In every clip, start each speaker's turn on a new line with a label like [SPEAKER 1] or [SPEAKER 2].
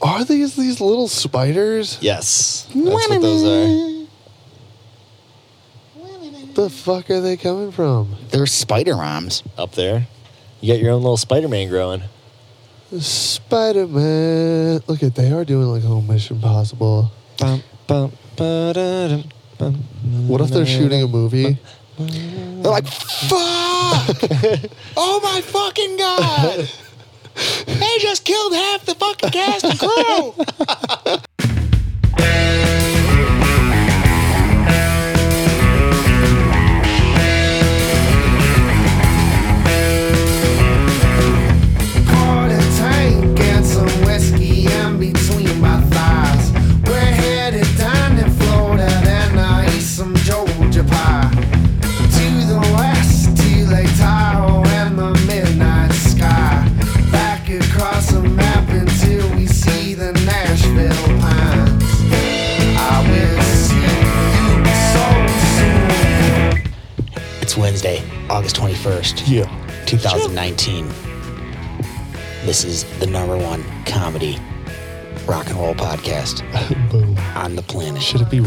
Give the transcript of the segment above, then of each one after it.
[SPEAKER 1] Are these these little spiders?
[SPEAKER 2] Yes, that's what those are.
[SPEAKER 1] The fuck are they coming from?
[SPEAKER 3] They're spider arms.
[SPEAKER 2] Up there, you got your own little Spider-Man growing.
[SPEAKER 1] Spider Man. Look at they are doing like a little Mission Possible. What if they're shooting a movie?
[SPEAKER 3] They're like, fuck! oh my fucking god! They just killed half the fucking cast and crew!
[SPEAKER 4] Pour the tank and some whiskey in between my thighs. We're headed down in Florida, then I eat some Georgia pie. To the west, to Lake Tahoe and the midnight sky. Back across the map until we see the Nashville pines. I will see you so soon.
[SPEAKER 3] It's Wednesday, August 21st,
[SPEAKER 1] Yeah.
[SPEAKER 3] 2019. This is the number one comedy rock and roll podcast
[SPEAKER 1] Boom.
[SPEAKER 3] on the planet.
[SPEAKER 1] Should it be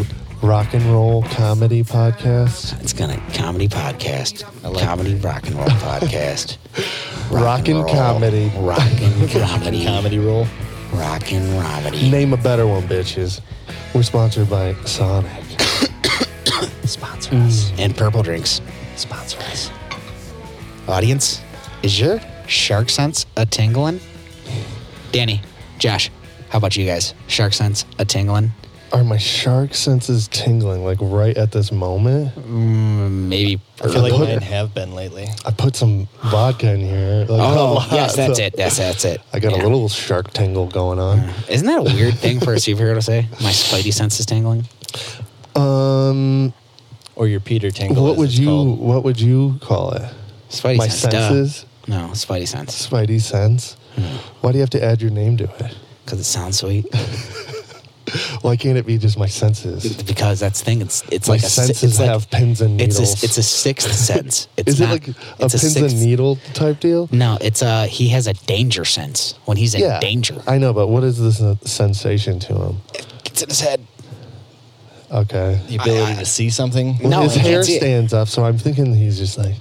[SPEAKER 1] rock and roll comedy podcast?
[SPEAKER 3] It's gonna comedy podcast, comedy rock and roll podcast,
[SPEAKER 1] Rockin' comedy.
[SPEAKER 3] rockin' comedy,
[SPEAKER 2] Comedy roll.
[SPEAKER 3] rockin' comedy.
[SPEAKER 1] Name a better one, bitches. We're sponsored by Sonic.
[SPEAKER 3] Sponsor us Mm. and purple drinks. Sponsor us. Audience, is your shark sense a tingling? Danny, Josh, how about you guys? Shark sense a tingling?
[SPEAKER 1] Are my shark senses tingling like right at this moment?
[SPEAKER 3] Maybe.
[SPEAKER 2] I feel like
[SPEAKER 1] put-
[SPEAKER 2] mine have been lately.
[SPEAKER 1] I put some vodka in here. Like, a
[SPEAKER 3] Oh,
[SPEAKER 1] lot,
[SPEAKER 3] yes, that's
[SPEAKER 1] so
[SPEAKER 3] it. That's that's it.
[SPEAKER 1] I got
[SPEAKER 3] Yeah.
[SPEAKER 1] a little shark tingle going on.
[SPEAKER 3] Isn't that a weird thing for a superhero to say? My spidey sense is tingling.
[SPEAKER 1] Um,
[SPEAKER 2] Or your Peter Tingle.
[SPEAKER 1] what
[SPEAKER 2] as
[SPEAKER 1] would
[SPEAKER 2] it's
[SPEAKER 1] you
[SPEAKER 2] called.
[SPEAKER 1] what would you call it?
[SPEAKER 3] Spidey
[SPEAKER 1] My
[SPEAKER 3] sense. duh.
[SPEAKER 1] senses?
[SPEAKER 3] No, spidey sense.
[SPEAKER 1] Spidey sense.
[SPEAKER 3] Hmm.
[SPEAKER 1] Why do you have to add your name to it?
[SPEAKER 3] Because it sounds sweet.
[SPEAKER 1] Why can't it be just my senses?
[SPEAKER 3] because that's the thing. It's it's
[SPEAKER 1] My
[SPEAKER 3] like a, si-
[SPEAKER 1] senses
[SPEAKER 3] it's like-
[SPEAKER 1] have pins and
[SPEAKER 3] It's
[SPEAKER 1] needles.
[SPEAKER 3] a, it's a sixth sense. It's
[SPEAKER 1] Is
[SPEAKER 3] not,
[SPEAKER 1] it like a
[SPEAKER 3] it's Mm,
[SPEAKER 1] pins
[SPEAKER 3] sixth-
[SPEAKER 1] and needle type deal?
[SPEAKER 3] No, it's a he has a danger sense when he's in danger.
[SPEAKER 1] I know, but what is this uh, sensation to him?
[SPEAKER 3] it's in his head.
[SPEAKER 1] Okay.
[SPEAKER 2] The ability to see something.
[SPEAKER 3] No.
[SPEAKER 1] His
[SPEAKER 3] I can't
[SPEAKER 1] hair
[SPEAKER 3] see it.
[SPEAKER 1] stands up, so I'm thinking he's just like,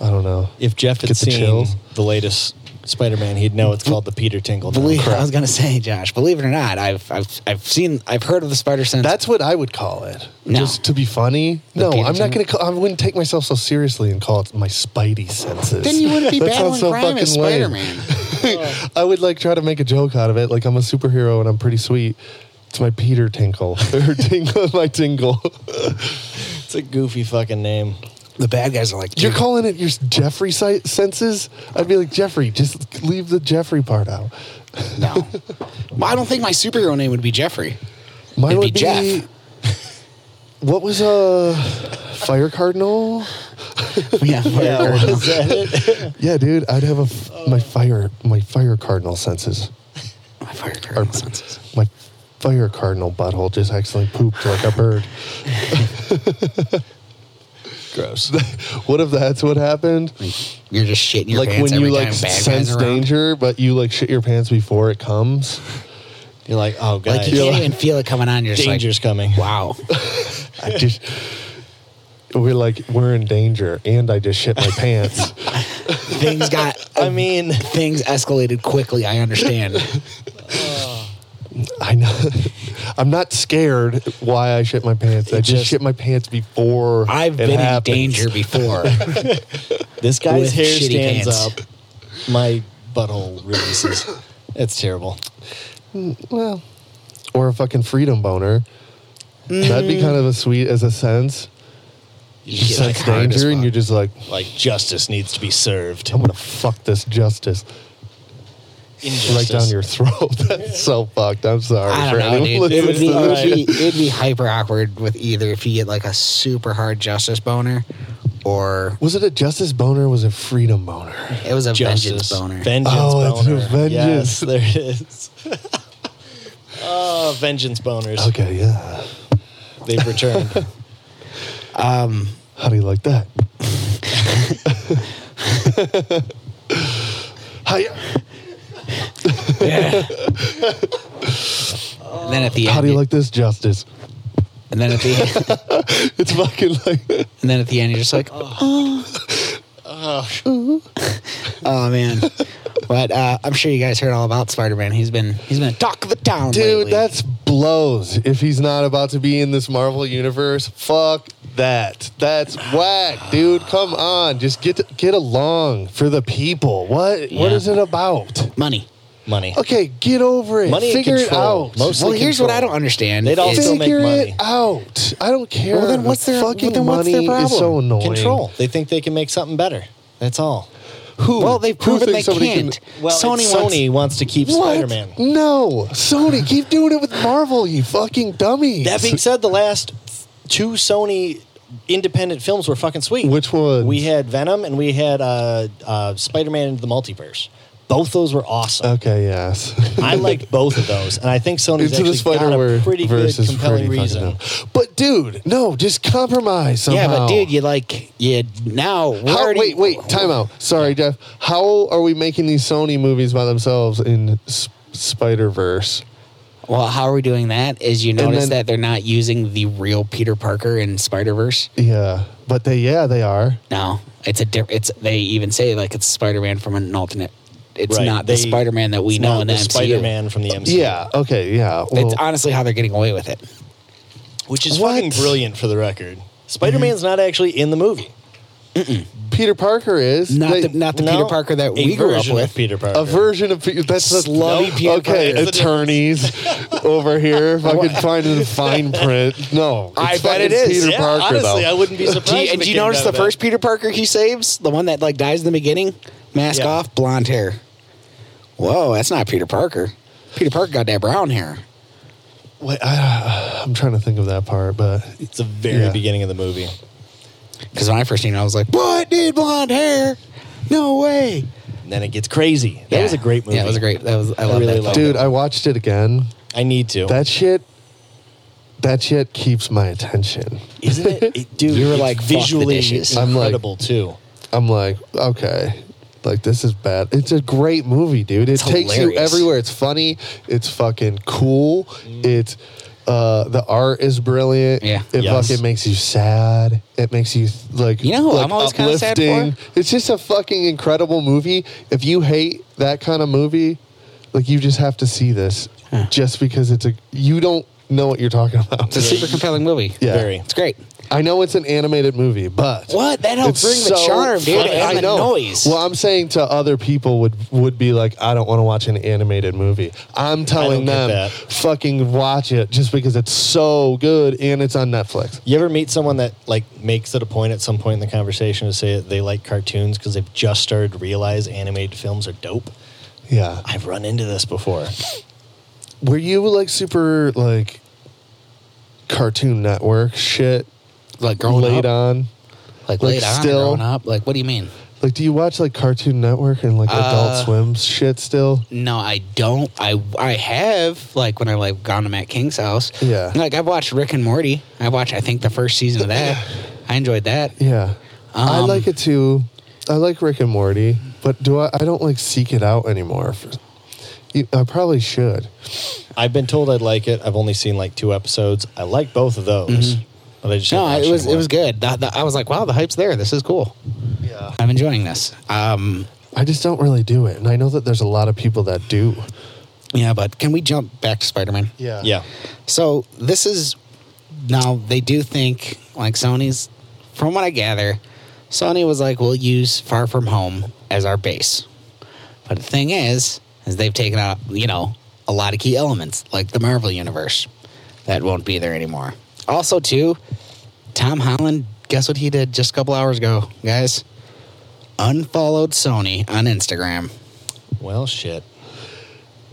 [SPEAKER 1] I don't know.
[SPEAKER 2] If Jeff
[SPEAKER 1] Get
[SPEAKER 2] had
[SPEAKER 1] the
[SPEAKER 2] seen
[SPEAKER 1] chills.
[SPEAKER 2] the latest Spider-Man, he'd know it's called the Peter Tingle. now.
[SPEAKER 3] Believe I was gonna say, Josh. Believe it or not, I've I've I've seen I've heard of the spider sense.
[SPEAKER 1] That's what I would call it.
[SPEAKER 3] No.
[SPEAKER 1] Just to be funny.
[SPEAKER 3] The
[SPEAKER 1] no, I'm
[SPEAKER 3] Peterson-
[SPEAKER 1] not going to. I wouldn't take myself so seriously and call it my spidey senses.
[SPEAKER 3] then you wouldn't be
[SPEAKER 1] That
[SPEAKER 3] battling
[SPEAKER 1] sounds so
[SPEAKER 3] crime as
[SPEAKER 1] fucking lame.
[SPEAKER 3] Spider-Man.
[SPEAKER 1] I would like try to make a joke out of it. Like I'm a superhero and I'm pretty sweet. It's my Peter tinkle or tingle my tingle.
[SPEAKER 2] It's a goofy fucking name.
[SPEAKER 3] the bad guys are like
[SPEAKER 1] You're calling it your Jeffrey si- senses? I'd be like Jeffrey. Just leave the Jeffrey part out.
[SPEAKER 3] no. Well, I don't think my superhero name would be Jeffrey.
[SPEAKER 1] Mine
[SPEAKER 3] It'd
[SPEAKER 1] would be,
[SPEAKER 3] be Jeff.
[SPEAKER 1] What was a fire cardinal?
[SPEAKER 3] Yeah,
[SPEAKER 2] Yeah, what is that?
[SPEAKER 1] Yeah, dude, I'd have a f- my fire my fire cardinal senses.
[SPEAKER 3] my fire cardinal senses.
[SPEAKER 1] My fire cardinal butthole just accidentally pooped like a bird.
[SPEAKER 2] Gross.
[SPEAKER 1] What if that's what happened?
[SPEAKER 3] You're just shitting your
[SPEAKER 1] like when
[SPEAKER 3] pants every
[SPEAKER 1] you like
[SPEAKER 3] time bad
[SPEAKER 1] sense
[SPEAKER 3] guys are around.
[SPEAKER 1] danger, but you like shit your pants before it comes.
[SPEAKER 2] You're like, oh god,
[SPEAKER 3] Like you can't even feel it coming on. You're just like,
[SPEAKER 2] danger's coming.
[SPEAKER 3] Wow.
[SPEAKER 1] I just we're like we're in danger, and I just shit my pants.
[SPEAKER 3] things got
[SPEAKER 2] I mean,
[SPEAKER 3] things escalated quickly. I understand.
[SPEAKER 1] I know. I'm not scared why I shit my pants. I just,
[SPEAKER 2] just-
[SPEAKER 1] shit my pants before
[SPEAKER 3] I've
[SPEAKER 1] it
[SPEAKER 3] been in
[SPEAKER 1] happens.
[SPEAKER 3] danger before.
[SPEAKER 2] this
[SPEAKER 3] With
[SPEAKER 2] guy's hair
[SPEAKER 3] shitty
[SPEAKER 2] stands
[SPEAKER 3] pants.
[SPEAKER 2] up. My butthole releases. it's terrible.
[SPEAKER 1] Well, or a fucking freedom boner. That'd be kind of a sweet as a sense.
[SPEAKER 3] You
[SPEAKER 1] You
[SPEAKER 3] get, like,
[SPEAKER 1] sense
[SPEAKER 3] hard as
[SPEAKER 1] danger, and
[SPEAKER 3] fuck.
[SPEAKER 1] you're just like,
[SPEAKER 2] Like justice needs to be served.
[SPEAKER 1] I'm gonna fuck this justice. Right
[SPEAKER 2] Injustice.
[SPEAKER 1] down your throat. That's so fucked. I'm sorry.
[SPEAKER 3] I don't
[SPEAKER 1] for
[SPEAKER 3] know,
[SPEAKER 1] anyone
[SPEAKER 3] dude. It would, be,
[SPEAKER 1] listening.
[SPEAKER 3] it, would be, it would be hyper awkward with either if you get like a super hard justice boner or
[SPEAKER 1] Was it a justice boner? or Was it freedom boner?
[SPEAKER 3] it was a vengeance
[SPEAKER 2] justice
[SPEAKER 3] boner.
[SPEAKER 2] Vengeance
[SPEAKER 1] Oh, it's a
[SPEAKER 2] boner.
[SPEAKER 1] vengeance.
[SPEAKER 2] Yes, there it is. oh, vengeance boners.
[SPEAKER 1] Okay, yeah.
[SPEAKER 2] They've returned.
[SPEAKER 1] How do you like that? Hiya.
[SPEAKER 3] And then at the end,
[SPEAKER 1] How do you like this justice?
[SPEAKER 3] and then at the
[SPEAKER 1] It's fucking like
[SPEAKER 3] and then at the end, you're just like, oh,
[SPEAKER 1] Oh.
[SPEAKER 3] oh man. But uh, I'm sure you guys heard all about Spider-Man. He's been he's been talk of the town,
[SPEAKER 1] Dude,
[SPEAKER 3] lately.
[SPEAKER 1] that's blows. If he's not about to be in this Marvel universe, fuck that. That's whack, dude. Come on, just get get along for the people. What what
[SPEAKER 3] Yeah.
[SPEAKER 1] is it about?
[SPEAKER 3] money.
[SPEAKER 2] Money.
[SPEAKER 1] Okay, get over it.
[SPEAKER 2] Money and
[SPEAKER 1] Figure it
[SPEAKER 2] control.
[SPEAKER 1] out.
[SPEAKER 2] Mostly
[SPEAKER 3] Well, here's what I
[SPEAKER 2] control.
[SPEAKER 3] don't understand.
[SPEAKER 2] They'd all
[SPEAKER 3] is-
[SPEAKER 2] still make
[SPEAKER 1] Figure it
[SPEAKER 2] money.
[SPEAKER 1] out. I don't care.
[SPEAKER 3] Well, then what's their-
[SPEAKER 1] fucking
[SPEAKER 3] then what's
[SPEAKER 1] money
[SPEAKER 3] their
[SPEAKER 1] Is so
[SPEAKER 3] problem?
[SPEAKER 1] annoying.
[SPEAKER 2] Control. They think they can make something better. That's all.
[SPEAKER 1] Who?
[SPEAKER 3] well, they've
[SPEAKER 1] Who
[SPEAKER 3] proven they
[SPEAKER 1] thinks somebody can-
[SPEAKER 3] can't.
[SPEAKER 2] Well, Sony,
[SPEAKER 3] Sony,
[SPEAKER 2] Sony
[SPEAKER 3] wants-
[SPEAKER 2] wants, to keep
[SPEAKER 1] What?
[SPEAKER 2] Spider Man.
[SPEAKER 1] No, Sony, keep doing it with Marvel. You fucking dummy.
[SPEAKER 2] That being said, the last two Sony independent films were fucking sweet.
[SPEAKER 1] Which ones?
[SPEAKER 2] We had Venom and we had uh, uh, Spider Man into the Multiverse. Both those were awesome.
[SPEAKER 1] okay, yes.
[SPEAKER 2] I liked both of those, and I think Sony's
[SPEAKER 1] Uh, Into the
[SPEAKER 2] actually got
[SPEAKER 1] Spider
[SPEAKER 2] a
[SPEAKER 1] Verse
[SPEAKER 2] pretty good,
[SPEAKER 1] versus
[SPEAKER 2] compelling
[SPEAKER 1] pretty fucking
[SPEAKER 2] reason.
[SPEAKER 1] dumb. But dude, no, just compromise somehow.
[SPEAKER 3] yeah, but dude, you like you now. we're
[SPEAKER 1] Oh. How,
[SPEAKER 3] already-
[SPEAKER 1] wait, wait, time out. Sorry, Jeff. How are we making these Sony movies by themselves in S- Spider Verse?
[SPEAKER 3] Well, how are we doing that? Is you
[SPEAKER 1] then-
[SPEAKER 3] notice that they're not using the real Peter Parker in Spider Verse?
[SPEAKER 1] Yeah, but they, yeah, they are.
[SPEAKER 3] No, it's a different. It's they even say like it's Spider Man from an alternate. It's
[SPEAKER 2] Right,
[SPEAKER 3] not
[SPEAKER 2] they-
[SPEAKER 3] the Spider Man that we
[SPEAKER 2] It's
[SPEAKER 3] know
[SPEAKER 2] not
[SPEAKER 3] in the,
[SPEAKER 2] the
[SPEAKER 3] MCU.
[SPEAKER 2] Spider Man
[SPEAKER 3] Uh,
[SPEAKER 2] from the MCU.
[SPEAKER 1] Yeah. Okay. Yeah.
[SPEAKER 3] It's
[SPEAKER 1] well,
[SPEAKER 3] honestly how they're getting away with it.
[SPEAKER 2] Which is
[SPEAKER 1] What?
[SPEAKER 2] fucking brilliant for the record.
[SPEAKER 3] Mm-hmm.
[SPEAKER 2] Spider Man's not actually in the movie.
[SPEAKER 1] Peter Parker is
[SPEAKER 3] Not
[SPEAKER 1] they-
[SPEAKER 3] the not the
[SPEAKER 2] No,
[SPEAKER 3] Peter Parker that
[SPEAKER 2] a
[SPEAKER 3] we grew up
[SPEAKER 2] version of
[SPEAKER 3] with.
[SPEAKER 2] Peter Parker.
[SPEAKER 1] a version of Peter. That's the
[SPEAKER 2] Slutty Peter
[SPEAKER 1] Okay,
[SPEAKER 2] Parker.
[SPEAKER 1] attorneys over here fucking finding the fine print. No,
[SPEAKER 3] I
[SPEAKER 1] it's
[SPEAKER 3] bet it
[SPEAKER 1] fucking
[SPEAKER 3] is.
[SPEAKER 1] Peter
[SPEAKER 2] yeah,
[SPEAKER 1] Parker
[SPEAKER 2] honestly,
[SPEAKER 1] though.
[SPEAKER 2] I wouldn't be surprised.
[SPEAKER 3] Do you,
[SPEAKER 2] if
[SPEAKER 3] and
[SPEAKER 2] it
[SPEAKER 3] do you
[SPEAKER 2] came
[SPEAKER 3] notice the
[SPEAKER 2] down to that.
[SPEAKER 3] first Peter Parker he saves? The one that like dies in the beginning, mask
[SPEAKER 2] Yeah.
[SPEAKER 3] off, blonde hair. Whoa, that's not Peter Parker. Peter Parker got that brown hair.
[SPEAKER 1] Wait, I, I'm trying to think of that part, but
[SPEAKER 2] It's the very
[SPEAKER 1] Yeah.
[SPEAKER 2] beginning of the movie.
[SPEAKER 3] Because when I first seen it, I was like, "What, dude? Blonde hair? No way!"
[SPEAKER 2] And then it gets crazy. That
[SPEAKER 3] Yeah.
[SPEAKER 2] was a great movie.
[SPEAKER 3] Yeah, it was a great. That was. I, love
[SPEAKER 2] really
[SPEAKER 3] that.
[SPEAKER 2] liked
[SPEAKER 3] film.
[SPEAKER 1] dude, I watched it again.
[SPEAKER 2] I need to.
[SPEAKER 1] That shit, that shit keeps my attention.
[SPEAKER 2] Isn't it, it dude?
[SPEAKER 3] You were
[SPEAKER 2] it's
[SPEAKER 3] like, "Fuck the
[SPEAKER 2] visually
[SPEAKER 3] dishes."
[SPEAKER 1] I'm like-
[SPEAKER 2] incredible too.
[SPEAKER 1] I'm like, okay, like this is bad. It's a great movie, dude. It
[SPEAKER 3] It's
[SPEAKER 1] takes you
[SPEAKER 3] hilarious. Mm.
[SPEAKER 1] everywhere. It's funny. It's fucking cool. It's uh, the art is brilliant.
[SPEAKER 3] Yeah.
[SPEAKER 1] it
[SPEAKER 2] Yes.
[SPEAKER 1] fucking makes you sad. It makes you th- like
[SPEAKER 3] You know who
[SPEAKER 1] like
[SPEAKER 3] I'm always kinda sad for?
[SPEAKER 1] uplifting. It's just a fucking incredible movie. If you hate that kind of movie, like you just have to see this, just because it's a you don't know what you're talking about.
[SPEAKER 3] It's a super compelling movie.
[SPEAKER 1] Yeah.
[SPEAKER 2] Very.
[SPEAKER 3] it's great.
[SPEAKER 1] I know it's an animated movie, but
[SPEAKER 3] What? That helps bring the charm, dude,
[SPEAKER 1] funny.
[SPEAKER 3] and
[SPEAKER 1] I
[SPEAKER 3] the
[SPEAKER 1] know.
[SPEAKER 3] noise.
[SPEAKER 1] Well, I'm saying to other people would would be like, I don't want to watch an animated movie. I'm telling
[SPEAKER 2] get
[SPEAKER 1] them,
[SPEAKER 2] that.
[SPEAKER 1] fucking watch it just because it's so good and it's on Netflix.
[SPEAKER 2] You ever meet someone that like makes it a point at some point in the conversation to say that they like cartoons because they've just started to realize animated films are dope?
[SPEAKER 1] Yeah.
[SPEAKER 2] I've run into this before.
[SPEAKER 1] Were you like super like Cartoon Network shit
[SPEAKER 3] Like growing
[SPEAKER 1] late
[SPEAKER 3] up,
[SPEAKER 1] on? like,
[SPEAKER 3] like, late on,
[SPEAKER 1] still-
[SPEAKER 3] growing up. Like, what do you mean?
[SPEAKER 1] Like, do you watch like Cartoon Network and like
[SPEAKER 3] Uh,
[SPEAKER 1] Adult Swim shit still?
[SPEAKER 3] No, I don't. I I have like when I like gone to Matt King's house.
[SPEAKER 1] Yeah.
[SPEAKER 3] like I've watched Rick and Morty. I watched I think the first season of that. I enjoyed that.
[SPEAKER 1] Yeah. I
[SPEAKER 3] Um,
[SPEAKER 1] like it too. I like Rick and Morty, but do I, I don't like seek it out anymore. For, you- I probably should.
[SPEAKER 2] I've been told I'd like it. I've only seen like two episodes. I like both of those, but I just
[SPEAKER 3] Mm-hmm.
[SPEAKER 2] haven't
[SPEAKER 3] No, I-
[SPEAKER 2] watched
[SPEAKER 3] it was it
[SPEAKER 2] anymore.
[SPEAKER 3] was good. The- the- I was like, wow, the hype's there. This is cool.
[SPEAKER 1] Yeah.
[SPEAKER 3] I'm enjoying this. Um,
[SPEAKER 1] I just don't really do it. And I know that there's a lot of people that do.
[SPEAKER 3] yeah, but can we jump back to Spider Man?
[SPEAKER 1] Yeah.
[SPEAKER 2] Yeah,
[SPEAKER 3] So this is now they do think like Sony's. From what I gather, Sony was like, "We'll use Far From Home as our base." But the thing is, is they've taken out you know a lot of key elements like the Marvel universe that won't be there anymore. Also, too, Tom Holland. Guess what he did just a couple hours ago, guys? Unfollowed Sony on Instagram.
[SPEAKER 2] well, shit.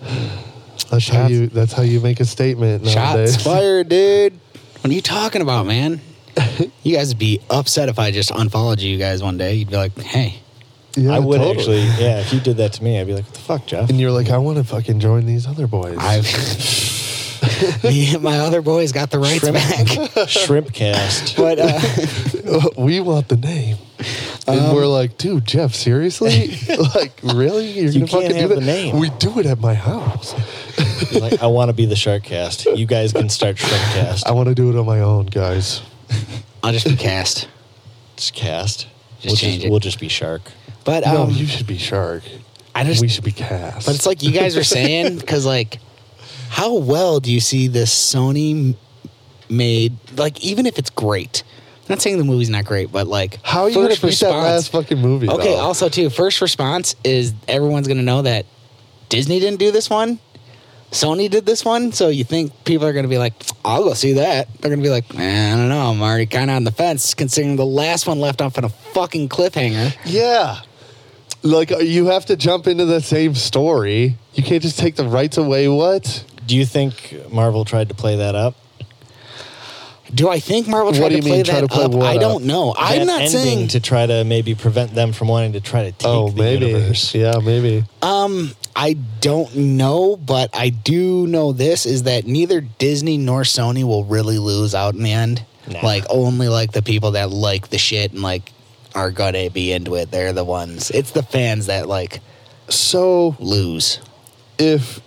[SPEAKER 1] That's how
[SPEAKER 3] Shots.
[SPEAKER 1] you that's how you make a statement nowadays.
[SPEAKER 3] Shots fired, dude. What are you talking about, man? you guys would be upset if I just unfollowed you guys one day. You'd be like, hey,
[SPEAKER 1] Yeah,
[SPEAKER 2] I would
[SPEAKER 1] totally.
[SPEAKER 2] actually. Yeah, if you did that to me, I'd be like, "What the fuck, Jeff?"
[SPEAKER 1] And you're like, I want to fucking join these other boys.
[SPEAKER 3] I've. Me and my other boys got the rights back.
[SPEAKER 2] Shrimp cast.
[SPEAKER 3] But uh,
[SPEAKER 1] we want the name. And
[SPEAKER 2] Um,
[SPEAKER 1] we're like, dude, Jeff, seriously? like, really? You're
[SPEAKER 2] You
[SPEAKER 1] gonna fucking
[SPEAKER 2] can't
[SPEAKER 1] do
[SPEAKER 2] have
[SPEAKER 1] that?
[SPEAKER 2] the name.
[SPEAKER 1] We do it at my house.
[SPEAKER 2] He's like, I want to be the shark cast. You guys can start shrimp cast.
[SPEAKER 1] I want to do it on my own, guys.
[SPEAKER 3] I'll just be cast.
[SPEAKER 2] Just cast.
[SPEAKER 3] Just
[SPEAKER 2] We'll
[SPEAKER 3] change
[SPEAKER 2] just,
[SPEAKER 3] it.
[SPEAKER 2] we'll just be shark.
[SPEAKER 3] But
[SPEAKER 1] No,
[SPEAKER 3] um,
[SPEAKER 1] you should be Shark.
[SPEAKER 3] I just
[SPEAKER 1] we should be Cass.
[SPEAKER 3] But it's like you guys were saying, because like, how well do you see this Sony m- made? Like, even if it's great, I'm not saying the movie's not great, but like,
[SPEAKER 1] how are you gonna beat that last fucking movie?
[SPEAKER 3] Okay.
[SPEAKER 1] though?
[SPEAKER 3] Also, too, first response is everyone's gonna know that Disney didn't do this one. Sony did this one, so you think people are gonna be like, "I'll go see that." They're gonna be like, eh, "I don't know. I'm already kind of on the fence, considering the last one left off on a fucking cliffhanger."
[SPEAKER 1] Yeah. Like uh, you have to jump into the same story. You can't just take the rights away. What?
[SPEAKER 2] Do you think Marvel tried to play that up?
[SPEAKER 3] Do I think Marvel
[SPEAKER 1] What
[SPEAKER 3] tried
[SPEAKER 1] do
[SPEAKER 3] to
[SPEAKER 1] you
[SPEAKER 3] play
[SPEAKER 1] mean
[SPEAKER 3] that
[SPEAKER 1] try to play
[SPEAKER 3] up?
[SPEAKER 1] what
[SPEAKER 3] I
[SPEAKER 1] up?
[SPEAKER 3] don't know. I'm
[SPEAKER 2] That
[SPEAKER 3] not
[SPEAKER 2] ending
[SPEAKER 3] saying.
[SPEAKER 2] to try to maybe prevent them from wanting to try to take
[SPEAKER 1] oh,
[SPEAKER 2] the
[SPEAKER 1] maybe.
[SPEAKER 2] universe.
[SPEAKER 1] Yeah, maybe.
[SPEAKER 3] um, I don't know, but I do know this is that neither Disney nor Sony will really lose out in the end.
[SPEAKER 2] Nah.
[SPEAKER 3] Like only like the people that like the shit and like are gonna be into it. They're the ones. It's the fans that like
[SPEAKER 1] so
[SPEAKER 3] lose.
[SPEAKER 1] if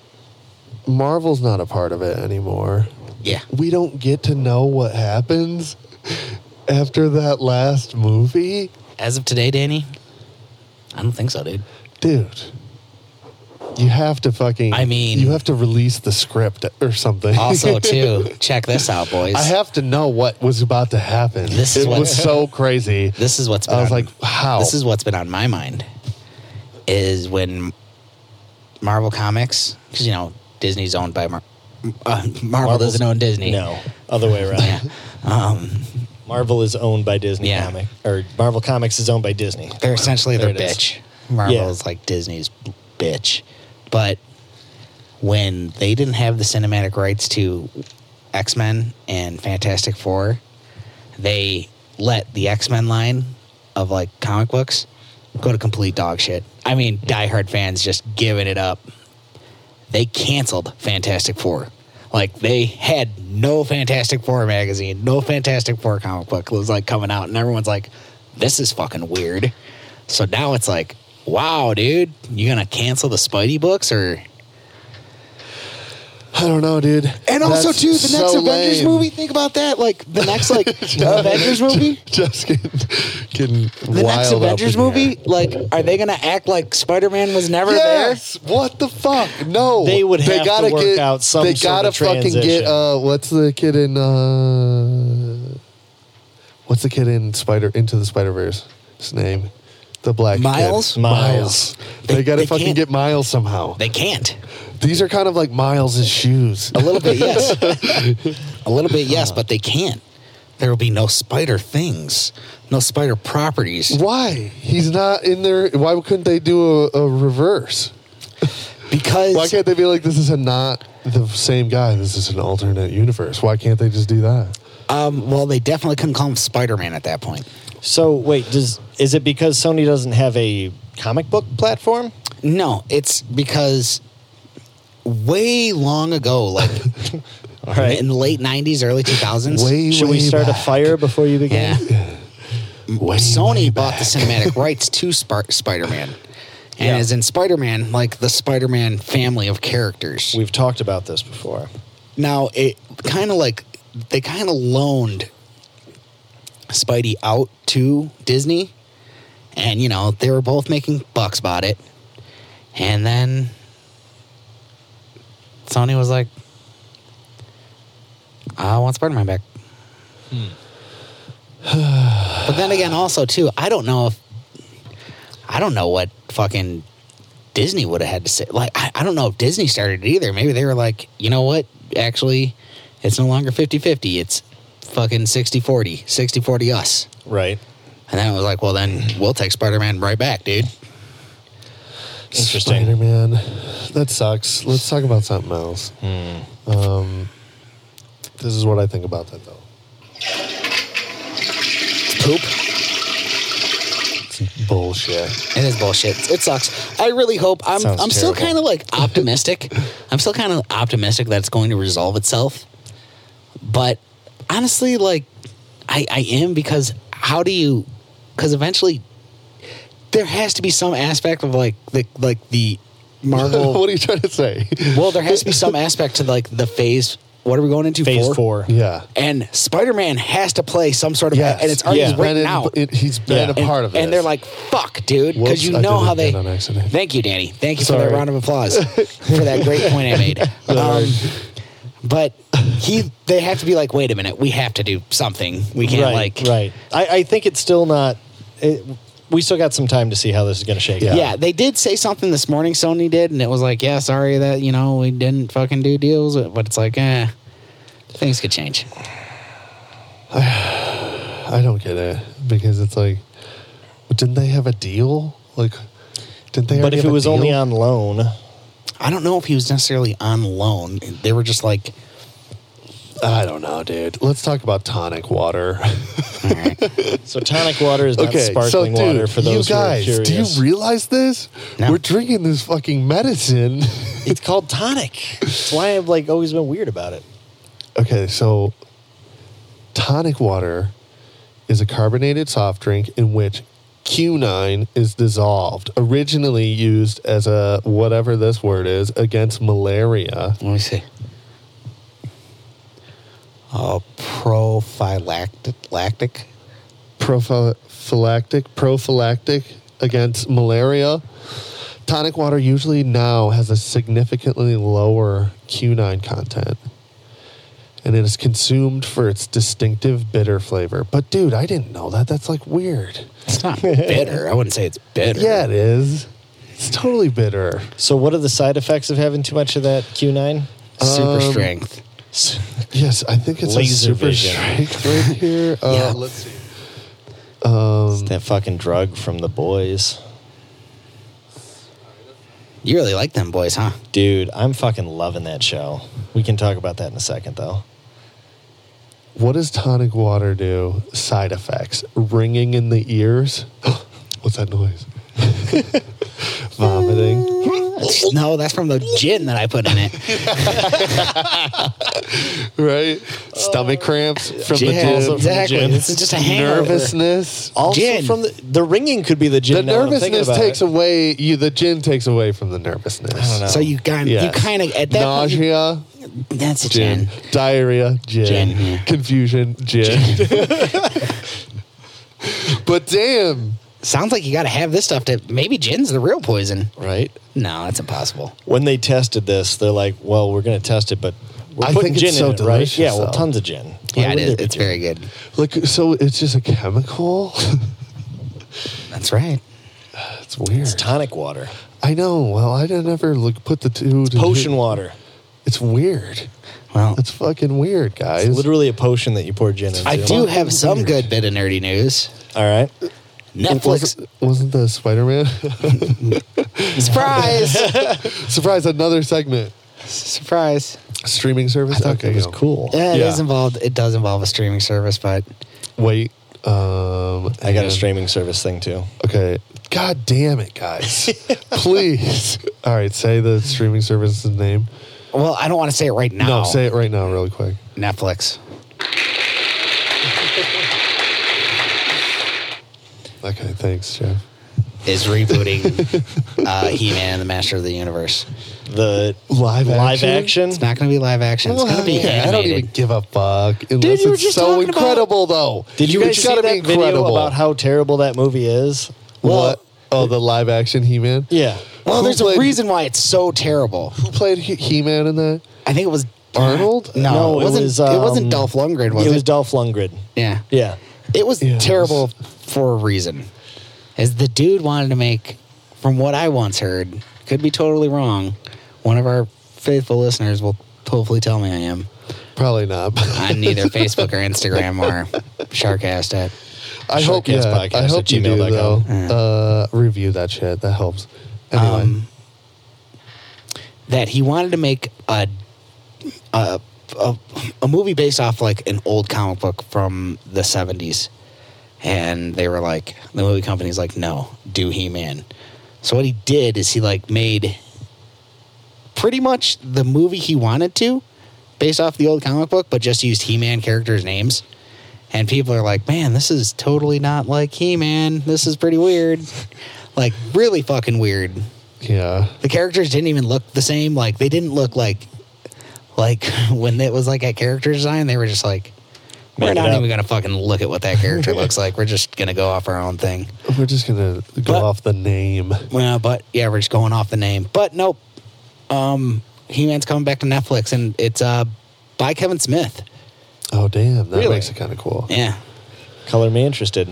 [SPEAKER 1] Marvel's not a part of it anymore,
[SPEAKER 3] Yeah.
[SPEAKER 1] we don't get to know what happens after that last movie,
[SPEAKER 3] As of today, Danny, I don't think so, dude.
[SPEAKER 1] dude. You have to fucking.
[SPEAKER 3] I mean-
[SPEAKER 1] you have to release the script or something.
[SPEAKER 3] Also, too, check this out, boys.
[SPEAKER 1] I have to know what was about to happen.
[SPEAKER 3] This is
[SPEAKER 1] it
[SPEAKER 3] what-
[SPEAKER 1] was so crazy.
[SPEAKER 3] this is what's. Been
[SPEAKER 1] I was
[SPEAKER 3] on-
[SPEAKER 1] like, how?
[SPEAKER 3] This is what's been on my mind is when Marvel Comics, because you know Disney's owned by Mar- uh, Marvel
[SPEAKER 2] Marvel's-
[SPEAKER 3] doesn't own Disney.
[SPEAKER 2] No, other way around.
[SPEAKER 3] Yeah. Um,
[SPEAKER 2] Marvel is owned by Disney
[SPEAKER 3] Yeah.
[SPEAKER 2] comic, or Marvel Comics is owned by Disney.
[SPEAKER 3] they're essentially their
[SPEAKER 2] There it is.
[SPEAKER 3] bitch. Marvel's like Disney's bitch, but when they didn't have the cinematic rights to X Men and Fantastic Four, they let the X Men line of like comic books go to complete dog shit. I mean, diehard fans just giving it up. They canceled Fantastic Four. Like they had no Fantastic Four magazine, no Fantastic Four comic book was like coming out, and everyone's like, "This is fucking weird." So now it's like, "Wow, dude, you gonna cancel the Spidey books or?"
[SPEAKER 1] I don't know, dude.
[SPEAKER 3] And also,
[SPEAKER 1] That's
[SPEAKER 3] too, the next
[SPEAKER 1] so
[SPEAKER 3] Avengers
[SPEAKER 1] lame.
[SPEAKER 3] movie. Think about that. Like the next, like Avengers movie.
[SPEAKER 1] Just getting, getting
[SPEAKER 3] The
[SPEAKER 1] wild
[SPEAKER 3] next
[SPEAKER 1] up
[SPEAKER 3] Avengers
[SPEAKER 1] in here.
[SPEAKER 3] movie. Like, are they gonna act like Spider Man was never
[SPEAKER 1] Yes. What the fuck? No.
[SPEAKER 2] They would have to work out some
[SPEAKER 1] They
[SPEAKER 2] sort
[SPEAKER 1] gotta
[SPEAKER 2] of
[SPEAKER 1] fucking get.
[SPEAKER 2] transition.
[SPEAKER 1] Uh, what's the kid in? Uh, what's the kid in Spider Into the Spider Verse? His name, the black kid.
[SPEAKER 3] Miles?
[SPEAKER 1] Miles. They,
[SPEAKER 3] They-
[SPEAKER 1] gotta
[SPEAKER 3] they
[SPEAKER 1] fucking
[SPEAKER 3] can't-
[SPEAKER 1] get Miles somehow.
[SPEAKER 3] there? They can't.
[SPEAKER 1] These are kind of like Miles' shoes.
[SPEAKER 3] A little bit, yes. a little bit, yes, but they can't. There will be no spider things, no spider properties,
[SPEAKER 1] Why? He's not in there. Why couldn't they do a, a reverse?
[SPEAKER 3] because
[SPEAKER 1] Why can't they be like, this is a not the same guy? This is an alternate universe. Why can't they just do that?
[SPEAKER 3] um, well, they definitely couldn't call him Spider Man at that point.
[SPEAKER 2] So wait, does is it because Sony doesn't have a comic book platform?
[SPEAKER 3] No, it's because way long ago, like
[SPEAKER 2] All right.
[SPEAKER 3] in the late '90s, early 2000s,
[SPEAKER 1] Way,
[SPEAKER 2] Should we
[SPEAKER 1] way
[SPEAKER 2] start
[SPEAKER 1] back.
[SPEAKER 2] a fire before you begin?
[SPEAKER 3] yeah,
[SPEAKER 1] Way,
[SPEAKER 3] Sony
[SPEAKER 1] way
[SPEAKER 3] bought
[SPEAKER 1] back.
[SPEAKER 3] the cinematic rights to Spar- Spider Man, and
[SPEAKER 2] Yeah.
[SPEAKER 3] as in Spider Man, like the Spider Man family of characters.
[SPEAKER 2] We've talked about this before.
[SPEAKER 3] Now it kind of like they kind of loaned Spidey out to Disney, and you know they were both making bucks about it, and then Sony was like, "I want Spider-Man back." but then again, also too, I don't know if I don't know what fucking Disney would have had to say. Like, I, I don't know if Disney started it either. Maybe they were like, you know what? Actually, it's no longer 50 50. It's fucking 60 40, 60 40 us.
[SPEAKER 2] Right.
[SPEAKER 3] And then it was like, well, then we'll take Spider Man right back, dude.
[SPEAKER 2] Interesting.
[SPEAKER 1] Spider-Man. That sucks. Let's talk about something else.
[SPEAKER 3] Hmm.
[SPEAKER 1] Um, this is what I think about that, though.
[SPEAKER 3] Poop.
[SPEAKER 1] It's bullshit.
[SPEAKER 3] It is bullshit. It sucks. I really hope I'm.
[SPEAKER 2] Sounds
[SPEAKER 3] I'm still
[SPEAKER 2] terrible.
[SPEAKER 3] kind of like optimistic. I'm still kind of optimistic that it's going to resolve itself. But honestly, like I, I am because how do you? Because eventually, there has to be some aspect of like the like the Marvel.
[SPEAKER 1] what are you trying to say?
[SPEAKER 3] well, there has to be some aspect to like the phase. What are we going into?
[SPEAKER 2] Phase four.
[SPEAKER 1] yeah.
[SPEAKER 3] And Spider Man has to play some sort of
[SPEAKER 1] Yes.
[SPEAKER 3] and it's already
[SPEAKER 2] Yeah.
[SPEAKER 1] He's been
[SPEAKER 3] written
[SPEAKER 1] in-
[SPEAKER 3] out.
[SPEAKER 1] it- he's been
[SPEAKER 2] Yeah.
[SPEAKER 1] a
[SPEAKER 3] and,
[SPEAKER 1] part of it.
[SPEAKER 3] and they're like, "Fuck,
[SPEAKER 1] Whoops,
[SPEAKER 3] dude," because you
[SPEAKER 1] I
[SPEAKER 3] know
[SPEAKER 1] did
[SPEAKER 3] how
[SPEAKER 1] that
[SPEAKER 3] they.
[SPEAKER 1] on accident.
[SPEAKER 3] Thank you, Danny. Thank you for
[SPEAKER 1] Sorry.
[SPEAKER 3] that round of applause for that great point I made. Um, but he, they have to be like, "Wait a minute, we have to do something. We can't
[SPEAKER 2] right,
[SPEAKER 3] like,
[SPEAKER 2] right. I, I think it's still not. It, we still got some time to see how this is going to shake
[SPEAKER 1] Yeah.
[SPEAKER 2] out.
[SPEAKER 3] Yeah, they did say something this morning. Sony did, and it was like, "Yeah, sorry that you know we didn't fucking do deals," but it's like, eh, things could change.
[SPEAKER 1] I don't get it because it's like, didn't they have a deal? Like, didn't they?
[SPEAKER 2] But
[SPEAKER 1] already
[SPEAKER 2] if
[SPEAKER 1] have
[SPEAKER 2] it
[SPEAKER 1] a
[SPEAKER 2] was only
[SPEAKER 1] deal?
[SPEAKER 2] on loan,
[SPEAKER 3] I don't know if he was necessarily on loan. They were just like,
[SPEAKER 1] I don't know, dude. Let's talk about tonic water.
[SPEAKER 2] so tonic water is not
[SPEAKER 1] okay, so
[SPEAKER 2] sparkling
[SPEAKER 1] dude,
[SPEAKER 2] water for those
[SPEAKER 1] you guys,
[SPEAKER 2] who are
[SPEAKER 1] do
[SPEAKER 2] curious.
[SPEAKER 1] you realize this?
[SPEAKER 3] No.
[SPEAKER 1] We're drinking this fucking medicine.
[SPEAKER 2] it's called tonic. That's why I've like always been weird about it.
[SPEAKER 1] okay, so tonic water is a carbonated soft drink in which quinine is dissolved. Originally used as a whatever this word is against malaria.
[SPEAKER 3] "Let me see." Oh, prophylactic. lactic?
[SPEAKER 1] prophylactic prophylactic against malaria. Tonic water usually now has a significantly lower quinine content. And it is consumed for its distinctive bitter flavor. But dude, I didn't know that. That's like weird.
[SPEAKER 3] It's not bitter. I wouldn't say it's bitter.
[SPEAKER 1] Yeah, it is. It's totally bitter.
[SPEAKER 2] So what are the side effects of having too much of that Q9?
[SPEAKER 3] super strength.
[SPEAKER 1] Yes, I think it's
[SPEAKER 2] Laser
[SPEAKER 1] a super
[SPEAKER 2] vision.
[SPEAKER 1] strength right here. Uh,
[SPEAKER 3] Yeah.
[SPEAKER 1] Let's see.
[SPEAKER 2] It's that fucking drug from the boys.
[SPEAKER 3] You really like them boys, huh?
[SPEAKER 2] Dude, I'm fucking loving that show. We can talk about that in a second though.
[SPEAKER 1] What does tonic water do? Side effects: ringing in the ears. What's that noise? Vomiting.
[SPEAKER 3] No, that's from the gin that I put in it.
[SPEAKER 1] Right. Stomach cramps from
[SPEAKER 3] Yeah,
[SPEAKER 1] the gym.
[SPEAKER 3] exactly.
[SPEAKER 2] gin.
[SPEAKER 3] This is just a hangover.
[SPEAKER 1] Nervousness.
[SPEAKER 2] Also
[SPEAKER 3] Gin.
[SPEAKER 2] from the, the ringing could be the
[SPEAKER 1] The
[SPEAKER 2] gin. now that I'm thinking
[SPEAKER 1] nervousness
[SPEAKER 2] about
[SPEAKER 1] takes
[SPEAKER 2] it.
[SPEAKER 1] away you. The gin takes away from the nervousness. I
[SPEAKER 2] don't know.
[SPEAKER 3] So you kind,
[SPEAKER 1] Yes.
[SPEAKER 3] you kind of at that point, you-
[SPEAKER 1] nausea,
[SPEAKER 3] that's a
[SPEAKER 1] gin.
[SPEAKER 3] gin.
[SPEAKER 1] diarrhea, gin,
[SPEAKER 3] Gin, yeah.
[SPEAKER 1] confusion, gin. but damn,
[SPEAKER 3] Sounds like you got to have this stuff to maybe gin's the real poison.
[SPEAKER 2] right?
[SPEAKER 3] No, that's impossible.
[SPEAKER 2] When they tested this, they're like, "Well, we're going to test it, but we're
[SPEAKER 1] I
[SPEAKER 2] putting
[SPEAKER 1] think
[SPEAKER 2] gin
[SPEAKER 1] it's
[SPEAKER 2] in
[SPEAKER 1] so
[SPEAKER 2] it, right?
[SPEAKER 1] delicious,
[SPEAKER 2] Yeah, well,
[SPEAKER 1] though.
[SPEAKER 2] tons of gin. Why
[SPEAKER 3] yeah,
[SPEAKER 2] would
[SPEAKER 3] it is.
[SPEAKER 2] there be
[SPEAKER 3] It's
[SPEAKER 2] gin?
[SPEAKER 3] very good.
[SPEAKER 1] like so, it's just a chemical.
[SPEAKER 3] That's right.
[SPEAKER 1] It's weird.
[SPEAKER 2] It's tonic water,
[SPEAKER 1] I know. Well, I didn't ever like put the two to
[SPEAKER 2] potion water.
[SPEAKER 1] It's weird.
[SPEAKER 3] Well,
[SPEAKER 1] It's fucking weird, guys.
[SPEAKER 2] It's literally a potion that you pour gin into.
[SPEAKER 3] I do have some good bit of nerdy news.
[SPEAKER 2] All right,
[SPEAKER 3] Netflix
[SPEAKER 1] wasn't, wasn't the Spider Man
[SPEAKER 3] surprise,
[SPEAKER 1] surprise another segment
[SPEAKER 3] surprise.
[SPEAKER 1] streaming service?
[SPEAKER 2] it was
[SPEAKER 1] go.
[SPEAKER 2] cool.
[SPEAKER 3] Yeah, it is
[SPEAKER 1] Yeah.
[SPEAKER 3] involved. It does involve a streaming service, but
[SPEAKER 1] Wait, um,
[SPEAKER 2] I got a
[SPEAKER 1] and-
[SPEAKER 2] streaming service thing too.
[SPEAKER 1] Okay, god damn it, guys! Please. All right, say the streaming service's name.
[SPEAKER 3] well, I don't want to say it right now.
[SPEAKER 1] No, say it right now, really quick.
[SPEAKER 3] Netflix.
[SPEAKER 1] Okay, thanks, Jeff.
[SPEAKER 3] is rebooting uh, He-Man and the Master of the Universe.
[SPEAKER 2] The
[SPEAKER 1] Live
[SPEAKER 2] live
[SPEAKER 1] action?
[SPEAKER 2] action.
[SPEAKER 3] It's not going to be live action. It's going to be
[SPEAKER 1] Yeah, I don't even
[SPEAKER 3] animated.
[SPEAKER 1] give a fuck
[SPEAKER 3] Dude,
[SPEAKER 1] unless
[SPEAKER 3] you were
[SPEAKER 1] it's
[SPEAKER 3] just
[SPEAKER 1] so
[SPEAKER 3] talking about-
[SPEAKER 1] incredible, though.
[SPEAKER 2] Did you guys
[SPEAKER 1] It's
[SPEAKER 2] see that video about how terrible that movie is?
[SPEAKER 1] what? Oh, the live action He Man.
[SPEAKER 2] Yeah.
[SPEAKER 3] Well,
[SPEAKER 1] Who
[SPEAKER 3] there's a
[SPEAKER 1] played-
[SPEAKER 3] reason why it's so terrible.
[SPEAKER 1] Who played He Man in that?
[SPEAKER 3] I think it was
[SPEAKER 1] Arnold?
[SPEAKER 3] No,
[SPEAKER 2] No,
[SPEAKER 3] it
[SPEAKER 2] it
[SPEAKER 3] wasn't. It,
[SPEAKER 2] was, um,
[SPEAKER 3] wasn't Dolph Lundgren. Was
[SPEAKER 2] it
[SPEAKER 3] it?
[SPEAKER 2] was Dolph Lundgren.
[SPEAKER 3] yeah,
[SPEAKER 2] Yeah.
[SPEAKER 3] It was
[SPEAKER 1] Yeah, it was-
[SPEAKER 3] terrible for a reason. As the dude wanted to make, from what I once heard, could be totally wrong. One of our faithful listeners will hopefully tell me I am
[SPEAKER 1] Probably not.
[SPEAKER 3] on either Facebook or Instagram or Sharkast at.
[SPEAKER 1] I hope. Yeah,
[SPEAKER 2] Shortcast podcast
[SPEAKER 1] I hope
[SPEAKER 2] at
[SPEAKER 1] you do
[SPEAKER 2] gmail.com.
[SPEAKER 1] though.
[SPEAKER 3] Yeah.
[SPEAKER 1] Uh, review that shit. That helps. Anyway,
[SPEAKER 3] um, that he wanted to make a a, a a movie based off like an old comic book from the 70s and they were like the movie company's like no do he-man so what he did is he like made pretty much the movie he wanted to based off the old comic book but just used he-man characters names and people are like man this is totally not like he-man this is pretty weird Like really fucking weird.
[SPEAKER 1] Yeah.
[SPEAKER 3] The characters didn't even look the same. Like they didn't look like like when it was like at character design, they were just like we're
[SPEAKER 2] Make it
[SPEAKER 3] not
[SPEAKER 2] up.
[SPEAKER 3] even gonna fucking look at what that character looks like. We're just gonna go off our own thing.
[SPEAKER 1] We're just going to go
[SPEAKER 3] But-
[SPEAKER 1] off the name.
[SPEAKER 3] Well, but yeah, we're just going off the name. But nope. Um He Man's coming back to Netflix and it's uh by Kevin Smith.
[SPEAKER 1] Oh, damn. That
[SPEAKER 2] Really?
[SPEAKER 1] makes it kind of cool.
[SPEAKER 3] Yeah.
[SPEAKER 2] Color me interested.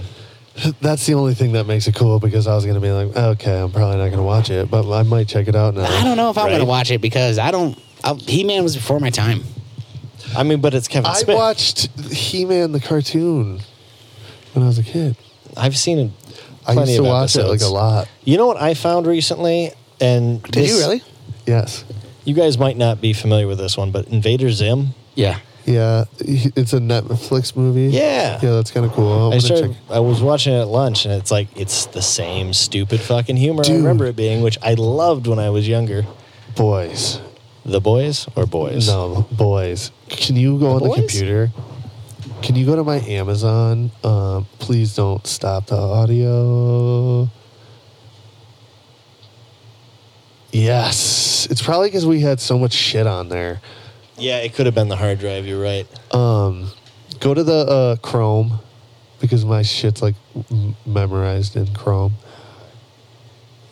[SPEAKER 1] That's the only thing that makes it cool because I was going to be like, okay, I'm probably not going to watch it, but I might check it out now.
[SPEAKER 3] I don't know if I'm
[SPEAKER 2] Right.
[SPEAKER 3] gonna watch it because I don't He Man was before my time.
[SPEAKER 2] I mean, but it's Kevin
[SPEAKER 1] I
[SPEAKER 2] Smith.
[SPEAKER 1] watched He Man the cartoon when I was a kid.
[SPEAKER 2] I've seen it.
[SPEAKER 1] I used
[SPEAKER 2] plenty
[SPEAKER 1] to
[SPEAKER 2] of
[SPEAKER 1] watch it like
[SPEAKER 2] episodes.
[SPEAKER 1] a lot.
[SPEAKER 2] You know what I found recently? And this-
[SPEAKER 1] Yes.
[SPEAKER 2] You guys might not be familiar with this one, but Invader Zim.
[SPEAKER 3] Yeah.
[SPEAKER 1] Yeah. It's a Netflix movie.
[SPEAKER 2] Yeah.
[SPEAKER 1] Yeah, that's kind of cool. I'm
[SPEAKER 2] I
[SPEAKER 1] gonna
[SPEAKER 2] started.
[SPEAKER 1] check-
[SPEAKER 2] I was watching it at lunch, and it's like it's the same stupid fucking humor I
[SPEAKER 1] Dude.
[SPEAKER 2] remember it being, which I loved when I was younger.
[SPEAKER 1] Boys.
[SPEAKER 2] The boys or boys?
[SPEAKER 1] No, boys. Can you go on the
[SPEAKER 2] Boys?
[SPEAKER 1] computer? Can you go to my Amazon? Um, please don't stop the audio. Yes. It's probably because we had so much shit on there.
[SPEAKER 2] Yeah, it could have been the hard drive. You're right.
[SPEAKER 1] Um, go to the uh, Chrome because my shit's like m- memorized in Chrome.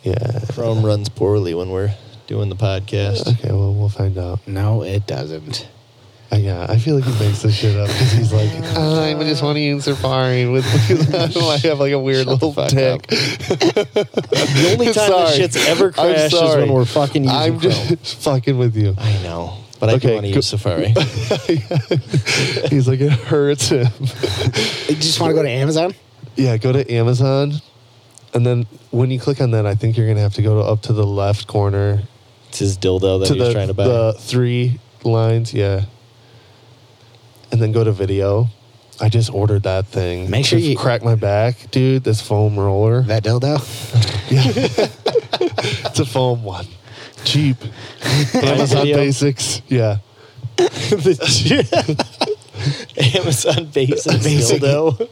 [SPEAKER 1] Yeah.
[SPEAKER 2] Chrome runs poorly when we're doing the podcast.
[SPEAKER 1] Okay, well, we'll find out.
[SPEAKER 3] No, it doesn't.
[SPEAKER 1] Uh, yeah, I feel like he makes this shit up because he's like, I just want to use Safari with because I have like a weird little
[SPEAKER 2] fuck
[SPEAKER 1] dick.
[SPEAKER 2] the only time this
[SPEAKER 1] Sorry.
[SPEAKER 2] shit's ever
[SPEAKER 1] I'm
[SPEAKER 2] crashed is
[SPEAKER 1] sorry.
[SPEAKER 2] when we're fucking using
[SPEAKER 1] I'm
[SPEAKER 2] Chrome.
[SPEAKER 1] just fucking with you.
[SPEAKER 2] I know, but I do
[SPEAKER 1] Okay,
[SPEAKER 2] want to
[SPEAKER 1] go-
[SPEAKER 2] use Safari.
[SPEAKER 1] He's like, it hurts him.
[SPEAKER 3] You just want to go to Amazon?
[SPEAKER 1] yeah, go to Amazon, and then when you click on that, I think you're gonna have to go to up to the left corner
[SPEAKER 2] it's his dildo that
[SPEAKER 1] to
[SPEAKER 2] he was
[SPEAKER 1] the,
[SPEAKER 2] trying to buy.
[SPEAKER 1] the three lines, yeah, and then go to video. I just ordered that thing.
[SPEAKER 3] Make sure
[SPEAKER 1] It's
[SPEAKER 3] you-
[SPEAKER 1] crack my back, dude. This foam roller.
[SPEAKER 3] That dildo?
[SPEAKER 1] Yeah. it's a foam one. Cheap. Amazon
[SPEAKER 2] Video.
[SPEAKER 1] Basics. Yeah.
[SPEAKER 2] Amazon Basic
[SPEAKER 3] Basic.
[SPEAKER 2] dildo.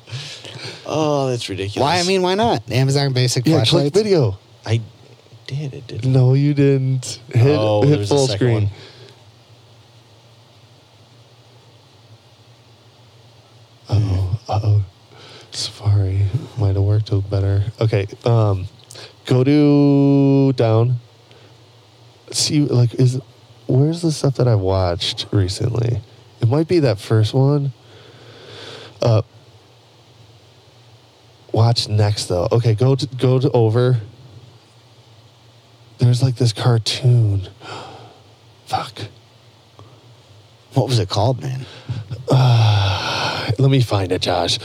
[SPEAKER 2] Oh, that's ridiculous.
[SPEAKER 3] Why? I mean, why not? Amazon basic
[SPEAKER 1] Yeah, click
[SPEAKER 3] flashlights.
[SPEAKER 1] video.
[SPEAKER 2] I did. It did.
[SPEAKER 1] No, you didn't. Hit,
[SPEAKER 2] Oh, there
[SPEAKER 1] hit
[SPEAKER 2] was a
[SPEAKER 1] full
[SPEAKER 2] second
[SPEAKER 1] screen.
[SPEAKER 2] one.
[SPEAKER 1] Uh oh. Safari might have worked a little better. Okay. Um, go to down. See, like, is where's the stuff that I watched recently? It might be that first one. Uh, watch next though. Okay, go to go to over. There's like this cartoon. Fuck.
[SPEAKER 3] What was it called, man?
[SPEAKER 1] Let me find it, Josh.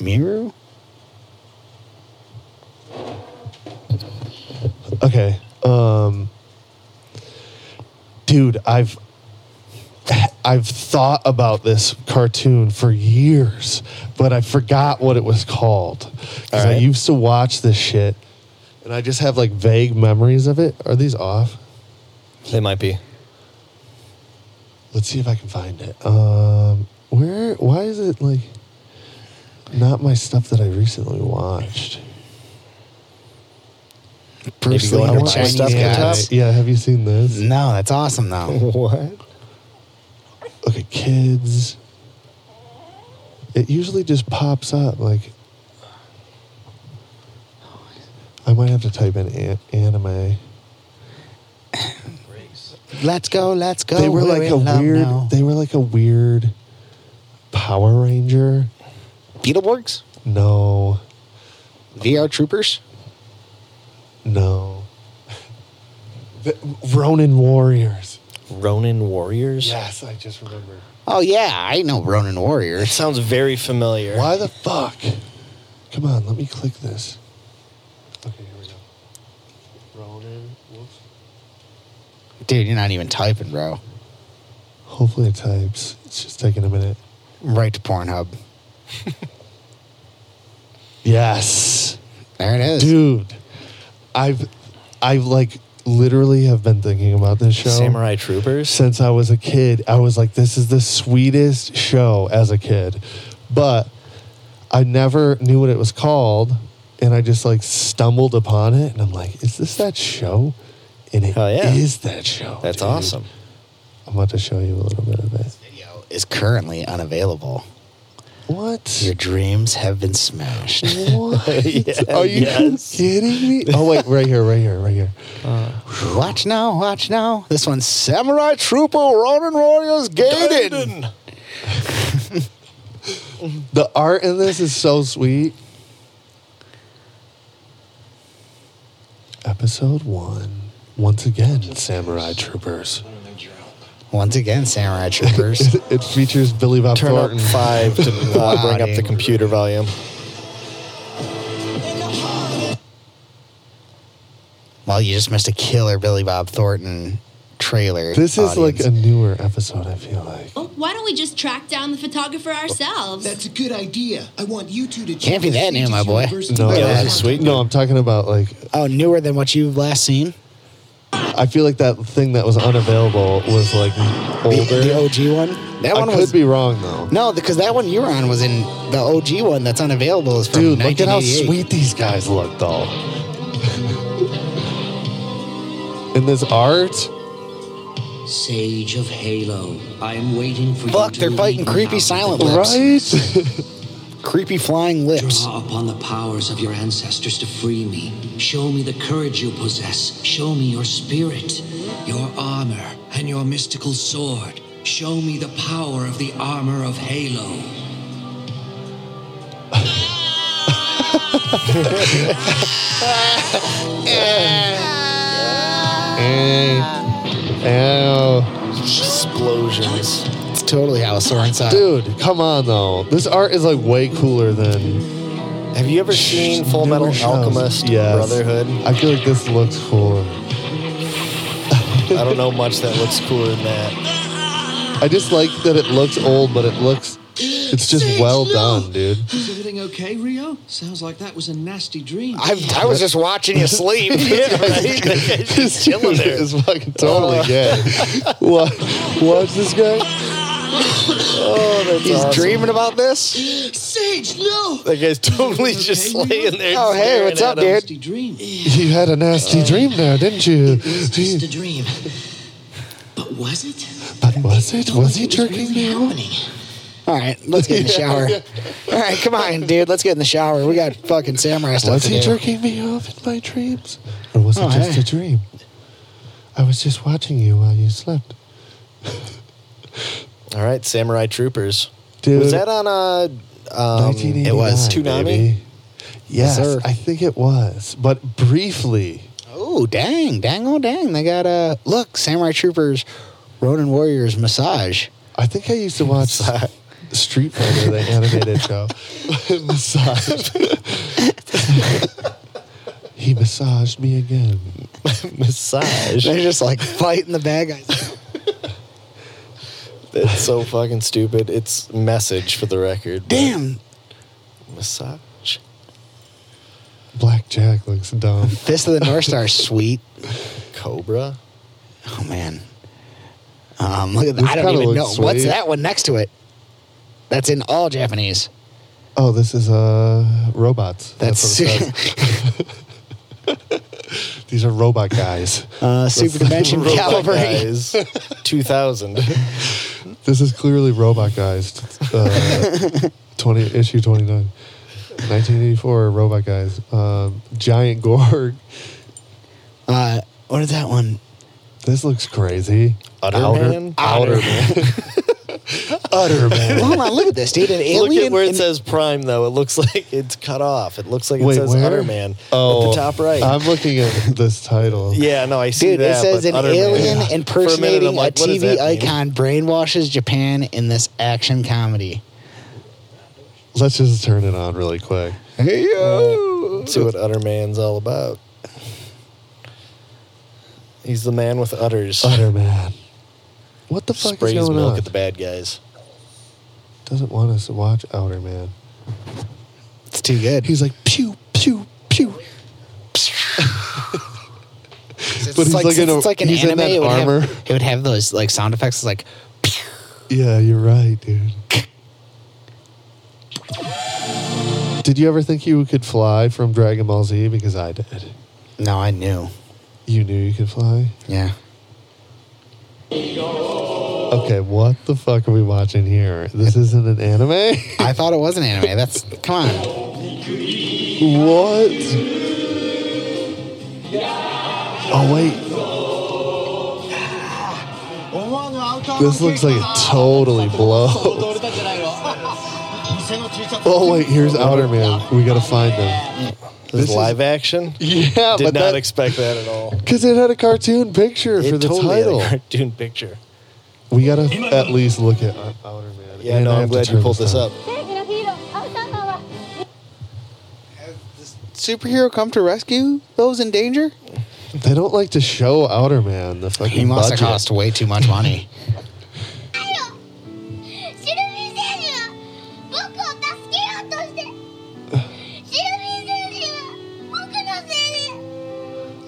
[SPEAKER 3] Miru?
[SPEAKER 1] Okay. Um Dude, I've I've thought about this cartoon for years, but I forgot what it was called. Because I
[SPEAKER 2] Alright.
[SPEAKER 1] used to watch this shit and I just have like vague memories of it. Are these off?
[SPEAKER 2] They might be.
[SPEAKER 1] Let's see if I can find it. Um where why is it like not my stuff that I recently watched?
[SPEAKER 3] Bruce
[SPEAKER 2] go
[SPEAKER 3] Lee
[SPEAKER 2] under
[SPEAKER 3] or
[SPEAKER 2] my
[SPEAKER 3] Chinese
[SPEAKER 2] stuff
[SPEAKER 1] yeah,
[SPEAKER 3] guys?
[SPEAKER 2] laptop?
[SPEAKER 1] yeah, have you seen this?
[SPEAKER 3] No, that's awesome though.
[SPEAKER 2] What?
[SPEAKER 1] okay, kids. It usually just pops up like. I might have to type in an- anime.
[SPEAKER 3] Let's go, let's go.
[SPEAKER 1] they were
[SPEAKER 3] We're
[SPEAKER 1] like
[SPEAKER 3] in
[SPEAKER 1] a
[SPEAKER 3] love
[SPEAKER 1] weird.
[SPEAKER 3] now.
[SPEAKER 1] They were like a weird. Power Ranger.
[SPEAKER 3] Beetleborgs?
[SPEAKER 1] No,
[SPEAKER 3] VR Troopers?
[SPEAKER 1] no. The- Ronin Warriors.
[SPEAKER 2] Ronin Warriors.
[SPEAKER 1] Yes, I just remember.
[SPEAKER 3] Oh yeah, I know Ronin
[SPEAKER 2] It
[SPEAKER 3] Warriors.
[SPEAKER 2] sounds very familiar.
[SPEAKER 1] Why the fuck? Come on, let me click this. Okay, here we go. Ronin. Whoops.
[SPEAKER 3] Dude, you're not even typing, bro.
[SPEAKER 1] Hopefully it types. It's just taking a minute.
[SPEAKER 3] Right to Pornhub.
[SPEAKER 1] Yes.
[SPEAKER 3] There it is.
[SPEAKER 1] Dude. I've I've like literally have been thinking about this show
[SPEAKER 2] Samurai Troopers.
[SPEAKER 1] since I was a kid. I was like, this is the sweetest show as a kid. But I never knew what it was called, and I just like stumbled upon it, and I'm like, "Is this that show?" And it is
[SPEAKER 2] Oh, yeah.
[SPEAKER 1] that show.
[SPEAKER 2] That's
[SPEAKER 1] dude.
[SPEAKER 2] awesome.
[SPEAKER 1] I'm about to show you a little bit of it.
[SPEAKER 3] Video is currently unavailable.
[SPEAKER 1] What?
[SPEAKER 3] Your dreams have been smashed.
[SPEAKER 1] What?
[SPEAKER 2] Yeah,
[SPEAKER 1] Are you
[SPEAKER 2] yes.
[SPEAKER 1] kidding me? Oh wait, right here, right here, right here.
[SPEAKER 3] watch now, watch now. This one's Samurai Trooper Ronin Warriors Gaiden.
[SPEAKER 1] The art in this is so sweet. Episode one. Once again, Samurai Troopers.
[SPEAKER 3] Once again, Samurai Troopers.
[SPEAKER 1] It features Billy Bob
[SPEAKER 2] Turn up
[SPEAKER 1] Thornton.
[SPEAKER 2] five to uh, bring up the
[SPEAKER 3] Louding.
[SPEAKER 2] computer volume.
[SPEAKER 3] well, you just missed a killer Billy Bob Thornton trailer.
[SPEAKER 1] This is like a
[SPEAKER 3] audience.
[SPEAKER 1] newer episode, I feel like.
[SPEAKER 5] Well, Oh, why don't we just track down the photographer ourselves?
[SPEAKER 6] That's a good idea. I want you two to
[SPEAKER 3] Can't be that new, my boy.
[SPEAKER 1] No,
[SPEAKER 2] Yeah,
[SPEAKER 1] I'm-
[SPEAKER 2] that's sweet.
[SPEAKER 1] No, I'm talking about like
[SPEAKER 3] oh newer than what you've last seen.
[SPEAKER 1] I feel like that thing that was unavailable was like
[SPEAKER 3] The,
[SPEAKER 1] older.
[SPEAKER 3] the OG one. That
[SPEAKER 1] I
[SPEAKER 3] one
[SPEAKER 1] could
[SPEAKER 3] was
[SPEAKER 1] be wrong though.
[SPEAKER 3] no, because that one you were on was in the OG one that's unavailable. Is from
[SPEAKER 1] Dude, look at how
[SPEAKER 3] 1988.
[SPEAKER 1] sweet these guys look, though. In this art,
[SPEAKER 7] Sage of Halo, I am waiting for
[SPEAKER 3] Fuck,
[SPEAKER 7] you. to
[SPEAKER 3] they're
[SPEAKER 7] lead
[SPEAKER 3] biting
[SPEAKER 7] me
[SPEAKER 3] creepy
[SPEAKER 7] out
[SPEAKER 3] silent
[SPEAKER 7] of the
[SPEAKER 3] lips.
[SPEAKER 1] right?
[SPEAKER 3] creepy flying lips.
[SPEAKER 7] Draw upon the powers of your ancestors to free me. Show me the courage you possess. Show me your spirit, your armor, and your mystical sword. Show me the power of the armor of Halo.
[SPEAKER 1] Mm. Ow.
[SPEAKER 2] Explosions.
[SPEAKER 3] It's totally how a Soren saw. it.
[SPEAKER 1] Dude, come on, though. This art is like way cooler than
[SPEAKER 2] Have you ever seen Full
[SPEAKER 1] newer
[SPEAKER 2] Metal
[SPEAKER 1] shows.
[SPEAKER 2] Alchemist
[SPEAKER 1] Yes.
[SPEAKER 2] Brotherhood?
[SPEAKER 1] I feel like this looks cooler.
[SPEAKER 2] I don't know much that looks cooler than that.
[SPEAKER 1] I just like that it looks old, but it looks. It's just well done, dude.
[SPEAKER 7] Is everything okay, Rio? Sounds like that was a nasty dream.
[SPEAKER 3] I've, I was just watching you sleep.
[SPEAKER 1] This chilling
[SPEAKER 2] there. Oh.
[SPEAKER 1] is fucking totally gay. What? Watch this guy.
[SPEAKER 3] He's dreaming about this.
[SPEAKER 7] Sage, no!
[SPEAKER 2] That guy's totally just
[SPEAKER 7] Okay,
[SPEAKER 2] laying there.
[SPEAKER 3] Oh, hey,
[SPEAKER 2] staring
[SPEAKER 3] what's
[SPEAKER 2] at
[SPEAKER 3] up,
[SPEAKER 2] him.
[SPEAKER 3] dude?
[SPEAKER 7] Nasty dream.
[SPEAKER 1] You had a nasty dream there, didn't you?
[SPEAKER 7] It's just a dream. But was it?
[SPEAKER 1] But was it? Was he
[SPEAKER 7] It was
[SPEAKER 1] jerking
[SPEAKER 7] really
[SPEAKER 1] me? off?
[SPEAKER 7] happening.
[SPEAKER 3] All right, let's get in the shower. All right, come on, dude. Let's get in the shower. We got fucking samurai stuff
[SPEAKER 1] Was
[SPEAKER 3] to
[SPEAKER 1] he
[SPEAKER 3] do.
[SPEAKER 1] jerking me off in my dreams? Or was
[SPEAKER 3] Oh,
[SPEAKER 1] it just
[SPEAKER 3] hey.
[SPEAKER 1] a dream? I was just watching you while you slept.
[SPEAKER 2] All right, Samurai Troopers.
[SPEAKER 1] Dude.
[SPEAKER 2] Was that on uh, um,
[SPEAKER 1] 1989.
[SPEAKER 2] It was Toonami.
[SPEAKER 1] Toonami? Yes,
[SPEAKER 3] Yes, sir.
[SPEAKER 1] I think it was. But briefly,
[SPEAKER 3] Oh dang, dang, oh dang! They got a uh, look. Samurai Troopers, Ronin Warriors massage.
[SPEAKER 1] I think I used to watch Street Fighter, the animated show. Massage. he massaged me again.
[SPEAKER 2] Massage.
[SPEAKER 3] They're just like fighting the bad guys.
[SPEAKER 2] That's so fucking stupid. It's message for the record. but
[SPEAKER 3] Damn,
[SPEAKER 2] Massage.
[SPEAKER 1] Blackjack looks dumb.
[SPEAKER 3] Fist of the North Star, is sweet.
[SPEAKER 2] Cobra.
[SPEAKER 3] Oh man, um, look at that.
[SPEAKER 1] This
[SPEAKER 3] I don't
[SPEAKER 1] kinda
[SPEAKER 3] even know
[SPEAKER 1] looks
[SPEAKER 3] what's
[SPEAKER 1] sweet.
[SPEAKER 3] that one next to it. That's in all Japanese.
[SPEAKER 1] Oh, this is uh robots.
[SPEAKER 3] That's,
[SPEAKER 1] what it says. These are robot guys.
[SPEAKER 3] uh, super dimension
[SPEAKER 2] Robot
[SPEAKER 3] calibrating.
[SPEAKER 2] Guys, 2000.
[SPEAKER 1] This is clearly Robot Guys. Uh, 20, issue 29. 1984 Robot Guys. Um, Giant Gorg.
[SPEAKER 3] Uh, what is that one?
[SPEAKER 1] This looks crazy.
[SPEAKER 2] Utter Man?
[SPEAKER 1] Outer Man. Utter Man.
[SPEAKER 3] Hold on, look at this, dude. An
[SPEAKER 2] Look
[SPEAKER 3] alien.
[SPEAKER 2] at where it
[SPEAKER 3] in-
[SPEAKER 2] says Prime, though. It looks like it's cut off. It looks like it
[SPEAKER 1] Wait,
[SPEAKER 2] says
[SPEAKER 1] where?
[SPEAKER 2] Utter Man
[SPEAKER 1] Oh,
[SPEAKER 2] at the top right.
[SPEAKER 1] I'm looking at this title.
[SPEAKER 2] yeah, no, I see
[SPEAKER 3] Dude,
[SPEAKER 2] that.
[SPEAKER 3] it says
[SPEAKER 2] but
[SPEAKER 3] an
[SPEAKER 2] Utter Man-
[SPEAKER 3] alien
[SPEAKER 2] For a minute, I'm
[SPEAKER 3] impersonating a,
[SPEAKER 2] like, what does
[SPEAKER 3] TV
[SPEAKER 2] that mean?
[SPEAKER 3] icon brainwashes Japan in this action comedy.
[SPEAKER 1] Let's just turn it on really quick.
[SPEAKER 3] Hey yo!
[SPEAKER 2] See what Utter Man's all about. He's the man with udders.
[SPEAKER 1] Utter Uh, Man. What the fuck
[SPEAKER 2] Sprays
[SPEAKER 1] is going
[SPEAKER 2] milk
[SPEAKER 1] on?
[SPEAKER 2] at the bad guys.
[SPEAKER 1] Doesn't want us to watch Outer Man.
[SPEAKER 3] It's too good.
[SPEAKER 1] He's like pew pew pew.
[SPEAKER 3] It's
[SPEAKER 1] but he's like in a-
[SPEAKER 3] it's like an
[SPEAKER 1] he's in
[SPEAKER 3] anime.
[SPEAKER 1] that
[SPEAKER 3] it would have-
[SPEAKER 1] armor.
[SPEAKER 3] it would have those like sound effects. It's like
[SPEAKER 1] Yeah, you're right, dude. Did you ever think you could fly from Dragon Ball Z? Because I did.
[SPEAKER 3] No, I knew.
[SPEAKER 1] You knew you could fly?
[SPEAKER 3] Yeah.
[SPEAKER 1] Okay, what the fuck are we watching here? This isn't an anime?
[SPEAKER 3] I thought it was an anime. That's come on.
[SPEAKER 1] what? Oh, wait. This looks like it totally blows. Oh, wait, here's Outer Man. We gotta find them.
[SPEAKER 2] This, is live action.
[SPEAKER 1] Yeah,
[SPEAKER 2] Did
[SPEAKER 1] but
[SPEAKER 2] not
[SPEAKER 1] that-
[SPEAKER 2] expect that at all.
[SPEAKER 1] Because it had a cartoon picture
[SPEAKER 2] It
[SPEAKER 1] for the
[SPEAKER 2] totally had a
[SPEAKER 1] title.
[SPEAKER 2] cartoon picture.
[SPEAKER 1] we gotta at least look at Out- Outer Man.
[SPEAKER 2] Yeah,
[SPEAKER 1] And
[SPEAKER 2] no,
[SPEAKER 1] I
[SPEAKER 2] I'm
[SPEAKER 1] have to
[SPEAKER 2] glad you
[SPEAKER 1] turn
[SPEAKER 2] pulled this
[SPEAKER 1] down.
[SPEAKER 2] up.
[SPEAKER 3] Superhero come to rescue those in danger?
[SPEAKER 1] They don't like to show Outer Man the fucking
[SPEAKER 3] He must have
[SPEAKER 1] budget.
[SPEAKER 3] cost way too much money.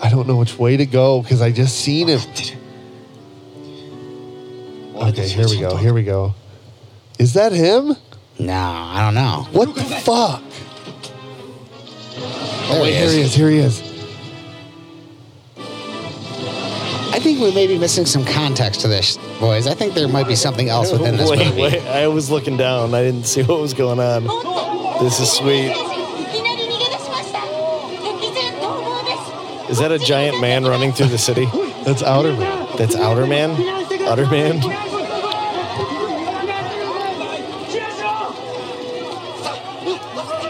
[SPEAKER 1] I don't know which way to go because I just seen
[SPEAKER 2] Oh,
[SPEAKER 1] it. Okay, here we go. Here we go. Is that him?
[SPEAKER 3] no, I don't know.
[SPEAKER 1] What the fuck? Oh,
[SPEAKER 3] There
[SPEAKER 1] Wait,
[SPEAKER 3] he
[SPEAKER 1] here
[SPEAKER 3] is.
[SPEAKER 1] he is. Here he is.
[SPEAKER 3] I think we may be missing some context to this, boys. I think there might be something else within this
[SPEAKER 2] Wait,
[SPEAKER 3] movie.
[SPEAKER 2] wait, I was looking down. I didn't see what was going on. This is sweet. Is that a giant man running through the city?
[SPEAKER 1] That's Outer Man.
[SPEAKER 2] That's Outer Man? Outer Man?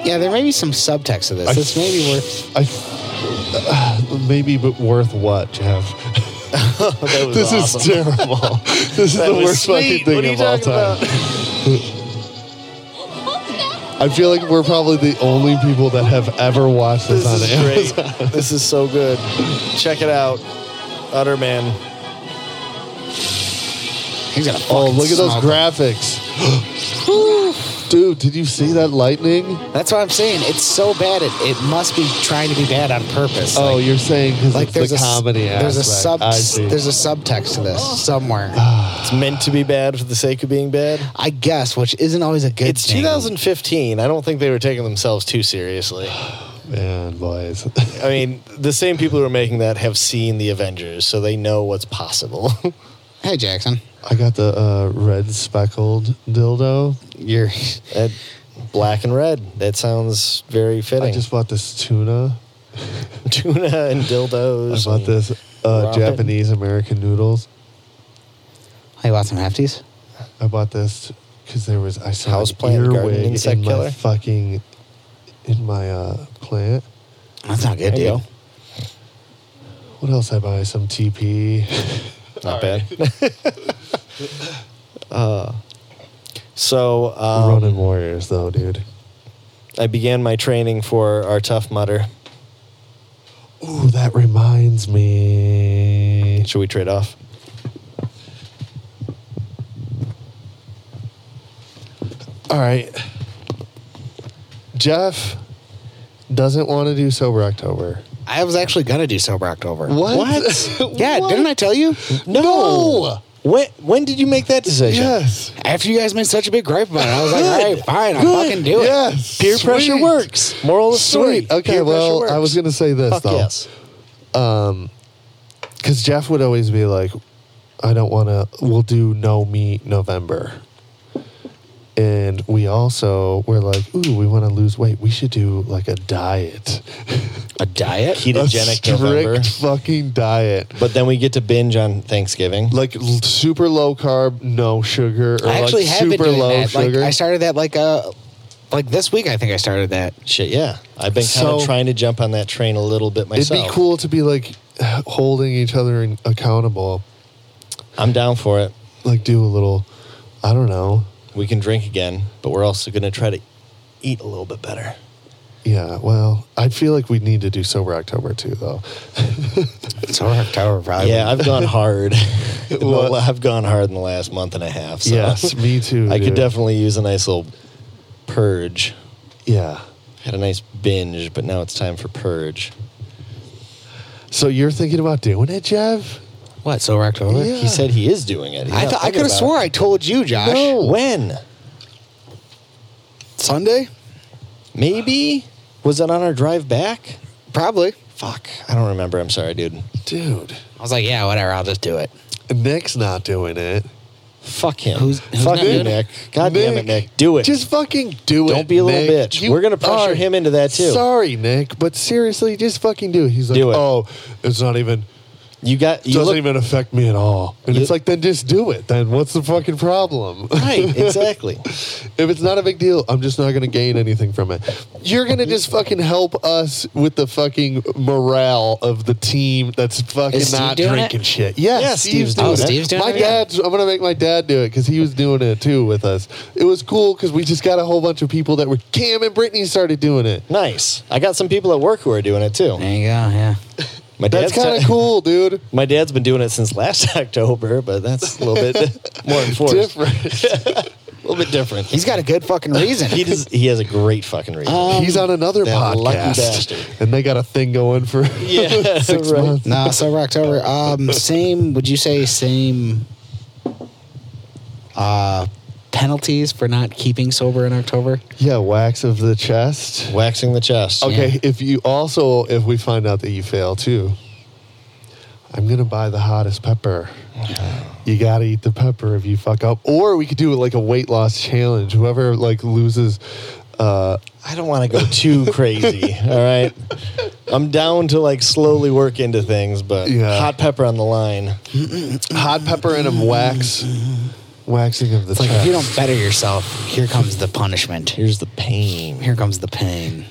[SPEAKER 3] Yeah, there may be some subtext to this. This may be worth.
[SPEAKER 1] I, uh, maybe, but worth what, Jeff?
[SPEAKER 2] That was
[SPEAKER 1] This
[SPEAKER 2] awesome.
[SPEAKER 1] is terrible. this is
[SPEAKER 2] That
[SPEAKER 1] the
[SPEAKER 2] was
[SPEAKER 1] worst
[SPEAKER 2] sweet.
[SPEAKER 1] fucking thing
[SPEAKER 2] What are you
[SPEAKER 1] of all
[SPEAKER 2] talking
[SPEAKER 1] time. I feel like we're probably the only people that have ever watched this,
[SPEAKER 2] This
[SPEAKER 1] on Amazon.
[SPEAKER 2] is great. this is so good. Check it out. Outer Man.
[SPEAKER 3] He's gonna.
[SPEAKER 1] Oh,
[SPEAKER 3] fucking
[SPEAKER 1] look at those
[SPEAKER 3] smoke
[SPEAKER 1] graphics. Dude, did you see that lightning?
[SPEAKER 3] him. That's what I'm saying. It's so bad. It, it must be trying to be bad on purpose.
[SPEAKER 1] Oh, you're saying because
[SPEAKER 3] like, like
[SPEAKER 1] it's
[SPEAKER 3] there's
[SPEAKER 1] the
[SPEAKER 3] a s-
[SPEAKER 1] comedy
[SPEAKER 3] There's a
[SPEAKER 1] aspect.
[SPEAKER 3] sub.
[SPEAKER 1] I see.
[SPEAKER 3] There's a subtext to this somewhere.
[SPEAKER 2] It's meant to be bad for the sake of being bad.
[SPEAKER 3] I guess, which isn't always a good.
[SPEAKER 2] It's
[SPEAKER 3] thing.
[SPEAKER 2] 2015. I don't think they were taking themselves too seriously.
[SPEAKER 1] Man, boys.
[SPEAKER 2] I mean, the same people who are making that have seen the Avengers, so they know what's possible.
[SPEAKER 3] Hey, Jackson.
[SPEAKER 1] I got the uh, red speckled dildo.
[SPEAKER 3] You're.
[SPEAKER 2] That- black and red. That sounds very fitting.
[SPEAKER 1] I just bought this tuna.
[SPEAKER 2] tuna and
[SPEAKER 1] I
[SPEAKER 2] dildos.
[SPEAKER 1] bought
[SPEAKER 2] and-
[SPEAKER 1] this uh,
[SPEAKER 2] Rocket.
[SPEAKER 1] Japanese American noodles.
[SPEAKER 3] Hey, want some hefties?
[SPEAKER 1] I bought this because there was I saw an
[SPEAKER 2] Houseplant, garden
[SPEAKER 1] earwig
[SPEAKER 2] insect
[SPEAKER 1] in my
[SPEAKER 2] killer?
[SPEAKER 1] fucking in my uh, plant.
[SPEAKER 3] That's not a good deal.
[SPEAKER 1] What else I buy? Some TP.
[SPEAKER 2] Not bad. uh, so um,
[SPEAKER 1] Running Warriors though, dude.
[SPEAKER 2] I began my training for our Tough Mudder.
[SPEAKER 1] Ooh, that reminds me.
[SPEAKER 2] Should we trade off?
[SPEAKER 1] All right. Jeff doesn't want to do Sober October.
[SPEAKER 3] I was actually gonna do sober October.
[SPEAKER 1] What?
[SPEAKER 3] Yeah,
[SPEAKER 1] What?
[SPEAKER 3] didn't I tell you?
[SPEAKER 1] No.
[SPEAKER 2] When when did you make that decision?
[SPEAKER 1] Yes.
[SPEAKER 3] After you guys made such a big gripe about it, I was like, all right, fine, I'll fucking do it.
[SPEAKER 1] Yes.
[SPEAKER 2] Peer pressure
[SPEAKER 1] Sweet.
[SPEAKER 2] works. Moral of the story.
[SPEAKER 1] Sweet. Okay,
[SPEAKER 2] peer pressure
[SPEAKER 1] well,
[SPEAKER 2] works.
[SPEAKER 1] I was going to say this,
[SPEAKER 2] Fuck
[SPEAKER 1] though.
[SPEAKER 2] yes.
[SPEAKER 1] Because Jeff would always be like, I don't want to, we'll do no meat November. And we also were like, ooh, we want to lose weight. We should do like a diet.
[SPEAKER 3] A diet?
[SPEAKER 1] a
[SPEAKER 2] Ketogenic
[SPEAKER 1] strict
[SPEAKER 2] November.
[SPEAKER 1] fucking diet.
[SPEAKER 2] But then we get to binge on Thanksgiving.
[SPEAKER 1] Like l- super low carb, no sugar, or
[SPEAKER 3] I actually
[SPEAKER 1] like
[SPEAKER 3] have been
[SPEAKER 1] super
[SPEAKER 3] doing
[SPEAKER 1] low
[SPEAKER 3] that.
[SPEAKER 1] sugar.
[SPEAKER 3] Like I started that like uh like this week I think I started that.
[SPEAKER 2] Shit, yeah. I've been kind
[SPEAKER 1] So-
[SPEAKER 2] of trying to jump on that train a little bit
[SPEAKER 1] It'd
[SPEAKER 2] myself.
[SPEAKER 1] be cool to be like holding each other in- accountable.
[SPEAKER 2] I'm down for it.
[SPEAKER 1] Like do a little, I don't know.
[SPEAKER 2] We can drink again, but we're also going to try to eat a little bit better.
[SPEAKER 1] Yeah, well, I feel like we need to do sober October too, though.
[SPEAKER 3] Sober October probably.
[SPEAKER 2] Yeah, I've gone hard. In the
[SPEAKER 1] What?
[SPEAKER 2] la- I've gone hard in the last month and a half. So
[SPEAKER 1] Yes, me too.
[SPEAKER 2] I
[SPEAKER 1] dude.
[SPEAKER 2] could definitely use a nice little purge.
[SPEAKER 1] Yeah.
[SPEAKER 2] Had a nice binge, but now it's time for purge.
[SPEAKER 1] So you're thinking about doing it, Jeff?
[SPEAKER 3] what, sober October?
[SPEAKER 1] Yeah.
[SPEAKER 2] He said he is doing it. He's
[SPEAKER 3] I
[SPEAKER 2] not
[SPEAKER 3] thought I
[SPEAKER 2] thinking
[SPEAKER 3] could have
[SPEAKER 2] about
[SPEAKER 3] swore
[SPEAKER 2] it.
[SPEAKER 3] I told you, Josh.
[SPEAKER 2] When?
[SPEAKER 3] Sunday?
[SPEAKER 2] Maybe was it on our drive back?
[SPEAKER 1] Probably.
[SPEAKER 2] Fuck, I don't remember. I'm sorry, dude.
[SPEAKER 1] Dude.
[SPEAKER 3] I was like, yeah, whatever. I'll just do it.
[SPEAKER 1] Nick's not doing it.
[SPEAKER 2] Fuck him.
[SPEAKER 3] Who's- who's
[SPEAKER 2] Fuck
[SPEAKER 3] not
[SPEAKER 2] you,
[SPEAKER 3] doing it?
[SPEAKER 2] Nick. God damn it, Nick. Do it.
[SPEAKER 1] Just fucking do it.
[SPEAKER 2] Don't be a little
[SPEAKER 1] Nick.
[SPEAKER 2] bitch. We're gonna pressure
[SPEAKER 1] are-
[SPEAKER 2] him into that, too.
[SPEAKER 1] Sorry, Nick, but seriously, just fucking do it. He's like,
[SPEAKER 2] Do it.
[SPEAKER 1] oh, it's not even.
[SPEAKER 2] you got. You
[SPEAKER 1] doesn't
[SPEAKER 2] look,
[SPEAKER 1] even affect me at all. And
[SPEAKER 2] You-
[SPEAKER 1] it's like, then just do it. Then what's the fucking problem?
[SPEAKER 2] right. Exactly.
[SPEAKER 1] if it's not a big deal, I'm just not going to gain anything from it. You're going to just fucking help us with the fucking morale of the team that's fucking
[SPEAKER 3] Is Steve
[SPEAKER 1] not
[SPEAKER 3] doing
[SPEAKER 1] drinking
[SPEAKER 3] it?
[SPEAKER 1] shit. Yeah,
[SPEAKER 2] Yeah, Steve's
[SPEAKER 1] Steve's,
[SPEAKER 2] doing
[SPEAKER 1] doing
[SPEAKER 2] Oh,
[SPEAKER 1] it.
[SPEAKER 2] it.
[SPEAKER 3] Steve's doing
[SPEAKER 1] My
[SPEAKER 3] it, yeah.
[SPEAKER 1] dad's. I'm going to make my dad do it because he was doing it too with us. It was cool because we just got a whole bunch of people that were Cam and Brittany started doing it.
[SPEAKER 2] Nice. I got some people at work who are doing it too.
[SPEAKER 3] There you go. Yeah.
[SPEAKER 2] My
[SPEAKER 1] That's kind of cool, dude.
[SPEAKER 2] My dad's been doing it since last October, but that's a little bit more enforced.
[SPEAKER 1] Different.
[SPEAKER 2] A little bit different.
[SPEAKER 3] He's got a Uh, good fucking reason.
[SPEAKER 2] he does. He has a great fucking reason.
[SPEAKER 1] He's on another
[SPEAKER 2] that lucky bastard.
[SPEAKER 1] podcast, and they got a thing going for
[SPEAKER 2] Yeah,
[SPEAKER 1] six
[SPEAKER 2] right.
[SPEAKER 1] months.
[SPEAKER 3] no, sober October. Um, same. Would you say same? Uh, penalties for not keeping sober in October.
[SPEAKER 1] Yeah, wax of the chest.
[SPEAKER 2] Waxing the chest.
[SPEAKER 1] Okay,
[SPEAKER 3] Yeah.
[SPEAKER 1] if you also if we find out that you fail too, I'm gonna buy the hottest pepper. You gotta eat the pepper if you fuck up, or we could do like a weight loss challenge. Whoever like loses, uh,
[SPEAKER 2] I don't want to go too crazy. all right, I'm down to like slowly work into things, but
[SPEAKER 1] Yeah.
[SPEAKER 2] hot pepper on the line.
[SPEAKER 1] hot pepper and a wax, waxing of the
[SPEAKER 3] It's like if
[SPEAKER 1] chest.
[SPEAKER 3] you don't better yourself, here comes the punishment.
[SPEAKER 2] Here's the pain.
[SPEAKER 3] Here comes the pain.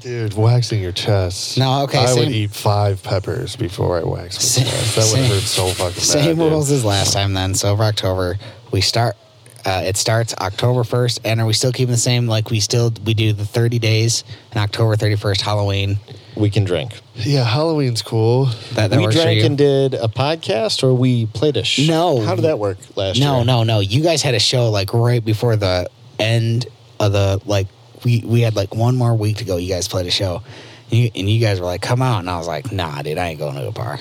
[SPEAKER 1] Dude, waxing your chest.
[SPEAKER 3] No, okay,
[SPEAKER 1] I
[SPEAKER 3] same-
[SPEAKER 1] would eat five peppers before I waxed my
[SPEAKER 3] Same-
[SPEAKER 1] chest. That would
[SPEAKER 3] same-
[SPEAKER 1] hurt so fucking bad.
[SPEAKER 3] Same
[SPEAKER 1] dude.
[SPEAKER 3] rules as last time. Then sober October. We start. Uh, it starts October first, and are we still keeping the same? Like we still we do the thirty days and October thirty first Halloween.
[SPEAKER 2] We can drink.
[SPEAKER 1] Yeah, Halloween's cool.
[SPEAKER 3] That, that
[SPEAKER 2] we
[SPEAKER 3] works for
[SPEAKER 2] drank
[SPEAKER 3] you?
[SPEAKER 2] and did a podcast, or we played a show.
[SPEAKER 3] No.
[SPEAKER 2] How did that work last
[SPEAKER 3] no,
[SPEAKER 2] year?
[SPEAKER 3] no, no. You guys had a show like right before the end of the like. We we had like one more week to go. You guys played a show, you, and you guys were like, "Come out," and I was like, "Nah, dude, I ain't going to a bar.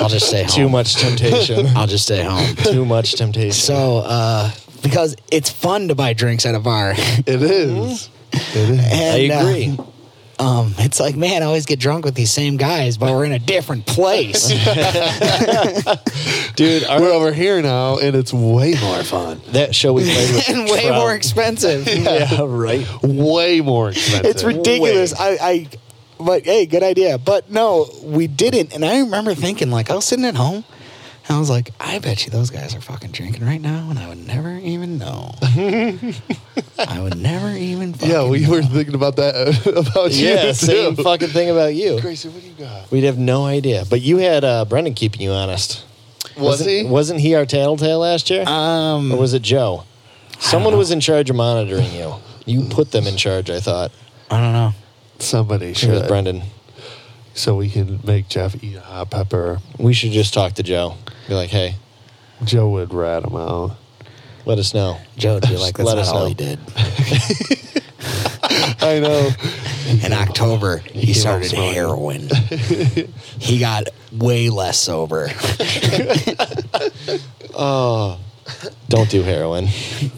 [SPEAKER 3] I'll just stay home.
[SPEAKER 2] Too much temptation.
[SPEAKER 3] I'll just stay home."
[SPEAKER 2] too much temptation.
[SPEAKER 3] So, uh, because it's fun to buy drinks at a bar.
[SPEAKER 1] It is. It is.
[SPEAKER 3] And, uh,
[SPEAKER 2] agree.
[SPEAKER 3] um, it's like, man, I always get drunk with these same guys, but we're in a different place.
[SPEAKER 2] dude, our,
[SPEAKER 1] We're over here now, and it's way more fun.
[SPEAKER 2] that show we played was
[SPEAKER 3] and way
[SPEAKER 2] Trout.
[SPEAKER 3] more expensive.
[SPEAKER 2] Yeah, right.
[SPEAKER 1] Way more expensive.
[SPEAKER 3] It's ridiculous. I, I, but hey, good idea. But no, we didn't. And I remember thinking, like, I was sitting at home, and I was like, I bet you those guys are fucking drinking right now, and I would never even know. I would never even. Fucking
[SPEAKER 1] Yeah, we
[SPEAKER 3] know.
[SPEAKER 1] were thinking about that about you.
[SPEAKER 2] Yeah,
[SPEAKER 1] too.
[SPEAKER 2] same fucking thing about you.
[SPEAKER 1] Grayson, what do you got?
[SPEAKER 2] We'd have no idea. But you had uh, Brendan keeping you honest.
[SPEAKER 1] Was
[SPEAKER 2] not
[SPEAKER 1] he?
[SPEAKER 2] Wasn't he our tattletale last year?
[SPEAKER 3] Um,
[SPEAKER 2] or was it Joe? Someone was in charge of monitoring you. You put them in charge, I thought.
[SPEAKER 3] I don't know.
[SPEAKER 1] Somebody
[SPEAKER 2] It was
[SPEAKER 1] should.
[SPEAKER 2] Brendan.
[SPEAKER 1] So we can make Jeff eat a hot pepper.
[SPEAKER 2] We should just talk to Joe. Be like, hey,
[SPEAKER 1] Joe would rat him out.
[SPEAKER 2] let us know.
[SPEAKER 3] Joe would be like, that's
[SPEAKER 2] Let
[SPEAKER 3] not
[SPEAKER 2] us
[SPEAKER 3] all
[SPEAKER 2] know.
[SPEAKER 3] he did.
[SPEAKER 1] I know.
[SPEAKER 3] In October, he
[SPEAKER 1] came
[SPEAKER 3] started
[SPEAKER 1] out smelling.
[SPEAKER 3] heroin. he got way less sober.
[SPEAKER 2] Don't do heroin.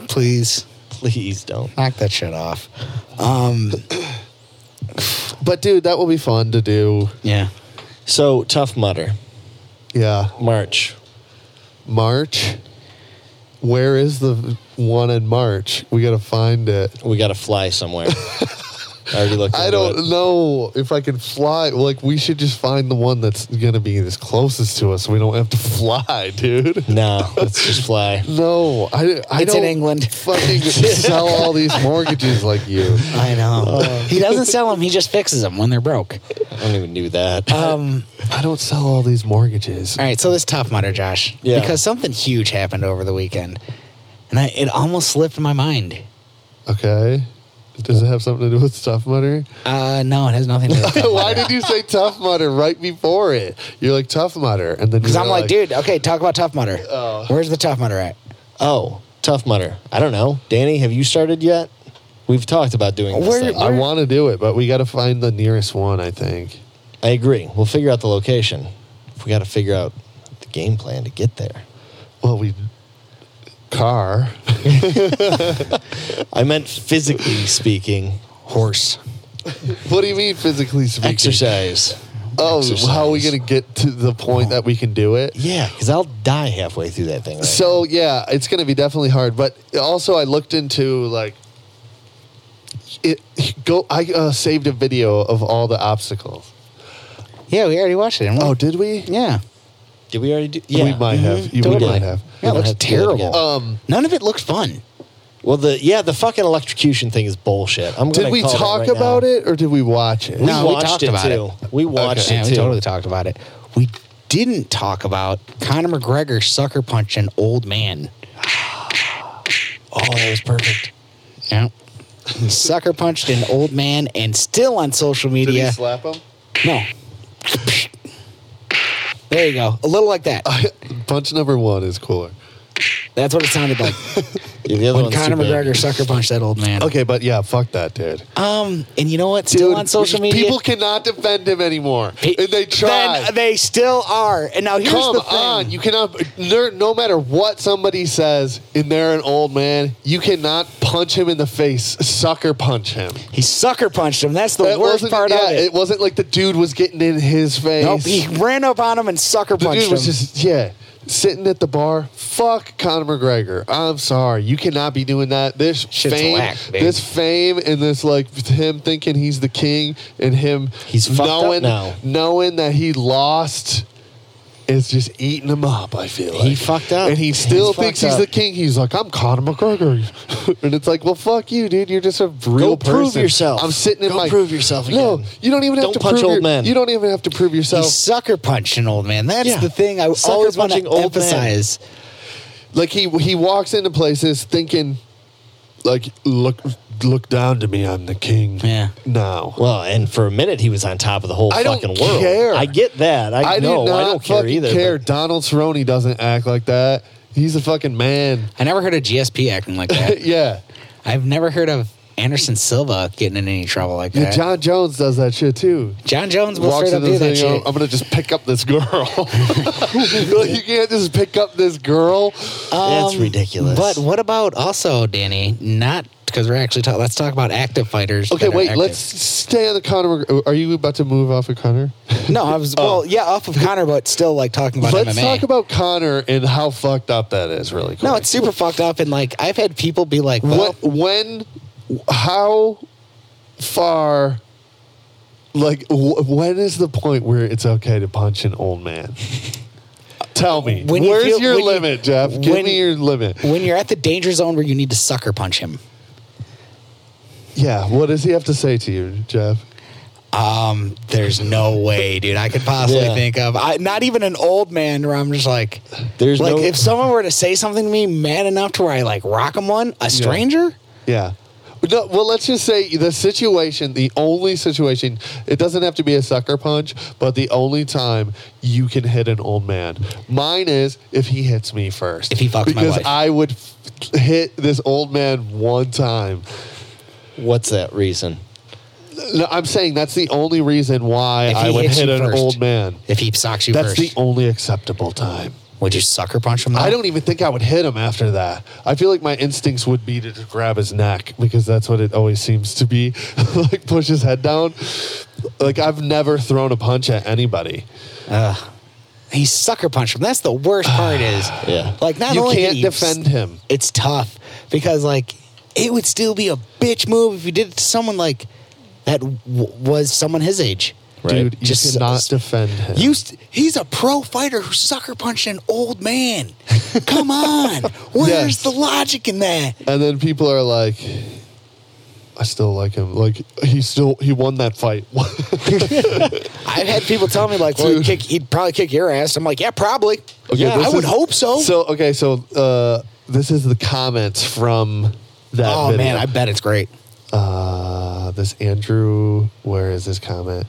[SPEAKER 3] Please
[SPEAKER 2] Please don't.
[SPEAKER 3] knock that shit off. Um,
[SPEAKER 1] but dude, that will be fun to do.
[SPEAKER 3] yeah.
[SPEAKER 2] So, Tough Mudder,
[SPEAKER 1] Yeah,
[SPEAKER 2] March.
[SPEAKER 1] March. Where is the one in March? We gotta find it.
[SPEAKER 2] We got to fly somewhere. I already looked
[SPEAKER 1] I
[SPEAKER 2] into it.
[SPEAKER 1] don't know if I can fly. Like, we should just find the one that's gonna be this closest to us. So we don't have to fly, dude.
[SPEAKER 2] No, let's just fly.
[SPEAKER 1] No, I, I
[SPEAKER 3] It's in
[SPEAKER 1] don't
[SPEAKER 3] England.
[SPEAKER 1] Fucking sell all these mortgages like you.
[SPEAKER 3] I know. he doesn't sell them. He just fixes them when they're broke.
[SPEAKER 2] I don't even do that.
[SPEAKER 1] Uh,
[SPEAKER 3] Um,
[SPEAKER 1] I don't sell all these mortgages.
[SPEAKER 3] all right. So this tough mutter, Josh.
[SPEAKER 2] Yeah.
[SPEAKER 3] Because something huge happened over the weekend, and I, it almost slipped my mind.
[SPEAKER 1] Okay. Does it have something to do with Tough Mudder?
[SPEAKER 3] Uh, no, it has nothing to do with tough
[SPEAKER 1] Why did you say Tough Mudder right before it? You're like Tough Mudder, and then
[SPEAKER 3] Because
[SPEAKER 1] you
[SPEAKER 3] I'm
[SPEAKER 1] were
[SPEAKER 3] like, dude, okay, talk about tough mutter. Where's the tough mutter at?
[SPEAKER 2] Oh, Tough Mudder. I don't know. Danny, have you started yet? We've talked about doing this.
[SPEAKER 3] Where-
[SPEAKER 2] thing.
[SPEAKER 1] I want to do it, but we got to find the nearest one. I think.
[SPEAKER 2] I agree. We'll figure out the location. We got to figure out the game plan to get there.
[SPEAKER 1] Well, we car.
[SPEAKER 2] I meant physically speaking.
[SPEAKER 3] Horse.
[SPEAKER 1] What do you mean physically speaking?
[SPEAKER 2] Exercise.
[SPEAKER 1] Oh, how are we
[SPEAKER 2] Exercise.
[SPEAKER 1] going to get to the point that we can do it?
[SPEAKER 2] Yeah, because I'll die halfway through that thing. Right?
[SPEAKER 1] So yeah, it's going to be definitely hard. But also, I looked into like it. Go. I uh, saved a video of all the obstacles.
[SPEAKER 3] Yeah, we already watched it. didn't we?
[SPEAKER 1] Oh, did we?
[SPEAKER 3] yeah.
[SPEAKER 2] did we already do? Yeah, Mm-hmm.
[SPEAKER 1] We might have. You
[SPEAKER 2] Totally.
[SPEAKER 1] we might have.
[SPEAKER 3] Yeah, it
[SPEAKER 2] We'll
[SPEAKER 3] looks
[SPEAKER 2] have to do that
[SPEAKER 3] terrible.
[SPEAKER 2] again.
[SPEAKER 1] Um,
[SPEAKER 3] None of it looked fun.
[SPEAKER 2] Uh, Well, the yeah, the fucking electrocution thing is bullshit. I'm
[SPEAKER 1] did
[SPEAKER 2] gonna
[SPEAKER 1] we
[SPEAKER 2] call it
[SPEAKER 1] talk
[SPEAKER 2] right
[SPEAKER 1] about
[SPEAKER 2] now.
[SPEAKER 1] it or did we watch it?
[SPEAKER 2] We
[SPEAKER 3] No, we
[SPEAKER 2] watched
[SPEAKER 3] talked
[SPEAKER 2] it
[SPEAKER 3] about
[SPEAKER 2] too.
[SPEAKER 3] it.
[SPEAKER 2] We watched
[SPEAKER 1] Okay.
[SPEAKER 2] it
[SPEAKER 3] Yeah,
[SPEAKER 2] too.
[SPEAKER 3] we totally talked about it. We didn't talk about Conor McGregor sucker punch an old man.
[SPEAKER 2] Oh, that was perfect.
[SPEAKER 3] Yeah. He sucker punched an old man and still on social
[SPEAKER 1] Did
[SPEAKER 3] media.
[SPEAKER 1] he slap him?
[SPEAKER 3] no. There you go. A little like that.
[SPEAKER 1] Punch number one is cooler.
[SPEAKER 3] That's what it sounded like.
[SPEAKER 2] Yeah, the other
[SPEAKER 3] when
[SPEAKER 2] one's too
[SPEAKER 3] Conor
[SPEAKER 2] bad.
[SPEAKER 3] McGregor sucker punched that old man.
[SPEAKER 1] Okay, but yeah, fuck that, dude.
[SPEAKER 3] Um, and you know what? Still
[SPEAKER 1] Dude,
[SPEAKER 3] on social media.
[SPEAKER 1] people cannot defend him anymore.
[SPEAKER 3] Pe-
[SPEAKER 1] and they try.
[SPEAKER 3] Then they still are. And now here's
[SPEAKER 1] Come
[SPEAKER 3] the thing.
[SPEAKER 1] on, you cannot. No, no matter what somebody says, and they're an old man, you cannot punch him in the face. Sucker punch him.
[SPEAKER 3] He sucker punched him. That's the worst part
[SPEAKER 1] yeah,
[SPEAKER 3] of it.
[SPEAKER 1] wasn't like the dude was getting in his face.
[SPEAKER 3] Nope, he ran up on him and sucker
[SPEAKER 1] the
[SPEAKER 3] punched
[SPEAKER 1] dude
[SPEAKER 3] him.
[SPEAKER 1] was just yeah, sitting at the bar. Fuck Conor McGregor. I'm sorry, you cannot be doing that. This
[SPEAKER 3] Shit's
[SPEAKER 1] fame,
[SPEAKER 3] whack, babe.
[SPEAKER 1] this fame, and this like him thinking he's the king, and him
[SPEAKER 2] He's fucked up
[SPEAKER 1] knowing
[SPEAKER 2] now.
[SPEAKER 1] knowing that he lost. Is just eating him up. I feel like
[SPEAKER 2] He fucked up.
[SPEAKER 1] and he still
[SPEAKER 2] He's
[SPEAKER 1] thinks
[SPEAKER 2] fucked
[SPEAKER 1] he's
[SPEAKER 2] up.
[SPEAKER 1] the king. He's like, I'm Conor McGregor, and it's like, well, fuck you, dude. You're just a real person.
[SPEAKER 2] prove yourself.
[SPEAKER 1] I'm sitting in
[SPEAKER 2] Go
[SPEAKER 1] my
[SPEAKER 2] prove yourself
[SPEAKER 1] No,
[SPEAKER 2] again.
[SPEAKER 1] you don't even have
[SPEAKER 2] Don't
[SPEAKER 1] to
[SPEAKER 2] punch
[SPEAKER 1] prove
[SPEAKER 2] old
[SPEAKER 1] your-
[SPEAKER 2] men.
[SPEAKER 1] You don't even have to prove
[SPEAKER 3] he
[SPEAKER 1] yourself.
[SPEAKER 3] sucker punched an old man. That's
[SPEAKER 2] Yeah.
[SPEAKER 3] the thing I
[SPEAKER 2] Sucker
[SPEAKER 3] always want
[SPEAKER 2] punching
[SPEAKER 3] to
[SPEAKER 2] old man.
[SPEAKER 3] emphasize.
[SPEAKER 1] like he he walks into places thinking like look look down to me i'm the king
[SPEAKER 3] Yeah.
[SPEAKER 1] now
[SPEAKER 2] Well, and for a minute he was on top of the whole
[SPEAKER 1] I don't
[SPEAKER 2] fucking world.
[SPEAKER 1] care.
[SPEAKER 2] I get that. I,
[SPEAKER 1] i do
[SPEAKER 2] know.
[SPEAKER 1] not
[SPEAKER 2] I don't care
[SPEAKER 1] fucking
[SPEAKER 2] either.
[SPEAKER 1] care
[SPEAKER 2] but-
[SPEAKER 1] donald cerrone doesn't act like that he's a fucking man
[SPEAKER 3] I never heard of GSP acting like that.
[SPEAKER 1] yeah
[SPEAKER 3] I've never heard of Anderson Silva getting in any trouble like
[SPEAKER 1] Yeah,
[SPEAKER 3] that.
[SPEAKER 1] john
[SPEAKER 3] John,
[SPEAKER 1] jones does that shit too
[SPEAKER 3] Jones will straight up do that
[SPEAKER 1] you know,
[SPEAKER 3] shit.
[SPEAKER 1] "Oh, I'm gonna just pick up this girl. like, you can't just pick up this girl.
[SPEAKER 2] That's ridiculous.
[SPEAKER 3] Um, But what about also, Danny? Not because we're actually talking. Let's talk about active fighters.
[SPEAKER 1] Okay,
[SPEAKER 3] that are
[SPEAKER 1] wait.
[SPEAKER 3] active.
[SPEAKER 1] Let's stay on the Connor. McG- Are you about to move off of Connor?
[SPEAKER 3] No, I was well, yeah, off of Connor, but still like talking about
[SPEAKER 1] Oh. Let's
[SPEAKER 3] MMA.
[SPEAKER 1] talk about Connor and how fucked up that is. Really. Quick.
[SPEAKER 3] no, it's super fucked up, and like I've had people be like, well,
[SPEAKER 1] what when how far like wh- when is the point where it's okay to punch an old man tell me
[SPEAKER 3] When you
[SPEAKER 1] where's
[SPEAKER 3] feel-
[SPEAKER 1] your
[SPEAKER 3] when you-
[SPEAKER 1] limit jeff give
[SPEAKER 3] when-
[SPEAKER 1] me your limit
[SPEAKER 3] when you're at the danger zone where you need to sucker punch him.
[SPEAKER 1] yeah what does he have to say to you jeff
[SPEAKER 3] Um, there's no way, dude. I could possibly
[SPEAKER 2] Yeah.
[SPEAKER 3] think of I, not even an old man where I'm just like,
[SPEAKER 2] There's
[SPEAKER 3] like
[SPEAKER 2] no-
[SPEAKER 3] if someone were to say something to me mad enough to where I like rock him one, a stranger.
[SPEAKER 1] yeah no, well, let's just say the situation, the only situation, it doesn't have to be a sucker punch, but the only time you can hit an old man. Mine is if he hits me first.
[SPEAKER 3] If he fucks my
[SPEAKER 1] Because
[SPEAKER 3] wife.
[SPEAKER 1] I would f- hit this old man one time.
[SPEAKER 2] what's that reason?
[SPEAKER 1] No, I'm saying that's the only reason why
[SPEAKER 3] If he
[SPEAKER 1] I would
[SPEAKER 3] hits
[SPEAKER 1] hit
[SPEAKER 3] you
[SPEAKER 1] an
[SPEAKER 3] first.
[SPEAKER 1] old man.
[SPEAKER 3] If he socks you
[SPEAKER 1] That's
[SPEAKER 3] first,
[SPEAKER 1] the only acceptable time.
[SPEAKER 3] would you sucker punch him? Though?
[SPEAKER 1] I don't even think I would hit him after that. I feel like my instincts would be to just grab his neck because that's what it always seems to be. like push his head down. Like I've never thrown a punch at anybody.
[SPEAKER 3] He sucker punched him. That's the worst part. Is
[SPEAKER 2] Yeah.
[SPEAKER 3] like not
[SPEAKER 1] you
[SPEAKER 3] only did
[SPEAKER 1] can't
[SPEAKER 3] he-
[SPEAKER 1] defend him.
[SPEAKER 3] it's tough because like it would still be a bitch move if you did it to someone like that w- was someone his age.
[SPEAKER 1] Dude, you
[SPEAKER 3] Just-
[SPEAKER 1] cannot defend him.
[SPEAKER 3] You st- he's a pro fighter who sucker punched an old man. Come on, where's
[SPEAKER 1] Yes.
[SPEAKER 3] the logic in that?
[SPEAKER 1] and then people are like I still like him. Like he still he won that fight.
[SPEAKER 3] I've had people tell me like, well, he'd,
[SPEAKER 1] Dude.
[SPEAKER 3] kick, he'd probably kick your ass. I'm like, yeah, probably.
[SPEAKER 1] Okay,
[SPEAKER 3] yeah,
[SPEAKER 1] this
[SPEAKER 3] I would
[SPEAKER 1] is-
[SPEAKER 3] hope so.
[SPEAKER 1] So okay, so uh, this is the comments from that.
[SPEAKER 3] oh
[SPEAKER 1] video.
[SPEAKER 3] man, I bet it's great.
[SPEAKER 1] uh, this Andrew, where is this comment?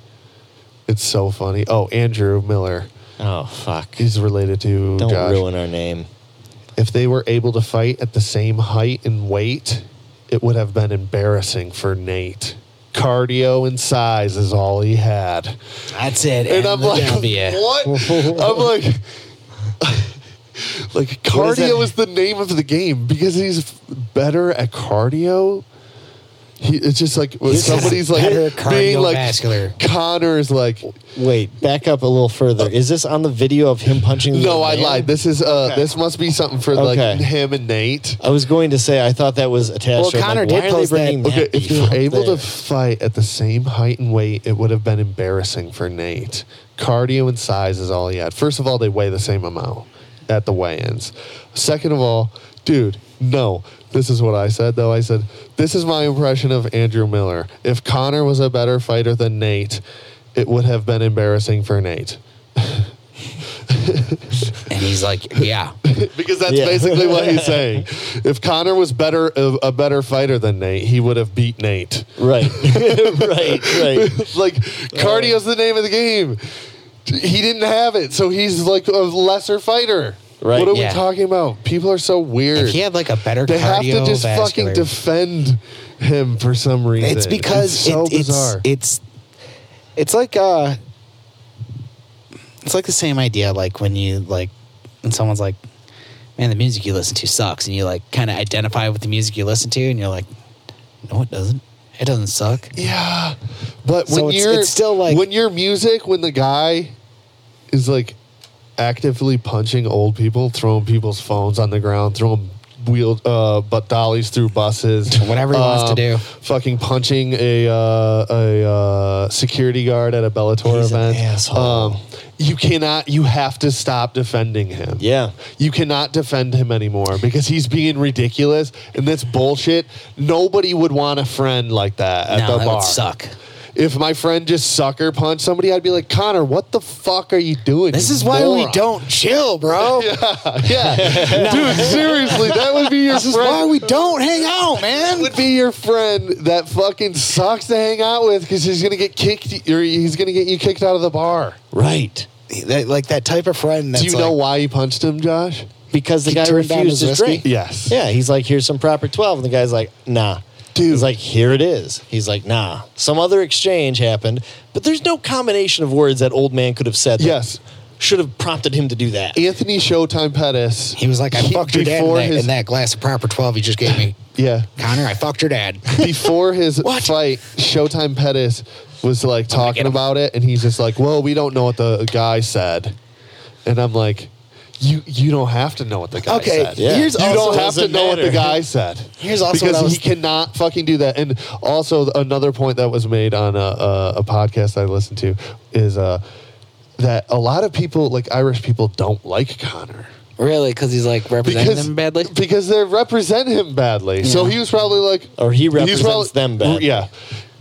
[SPEAKER 1] It's so funny. Oh, Andrew Miller.
[SPEAKER 2] Oh fuck!
[SPEAKER 1] He's related to
[SPEAKER 2] Don't
[SPEAKER 1] Josh.
[SPEAKER 2] ruin our name.
[SPEAKER 1] If they were able to fight at the same height and weight, it would have been embarrassing for Nate. Cardio and size is all he had.
[SPEAKER 3] That's it.
[SPEAKER 1] And I'm
[SPEAKER 3] the
[SPEAKER 1] like,
[SPEAKER 3] W.
[SPEAKER 1] what? I'm like, Like
[SPEAKER 2] does that
[SPEAKER 1] cardio
[SPEAKER 2] mean?
[SPEAKER 1] is the name of the game because he's f- better at cardio. He, it's just like when
[SPEAKER 3] He's
[SPEAKER 1] somebody's like
[SPEAKER 3] better
[SPEAKER 1] being like
[SPEAKER 3] cardiovascular.
[SPEAKER 1] Connor's like
[SPEAKER 2] Wait, back up a little further. Is this on the video of him punching? the
[SPEAKER 1] no I
[SPEAKER 2] man?
[SPEAKER 1] lied this is uh this must be something for
[SPEAKER 2] Okay.
[SPEAKER 1] like him and Nate
[SPEAKER 2] I was going to say I thought that was attached.
[SPEAKER 3] Well,
[SPEAKER 2] to it.
[SPEAKER 3] Connor
[SPEAKER 2] like, why
[SPEAKER 3] did
[SPEAKER 2] are they
[SPEAKER 3] post that.
[SPEAKER 2] bringing
[SPEAKER 1] okay if
[SPEAKER 2] beef
[SPEAKER 1] they were
[SPEAKER 2] up
[SPEAKER 1] able
[SPEAKER 2] there?
[SPEAKER 1] to fight at the same height and weight it would have been embarrassing for Nate cardio and size is all he had first of all they weigh the same amount at the weigh-ins second of all dude no this is what I said though I said this is my impression of Andrew Miller if Connor was a better fighter than Nate it would have been embarrassing for Nate
[SPEAKER 3] And he's like, yeah.
[SPEAKER 1] because that's
[SPEAKER 2] Yeah.
[SPEAKER 1] basically what he's saying. If Connor was better a, a better fighter than Nate, he would have beat Nate.
[SPEAKER 2] right, right, right.
[SPEAKER 1] like cardio's the name of the game. He didn't have it, so he's like a lesser fighter.
[SPEAKER 2] Right,
[SPEAKER 1] What are
[SPEAKER 3] yeah.
[SPEAKER 1] we talking about? People are so weird.
[SPEAKER 3] If he had like a better
[SPEAKER 1] they have to just
[SPEAKER 3] cardiovascular-
[SPEAKER 1] fucking defend him for some reason.
[SPEAKER 3] It's because
[SPEAKER 1] it's so
[SPEAKER 3] it, it's,
[SPEAKER 1] bizarre.
[SPEAKER 3] It's it's like uh, it's like the same idea. Like when you like when someone's like, "Man, the music you listen to sucks," and you like kind of identify with the music you listen to, and you're like, "No, it doesn't. It doesn't suck."
[SPEAKER 1] Yeah, but
[SPEAKER 3] So
[SPEAKER 1] when
[SPEAKER 3] it's-
[SPEAKER 1] you're
[SPEAKER 3] it's still like-
[SPEAKER 1] when your music when the guy is like actively punching old people, throwing people's phones on the ground, throwing wheel uh, butt dollies through buses, um,
[SPEAKER 3] Whatever he wants to do.
[SPEAKER 1] fucking punching a uh, a uh, security guard at a Bellator
[SPEAKER 2] He's an
[SPEAKER 1] event. um,
[SPEAKER 2] asshole.
[SPEAKER 1] you cannot. You have to stop defending him
[SPEAKER 2] Yeah.
[SPEAKER 1] you cannot defend him anymore because he's being ridiculous and that's bullshit. Nobody would want a friend like that at
[SPEAKER 3] no,
[SPEAKER 1] the
[SPEAKER 3] that
[SPEAKER 1] bar.
[SPEAKER 3] would suck.
[SPEAKER 1] If my friend just sucker punched somebody, I'd be like, Connor, what the fuck are you doing?
[SPEAKER 3] This
[SPEAKER 1] you
[SPEAKER 3] is why we
[SPEAKER 1] moron?"
[SPEAKER 3] don't chill, bro.
[SPEAKER 1] Yeah, dude, seriously, that would be your
[SPEAKER 3] This is
[SPEAKER 1] friend.
[SPEAKER 3] why we don't hang out,
[SPEAKER 1] That
[SPEAKER 3] man.
[SPEAKER 1] would be your friend that fucking sucks to hang out with because he's gonna get kicked or he's gonna get you kicked out of the bar.
[SPEAKER 2] Right.
[SPEAKER 3] That- like that type of friend. That's
[SPEAKER 1] Do you know why you punched him, Josh?
[SPEAKER 2] Because the
[SPEAKER 3] He
[SPEAKER 2] guy
[SPEAKER 3] turned down
[SPEAKER 2] refused
[SPEAKER 3] his
[SPEAKER 2] his
[SPEAKER 3] whiskey?
[SPEAKER 2] drink.
[SPEAKER 1] Yes.
[SPEAKER 2] Yeah, he's like, here's some proper 12. And the guy's like, nah.
[SPEAKER 1] Dude.
[SPEAKER 2] He's like, here it is. He's like, nah. Some other exchange happened, but there's no combination of words that old man could have said. that
[SPEAKER 1] Yes.
[SPEAKER 2] Should have prompted him to do that.
[SPEAKER 1] Anthony Showtime Pettis.
[SPEAKER 3] He was like, I
[SPEAKER 1] he-
[SPEAKER 3] fucked your dad in
[SPEAKER 1] before
[SPEAKER 3] that,
[SPEAKER 1] his-
[SPEAKER 3] in that glass of proper 12 you just gave me.
[SPEAKER 1] Yeah.
[SPEAKER 3] Connor, I fucked your dad.
[SPEAKER 1] before his
[SPEAKER 3] What?
[SPEAKER 1] fight, Showtime Pettis was like talking about it, and he's just like, "Well, we don't know what the guy said," and I'm like, "You you don't have to know what the guy
[SPEAKER 3] Okay,
[SPEAKER 1] said.
[SPEAKER 3] Yeah. here's
[SPEAKER 1] you
[SPEAKER 3] also-
[SPEAKER 1] don't have to
[SPEAKER 2] Doesn't
[SPEAKER 1] know what the
[SPEAKER 2] matter.
[SPEAKER 1] guy said.
[SPEAKER 3] Here's also
[SPEAKER 1] because
[SPEAKER 3] what I was-
[SPEAKER 1] he cannot fucking do that. And also another point that was made on a, a, a podcast I listened to is uh, that a lot of people, like Irish people, don't like Connor
[SPEAKER 3] Really? Because he's like representing them badly?
[SPEAKER 1] because they represent him badly. So he was probably like,
[SPEAKER 2] Or he
[SPEAKER 1] he's
[SPEAKER 2] represents them badly.
[SPEAKER 1] Yeah,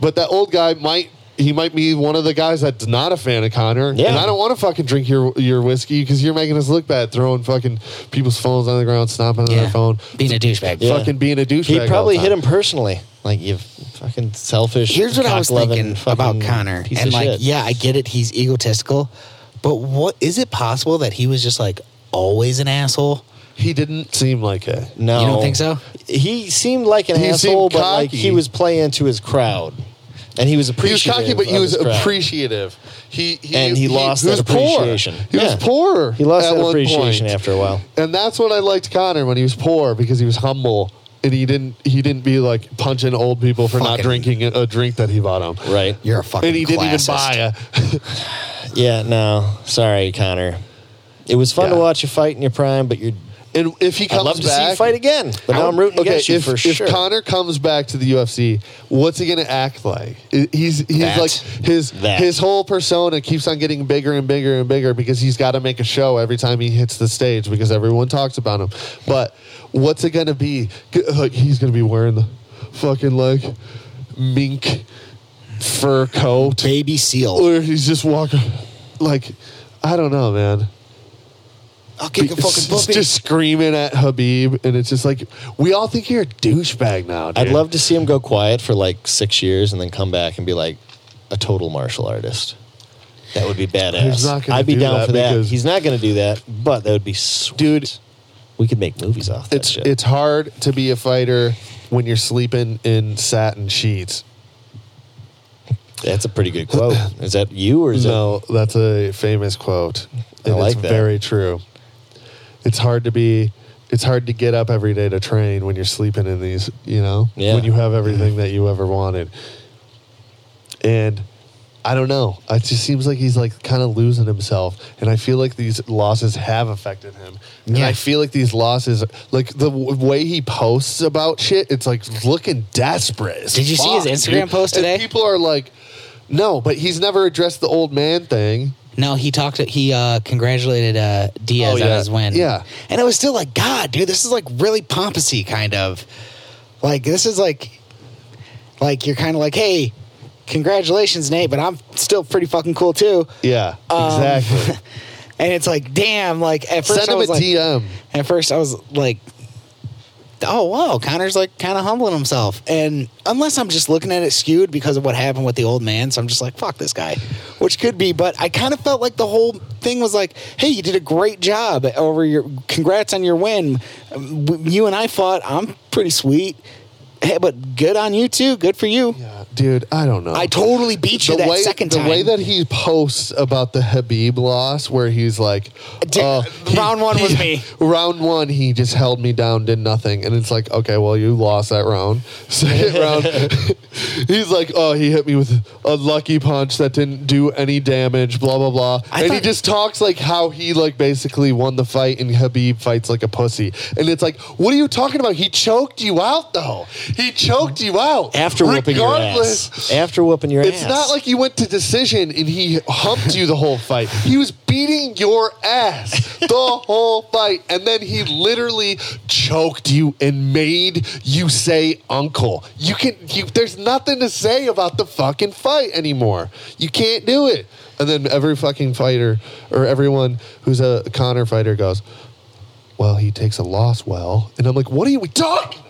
[SPEAKER 1] but that old guy might. He might be one of the guys that's not a fan of Connor,
[SPEAKER 2] Yeah.
[SPEAKER 1] and I don't want to fucking drink your your whiskey because you're making us look bad, throwing fucking people's phones on the ground, stomping on their phone,
[SPEAKER 3] Being a douchebag.
[SPEAKER 2] Yeah.
[SPEAKER 1] fucking being a douchebag.
[SPEAKER 2] He
[SPEAKER 1] all
[SPEAKER 2] probably
[SPEAKER 1] the
[SPEAKER 2] hit
[SPEAKER 1] time.
[SPEAKER 2] him personally. Like, you fucking selfish.
[SPEAKER 3] Here's what I was
[SPEAKER 2] cock-loving
[SPEAKER 3] thinking
[SPEAKER 2] fucking
[SPEAKER 3] about Connor.
[SPEAKER 2] piece
[SPEAKER 3] And
[SPEAKER 2] of
[SPEAKER 3] like,
[SPEAKER 2] shit.
[SPEAKER 3] yeah, I get it. He's egotistical. But what is it possible that he was just like always an asshole?
[SPEAKER 1] He didn't seem like it.
[SPEAKER 2] No.
[SPEAKER 3] You don't think so?
[SPEAKER 2] He seemed like an
[SPEAKER 1] He
[SPEAKER 2] asshole,
[SPEAKER 1] seemed
[SPEAKER 2] but like
[SPEAKER 1] cocky.
[SPEAKER 2] he was playing to his crowd. And he was
[SPEAKER 1] He was
[SPEAKER 2] appreciative.
[SPEAKER 1] cocky, but he
[SPEAKER 2] of
[SPEAKER 1] was
[SPEAKER 2] his crowd.
[SPEAKER 1] appreciative. He, he
[SPEAKER 2] And he lost that
[SPEAKER 1] poor.
[SPEAKER 2] appreciation.
[SPEAKER 1] He
[SPEAKER 2] Yeah.
[SPEAKER 1] was poor.
[SPEAKER 2] He lost
[SPEAKER 1] at
[SPEAKER 2] that
[SPEAKER 1] one
[SPEAKER 2] appreciation
[SPEAKER 1] point.
[SPEAKER 2] after a while.
[SPEAKER 1] And that's what I liked Connor when he was poor because he was humble and he didn't he didn't be like punching old people for not
[SPEAKER 3] Fucking-
[SPEAKER 1] drinking a, a drink that he bought him.
[SPEAKER 2] Right.
[SPEAKER 3] You're a fucking
[SPEAKER 1] And he didn't
[SPEAKER 3] classist.
[SPEAKER 1] even buy a
[SPEAKER 2] Yeah, no. Sorry, Connor. It was fun to
[SPEAKER 1] Yeah.
[SPEAKER 2] watch you fight in your prime, but you're.
[SPEAKER 1] And if he comes
[SPEAKER 2] I'd love to
[SPEAKER 1] back,
[SPEAKER 2] see you fight again, but now I'm rooting
[SPEAKER 1] okay,
[SPEAKER 2] against you
[SPEAKER 1] if,
[SPEAKER 2] for
[SPEAKER 1] if
[SPEAKER 2] sure.
[SPEAKER 1] Connor comes back to the UFC, what's he going to act like? I- He's he's
[SPEAKER 3] That.
[SPEAKER 1] like his
[SPEAKER 2] That.
[SPEAKER 1] his whole persona keeps on getting bigger and bigger and bigger because he's got to make a show every time he hits the stage because everyone talks about him. But what's it going to be? G- uh, He's going to be wearing the fucking like mink fur coat,
[SPEAKER 3] Baby seal.
[SPEAKER 1] or he's just walking like I don't know, man
[SPEAKER 3] I'll kick a fucking
[SPEAKER 1] it's
[SPEAKER 3] puppy.
[SPEAKER 1] just screaming at Habib, and it's just like we all think you're a douchebag now. Dude.
[SPEAKER 2] I'd love to see him go quiet for like six years and then come back and be like a total martial artist. That would be badass.
[SPEAKER 1] He's not gonna
[SPEAKER 2] I'd be
[SPEAKER 1] do
[SPEAKER 2] down
[SPEAKER 1] that
[SPEAKER 2] for that.
[SPEAKER 1] because-
[SPEAKER 2] He's not going to do that, but that would be sweet. Dude, we could make movies off that
[SPEAKER 1] It's
[SPEAKER 2] shit.
[SPEAKER 1] it's hard to be a fighter when you're sleeping in satin sheets.
[SPEAKER 2] That's a pretty good quote. Is that you or is
[SPEAKER 1] no, that's a famous quote,
[SPEAKER 2] I
[SPEAKER 1] and
[SPEAKER 2] like
[SPEAKER 1] it's
[SPEAKER 2] that.
[SPEAKER 1] very true. it's hard to be it's hard to get up every day to train when you're sleeping in these, you know,
[SPEAKER 2] Yeah.
[SPEAKER 1] when you have everything that you ever wanted. And I don't know. It just seems like he's like kind of losing himself, and I feel like these losses have affected him. And
[SPEAKER 3] Yeah.
[SPEAKER 1] I feel like these losses, like the w- way he posts about shit, it's like looking desperate. as
[SPEAKER 3] Did you see his
[SPEAKER 1] fuck,
[SPEAKER 3] Instagram
[SPEAKER 1] dude.
[SPEAKER 3] post
[SPEAKER 1] And
[SPEAKER 3] today?
[SPEAKER 1] people are like, "No," but he's never addressed the old man thing.
[SPEAKER 3] No, he talked. He uh, congratulated uh, Diaz
[SPEAKER 1] Oh,
[SPEAKER 3] on
[SPEAKER 1] yeah.
[SPEAKER 3] his win.
[SPEAKER 1] Yeah.
[SPEAKER 3] and it was still like, God, dude, this is like really pompousy kind of. Like this is like, like you're kind of like, hey, congratulations, Nate, but I'm still pretty fucking cool too.
[SPEAKER 1] Yeah, exactly.
[SPEAKER 3] And it's like, damn, like at first
[SPEAKER 1] Send
[SPEAKER 3] Um, I
[SPEAKER 1] him a
[SPEAKER 3] was like,
[SPEAKER 1] DM.
[SPEAKER 3] at first I was like, oh wow, Connor's like kind of humbling himself. And unless I'm just looking at it skewed because of what happened with the old man, so I'm just like, fuck this guy, which could be. But I kind of felt like the whole thing was like, hey, you did a great job over your, congrats on your win. Um, w- You and I fought. I'm pretty sweet. Hey, but good on you too. Good for you.
[SPEAKER 1] Yeah, dude, I don't know.
[SPEAKER 3] I totally beat you that
[SPEAKER 1] way,
[SPEAKER 3] second
[SPEAKER 1] the
[SPEAKER 3] time.
[SPEAKER 1] way that he posts about the Habib loss, where he's like,
[SPEAKER 3] Di-
[SPEAKER 1] uh,
[SPEAKER 3] round one was me.
[SPEAKER 1] Round one, he just held me down, did nothing, and it's like, okay, well, you lost that round. Second round, he's like, oh, he hit me with a lucky punch that didn't do any damage. Blah blah blah,
[SPEAKER 3] I
[SPEAKER 1] and he
[SPEAKER 3] thought-
[SPEAKER 1] just talks like how he like basically won the fight, and Habib fights like a pussy, and it's like, what are you talking about? He choked you out though. He choked you out
[SPEAKER 2] After whooping your
[SPEAKER 1] Regardless-
[SPEAKER 2] ass. After whooping your ass.
[SPEAKER 1] it's not like you went to decision and he humped you the whole fight. He was beating your ass the whole fight. And then he literally choked you and made you say uncle. You can you there's nothing to say about the fucking fight anymore. You can't do it. And then every fucking fighter or everyone who's a Connor fighter goes, Well, he takes a loss well. And I'm like, what are you talking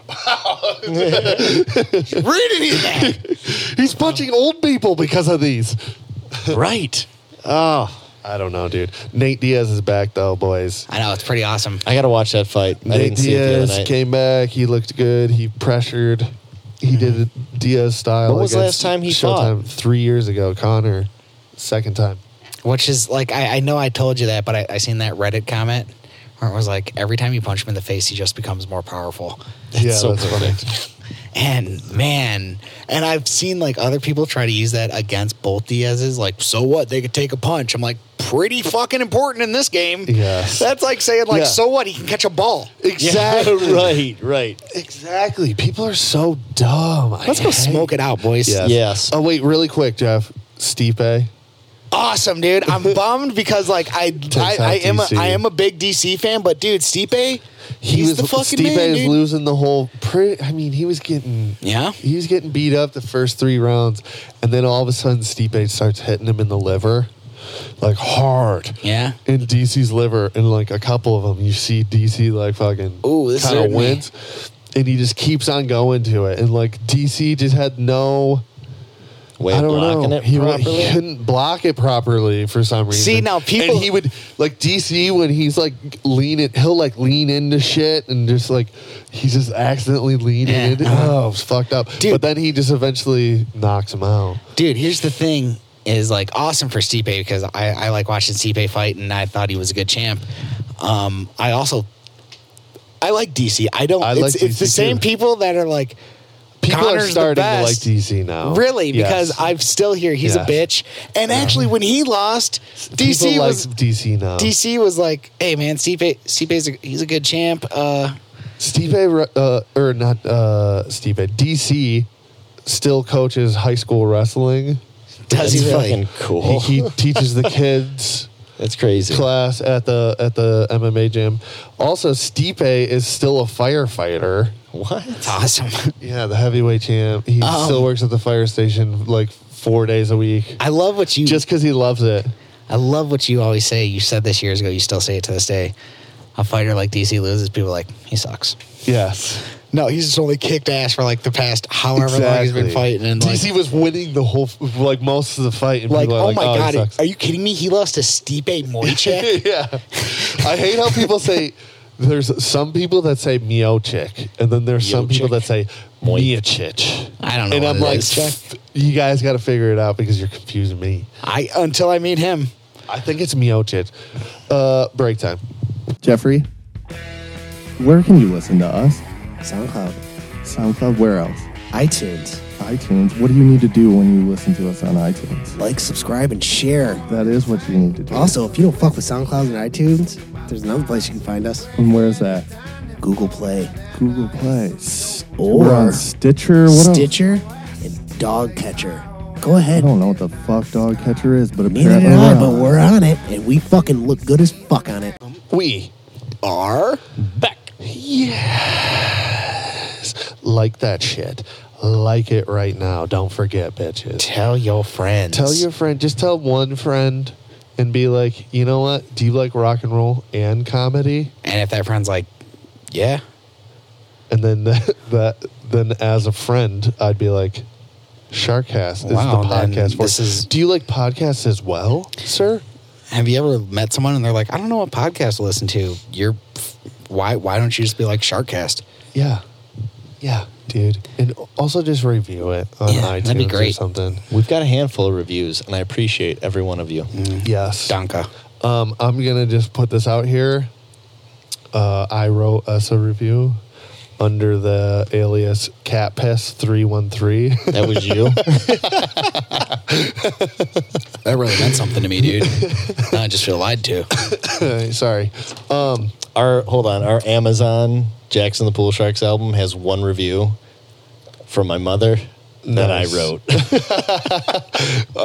[SPEAKER 3] Read any of that.
[SPEAKER 1] He's punching old people because of these.
[SPEAKER 2] right.
[SPEAKER 1] Oh, I don't know, dude. Nate Diaz is back though, boys.
[SPEAKER 3] I know it's pretty awesome.
[SPEAKER 2] I gotta watch that fight. I
[SPEAKER 1] Nate
[SPEAKER 2] didn't see it the
[SPEAKER 1] Diaz
[SPEAKER 2] other night.
[SPEAKER 1] came back. He looked good. He pressured. He did it Diaz style.
[SPEAKER 2] Mm-hmm. When was the
[SPEAKER 1] against
[SPEAKER 2] last time he
[SPEAKER 1] Showtime
[SPEAKER 2] fought?
[SPEAKER 1] Three years ago, Connor. Second time.
[SPEAKER 3] Which is like I, I know I told you that, but I, I seen that Reddit comment where it was like every time you punch him in the face, he just becomes more powerful.
[SPEAKER 1] yeah,
[SPEAKER 2] so
[SPEAKER 1] that's funny.
[SPEAKER 3] And man, and I've seen like other people try to use that against both Diaz's. Like, so what? They could take a punch. I'm like, pretty fucking important in this game.
[SPEAKER 1] Yes.
[SPEAKER 3] That's like saying like,
[SPEAKER 1] Yeah.
[SPEAKER 3] so what? He can catch a ball.
[SPEAKER 1] Exactly.
[SPEAKER 2] Yeah, right, right.
[SPEAKER 1] Exactly. People are so dumb.
[SPEAKER 3] Let's go smoke it out, boys.
[SPEAKER 1] Yes.
[SPEAKER 2] Yes.
[SPEAKER 1] Oh wait, really quick, Jeff. Stipe.
[SPEAKER 3] Awesome, dude. I'm bummed because like I I,
[SPEAKER 1] out
[SPEAKER 3] I am a,
[SPEAKER 1] DC.
[SPEAKER 3] I am a big DC fan, but dude, Stipe,
[SPEAKER 1] He
[SPEAKER 3] he's
[SPEAKER 1] was
[SPEAKER 3] the fucking
[SPEAKER 1] Stipe
[SPEAKER 3] man,
[SPEAKER 1] is
[SPEAKER 3] dude.
[SPEAKER 1] losing the whole. Pre- I mean, he was getting
[SPEAKER 3] Yeah.
[SPEAKER 1] he was getting beat up the first three rounds, and then all of a sudden Stipe starts hitting him in the liver, like hard.
[SPEAKER 3] Yeah.
[SPEAKER 1] In DC's liver, and like a couple of them, you see DC like fucking
[SPEAKER 3] Ooh, this
[SPEAKER 1] kind of
[SPEAKER 3] hurt me.
[SPEAKER 1] wins, and he just keeps on going to it, and like DC just had no.
[SPEAKER 2] Way
[SPEAKER 1] I
[SPEAKER 2] of
[SPEAKER 1] don't
[SPEAKER 2] blocking
[SPEAKER 1] know.
[SPEAKER 2] it
[SPEAKER 1] he, wa- he
[SPEAKER 2] properly.
[SPEAKER 1] couldn't block it properly for some reason.
[SPEAKER 3] See, now people-
[SPEAKER 1] and he would like DC when he's like leaning. He'll like lean into shit and just like he's just accidentally leaning.
[SPEAKER 3] Yeah.
[SPEAKER 1] into, oh, it's fucked up.
[SPEAKER 3] Dude.
[SPEAKER 1] But then he just eventually knocks him out.
[SPEAKER 3] dude. Here's the thing: is like awesome for Stipe because I, I like watching Stipe fight, and I thought he was a good champ. Um, I also I like DC. I don't.
[SPEAKER 1] I
[SPEAKER 3] it's,
[SPEAKER 1] like
[SPEAKER 3] it's the
[SPEAKER 1] DC
[SPEAKER 3] same
[SPEAKER 1] too.
[SPEAKER 3] people that are like
[SPEAKER 1] People
[SPEAKER 3] Connor's
[SPEAKER 1] are
[SPEAKER 3] the
[SPEAKER 1] starting to like
[SPEAKER 3] best.
[SPEAKER 1] DC now.
[SPEAKER 3] really because
[SPEAKER 1] Yes.
[SPEAKER 3] I'm still here. He's
[SPEAKER 1] Yes.
[SPEAKER 3] a bitch. And actually, when he lost, DC
[SPEAKER 1] People
[SPEAKER 3] was
[SPEAKER 1] like DC now.
[SPEAKER 3] DC was like, "Hey man, Stipe, Stipe's a, he's a good champ." Uh,
[SPEAKER 1] Stipe, re- uh, or not uh, Stipe, DC still coaches high school wrestling.
[SPEAKER 3] does he
[SPEAKER 2] That's
[SPEAKER 3] really?
[SPEAKER 2] fucking cool.
[SPEAKER 1] He, he teaches the kids.
[SPEAKER 2] That's crazy.
[SPEAKER 1] class at the at the MMA gym. Also, Stipe is still a firefighter.
[SPEAKER 2] What?
[SPEAKER 3] awesome.
[SPEAKER 1] Yeah, the heavyweight champ. He
[SPEAKER 3] Um,
[SPEAKER 1] still works at the fire station like four days a week,
[SPEAKER 3] I love what you
[SPEAKER 1] just because he loves it.
[SPEAKER 3] I love what you always say. You said this years ago. You still say it to this day. A fighter like DC loses, people are like he sucks.
[SPEAKER 1] Yes,
[SPEAKER 3] No, he's just only kicked ass for like the past however long he's been
[SPEAKER 1] Exactly.
[SPEAKER 3] fighting, and like,
[SPEAKER 1] DC was winning the whole like most of the fight, and
[SPEAKER 3] like
[SPEAKER 1] people are
[SPEAKER 3] oh my
[SPEAKER 1] he
[SPEAKER 3] god,
[SPEAKER 1] sucks."
[SPEAKER 3] are you kidding me? He lost to Stipe Moicek.
[SPEAKER 1] yeah. I hate how people say there's some people that say Miochik, and then there's some people
[SPEAKER 2] Miochik.
[SPEAKER 1] that say
[SPEAKER 2] Moi-
[SPEAKER 1] Miochich.
[SPEAKER 3] I don't know
[SPEAKER 1] And
[SPEAKER 3] what
[SPEAKER 1] I'm
[SPEAKER 3] it
[SPEAKER 1] like,
[SPEAKER 3] is.
[SPEAKER 1] "F- you guys got to figure it out because you're confusing me.
[SPEAKER 3] I until I meet him.
[SPEAKER 1] I think it's Miocic. Uh, break time. Jeffrey,
[SPEAKER 8] Where can you listen to us?
[SPEAKER 9] SoundCloud,
[SPEAKER 8] SoundCloud, where else?
[SPEAKER 9] iTunes.
[SPEAKER 8] iTunes. What do you need to do when you listen to us on iTunes?
[SPEAKER 9] Like, subscribe, and share.
[SPEAKER 8] That is what you need to do.
[SPEAKER 9] Also, if you don't fuck with SoundCloud and iTunes, there's another place you can find us
[SPEAKER 8] And where's that?
[SPEAKER 9] Google Play,
[SPEAKER 8] Google Play. S-
[SPEAKER 9] Or-
[SPEAKER 8] We're on Stitcher. What else?
[SPEAKER 9] Stitcher, and Dogcatcher. Go
[SPEAKER 8] I
[SPEAKER 9] ahead.
[SPEAKER 8] don't know what the fuck dog catcher is, but
[SPEAKER 9] Neither
[SPEAKER 8] apparently
[SPEAKER 9] did I, but
[SPEAKER 8] on.
[SPEAKER 9] we're on it, and we fucking look good as fuck on it.
[SPEAKER 1] We are back. Yes. Like that shit. Like it right now. Don't forget, bitches.
[SPEAKER 3] Tell your friends.
[SPEAKER 1] Tell your friend, just tell one friend and be like, you know what? Do you like rock and roll and comedy?
[SPEAKER 3] And if that friend's like, yeah,
[SPEAKER 1] And then that, that then as a friend, I'd be like, Sharkcast is
[SPEAKER 3] Wow,
[SPEAKER 1] the
[SPEAKER 3] then
[SPEAKER 1] podcast for
[SPEAKER 3] this is-
[SPEAKER 1] Do you like podcasts as well, sir?
[SPEAKER 3] have you ever met someone and they're like, I don't know what podcast to listen to? You're, why, why don't you just be like Sharkcast?
[SPEAKER 1] Yeah. Yeah, dude. And also just review it on
[SPEAKER 3] Yeah,
[SPEAKER 1] iTunes
[SPEAKER 3] that'd be
[SPEAKER 1] or
[SPEAKER 3] great.
[SPEAKER 1] something.
[SPEAKER 2] We've got a handful of reviews, and I appreciate every one of you.
[SPEAKER 1] Yes.
[SPEAKER 3] Donka.
[SPEAKER 1] Um, I'm gonna just put this out here. Uh, I wrote us a review under the alias Cat Pest three one three.
[SPEAKER 2] That was you.
[SPEAKER 3] That really meant something to me, dude. I just feel lied to.
[SPEAKER 1] Sorry. Um,
[SPEAKER 2] our hold on, our Amazon Jackson the Pool Sharks album has one review from my mother that I
[SPEAKER 1] Nice.
[SPEAKER 2] wrote.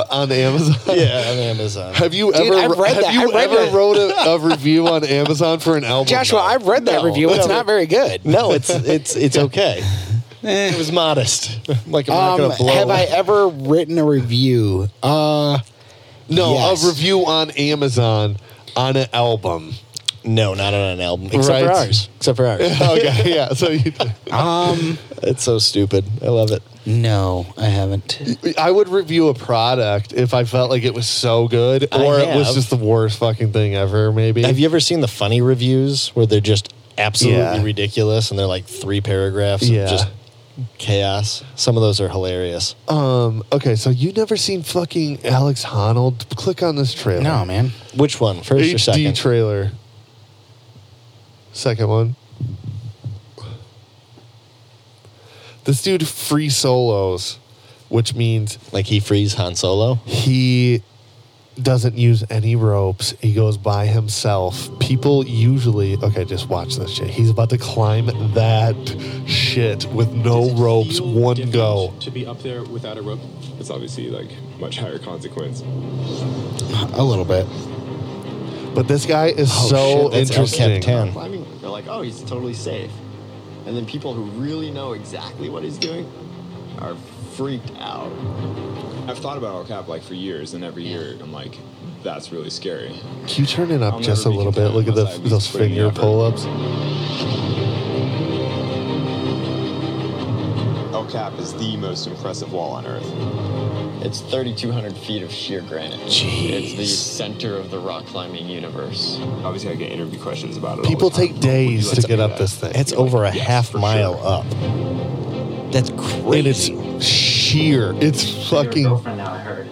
[SPEAKER 1] on Amazon.
[SPEAKER 2] yeah, on Amazon.
[SPEAKER 1] Have you
[SPEAKER 3] Dude,
[SPEAKER 1] ever?
[SPEAKER 3] I've read
[SPEAKER 1] have
[SPEAKER 3] that.
[SPEAKER 1] you
[SPEAKER 3] I read
[SPEAKER 1] ever
[SPEAKER 3] that.
[SPEAKER 1] wrote a, a review on Amazon for an album?
[SPEAKER 3] Joshua,
[SPEAKER 1] No.
[SPEAKER 3] I've read that
[SPEAKER 2] No,
[SPEAKER 3] review. It's
[SPEAKER 2] no.
[SPEAKER 3] not very good.
[SPEAKER 2] No, it's it's it's okay. It was modest. Like I'm not
[SPEAKER 3] Um,
[SPEAKER 2] gonna blow.
[SPEAKER 3] have I ever written a review? Uh,
[SPEAKER 1] no
[SPEAKER 3] Yes.
[SPEAKER 1] a review on Amazon on an album.
[SPEAKER 2] no, not on an album. Except for
[SPEAKER 1] Right.
[SPEAKER 2] ours. Except for ours.
[SPEAKER 3] Oh,
[SPEAKER 1] Okay, yeah. So you,
[SPEAKER 3] um,
[SPEAKER 2] it's so stupid. I love it.
[SPEAKER 3] no, I haven't.
[SPEAKER 1] I would review a product if I felt like it was so good,
[SPEAKER 2] I
[SPEAKER 1] or it was
[SPEAKER 2] have.
[SPEAKER 1] just the worst fucking thing ever. Maybe.
[SPEAKER 2] Have you ever seen the funny reviews where they're just absolutely
[SPEAKER 1] Yeah.
[SPEAKER 2] ridiculous and they're like three paragraphs
[SPEAKER 1] Yeah.
[SPEAKER 2] of just chaos? Some of those are hilarious.
[SPEAKER 1] Um. Okay. So you never seen fucking Alex Honnold? Click on this trailer.
[SPEAKER 3] No, man.
[SPEAKER 2] Which one? First or
[SPEAKER 1] HD
[SPEAKER 2] second?
[SPEAKER 1] trailer. Second one. This dude free solos, which means
[SPEAKER 2] like he frees Han Solo.
[SPEAKER 1] he doesn't use any ropes. He goes by himself. People usually okay, just watch this shit. He's about to climb that shit with no ropes, one go.
[SPEAKER 10] To be up there without a rope, it's obviously like much higher consequence.
[SPEAKER 3] A little bit.
[SPEAKER 1] But this guy is so
[SPEAKER 2] Oh, that's El
[SPEAKER 1] interesting.
[SPEAKER 2] Capitan.
[SPEAKER 10] Climbing, they're like, oh, he's totally safe. And then people who really know exactly what he's doing are freaked out. I've thought about El Cap like for years, and every year I'm like, that's really scary.
[SPEAKER 1] Can you turn it up
[SPEAKER 10] I'll
[SPEAKER 1] just a
[SPEAKER 10] never be
[SPEAKER 1] little bit? Look at the,
[SPEAKER 10] content unless I
[SPEAKER 1] those
[SPEAKER 10] put in the
[SPEAKER 1] finger
[SPEAKER 10] effort.
[SPEAKER 1] pull-ups.
[SPEAKER 10] El Cap is the most impressive wall on Earth. It's 3,200 feet of sheer granite. It's the center of the rock climbing universe. Obviously, I get interview questions about it.
[SPEAKER 1] People take days to get up this thing.
[SPEAKER 2] It's over a
[SPEAKER 10] Yes,
[SPEAKER 2] half
[SPEAKER 10] for
[SPEAKER 2] mile
[SPEAKER 10] sure.
[SPEAKER 2] up. That's
[SPEAKER 1] and
[SPEAKER 2] crazy.
[SPEAKER 1] it's sheer. It's fucking
[SPEAKER 10] now, I heard.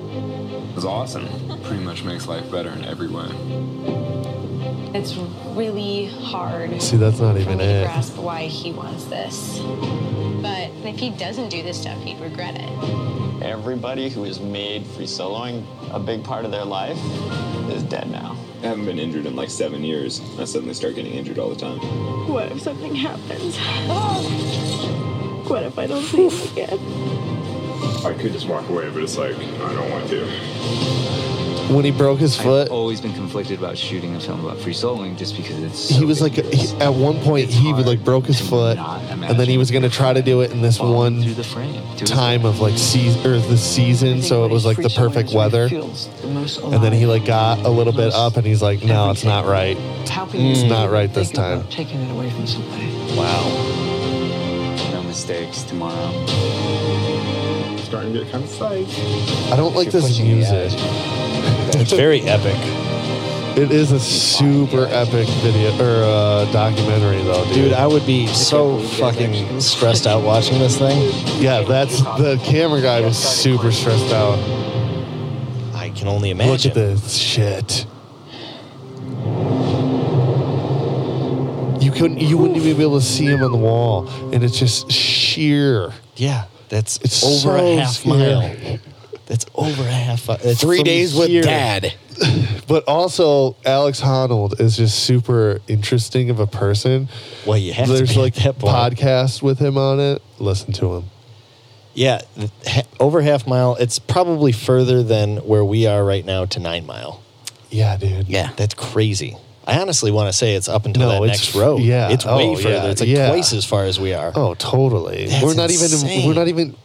[SPEAKER 10] It's awesome. Pretty much makes life better in every way.
[SPEAKER 11] It's really hard
[SPEAKER 1] See, that's not even
[SPEAKER 11] for me to
[SPEAKER 1] it.
[SPEAKER 11] grasp why he wants this. But if he doesn't do this stuff, he'd regret it.
[SPEAKER 10] Everybody who has made free soloing a big part of their life is dead now. I haven't been injured in like seven years. I suddenly start getting injured all the time.
[SPEAKER 11] What if something happens? What if I don't see him again?
[SPEAKER 10] I could just walk away, but it's like, I don't want to.
[SPEAKER 1] when he broke his foot.
[SPEAKER 10] always been conflicted about shooting a film about free soloing just because it's.
[SPEAKER 1] He was like, he, at one point, he would like broke his foot, and then he was gonna try to do it in this one time of like season or the season, so it was like the perfect weather. And then he like got a little bit up, and he's like, no, it's not right.
[SPEAKER 7] How can
[SPEAKER 1] It's Mm. not right this time.
[SPEAKER 7] taking it away from somebody?
[SPEAKER 2] wow.
[SPEAKER 10] No mistakes tomorrow. Starting to get kind of psyched.
[SPEAKER 1] I don't like this
[SPEAKER 7] pushing the
[SPEAKER 1] music.
[SPEAKER 2] It's very epic.
[SPEAKER 1] It is a super epic video or uh, documentary, though, dude.
[SPEAKER 2] Dude, I would be so fucking stressed out watching this thing.
[SPEAKER 1] yeah, that's the camera guy was super stressed out.
[SPEAKER 2] I can only imagine.
[SPEAKER 1] Look at this shit. You You couldn't. You wouldn't even be able to see him on the wall, and it's just sheer.
[SPEAKER 2] Yeah, that's
[SPEAKER 1] It's
[SPEAKER 2] over
[SPEAKER 1] so
[SPEAKER 2] a half
[SPEAKER 1] scary.
[SPEAKER 2] mile. That's over a half. mi- That's
[SPEAKER 3] Three
[SPEAKER 2] from
[SPEAKER 3] days with
[SPEAKER 2] here.
[SPEAKER 3] dad.
[SPEAKER 1] But also, Alex Honnold is just super interesting of a person.
[SPEAKER 2] Well, you have to
[SPEAKER 1] There's
[SPEAKER 2] be
[SPEAKER 1] like
[SPEAKER 2] at that point.
[SPEAKER 1] podcast with him on it. Listen to him.
[SPEAKER 2] Yeah, th- ha- over half mile. It's probably further than where we are right now to nine mile.
[SPEAKER 1] Yeah, dude.
[SPEAKER 3] Yeah.
[SPEAKER 2] That's crazy. I honestly want to say it's up until
[SPEAKER 1] No,
[SPEAKER 2] that
[SPEAKER 1] it's
[SPEAKER 2] next road.
[SPEAKER 1] f- yeah.
[SPEAKER 2] it's way
[SPEAKER 1] Oh,
[SPEAKER 2] further.
[SPEAKER 1] yeah,
[SPEAKER 2] It's like
[SPEAKER 1] yeah.
[SPEAKER 2] twice as far as we are.
[SPEAKER 1] Oh, totally.
[SPEAKER 2] That's
[SPEAKER 1] we're not even.
[SPEAKER 2] insane.
[SPEAKER 1] We're not even.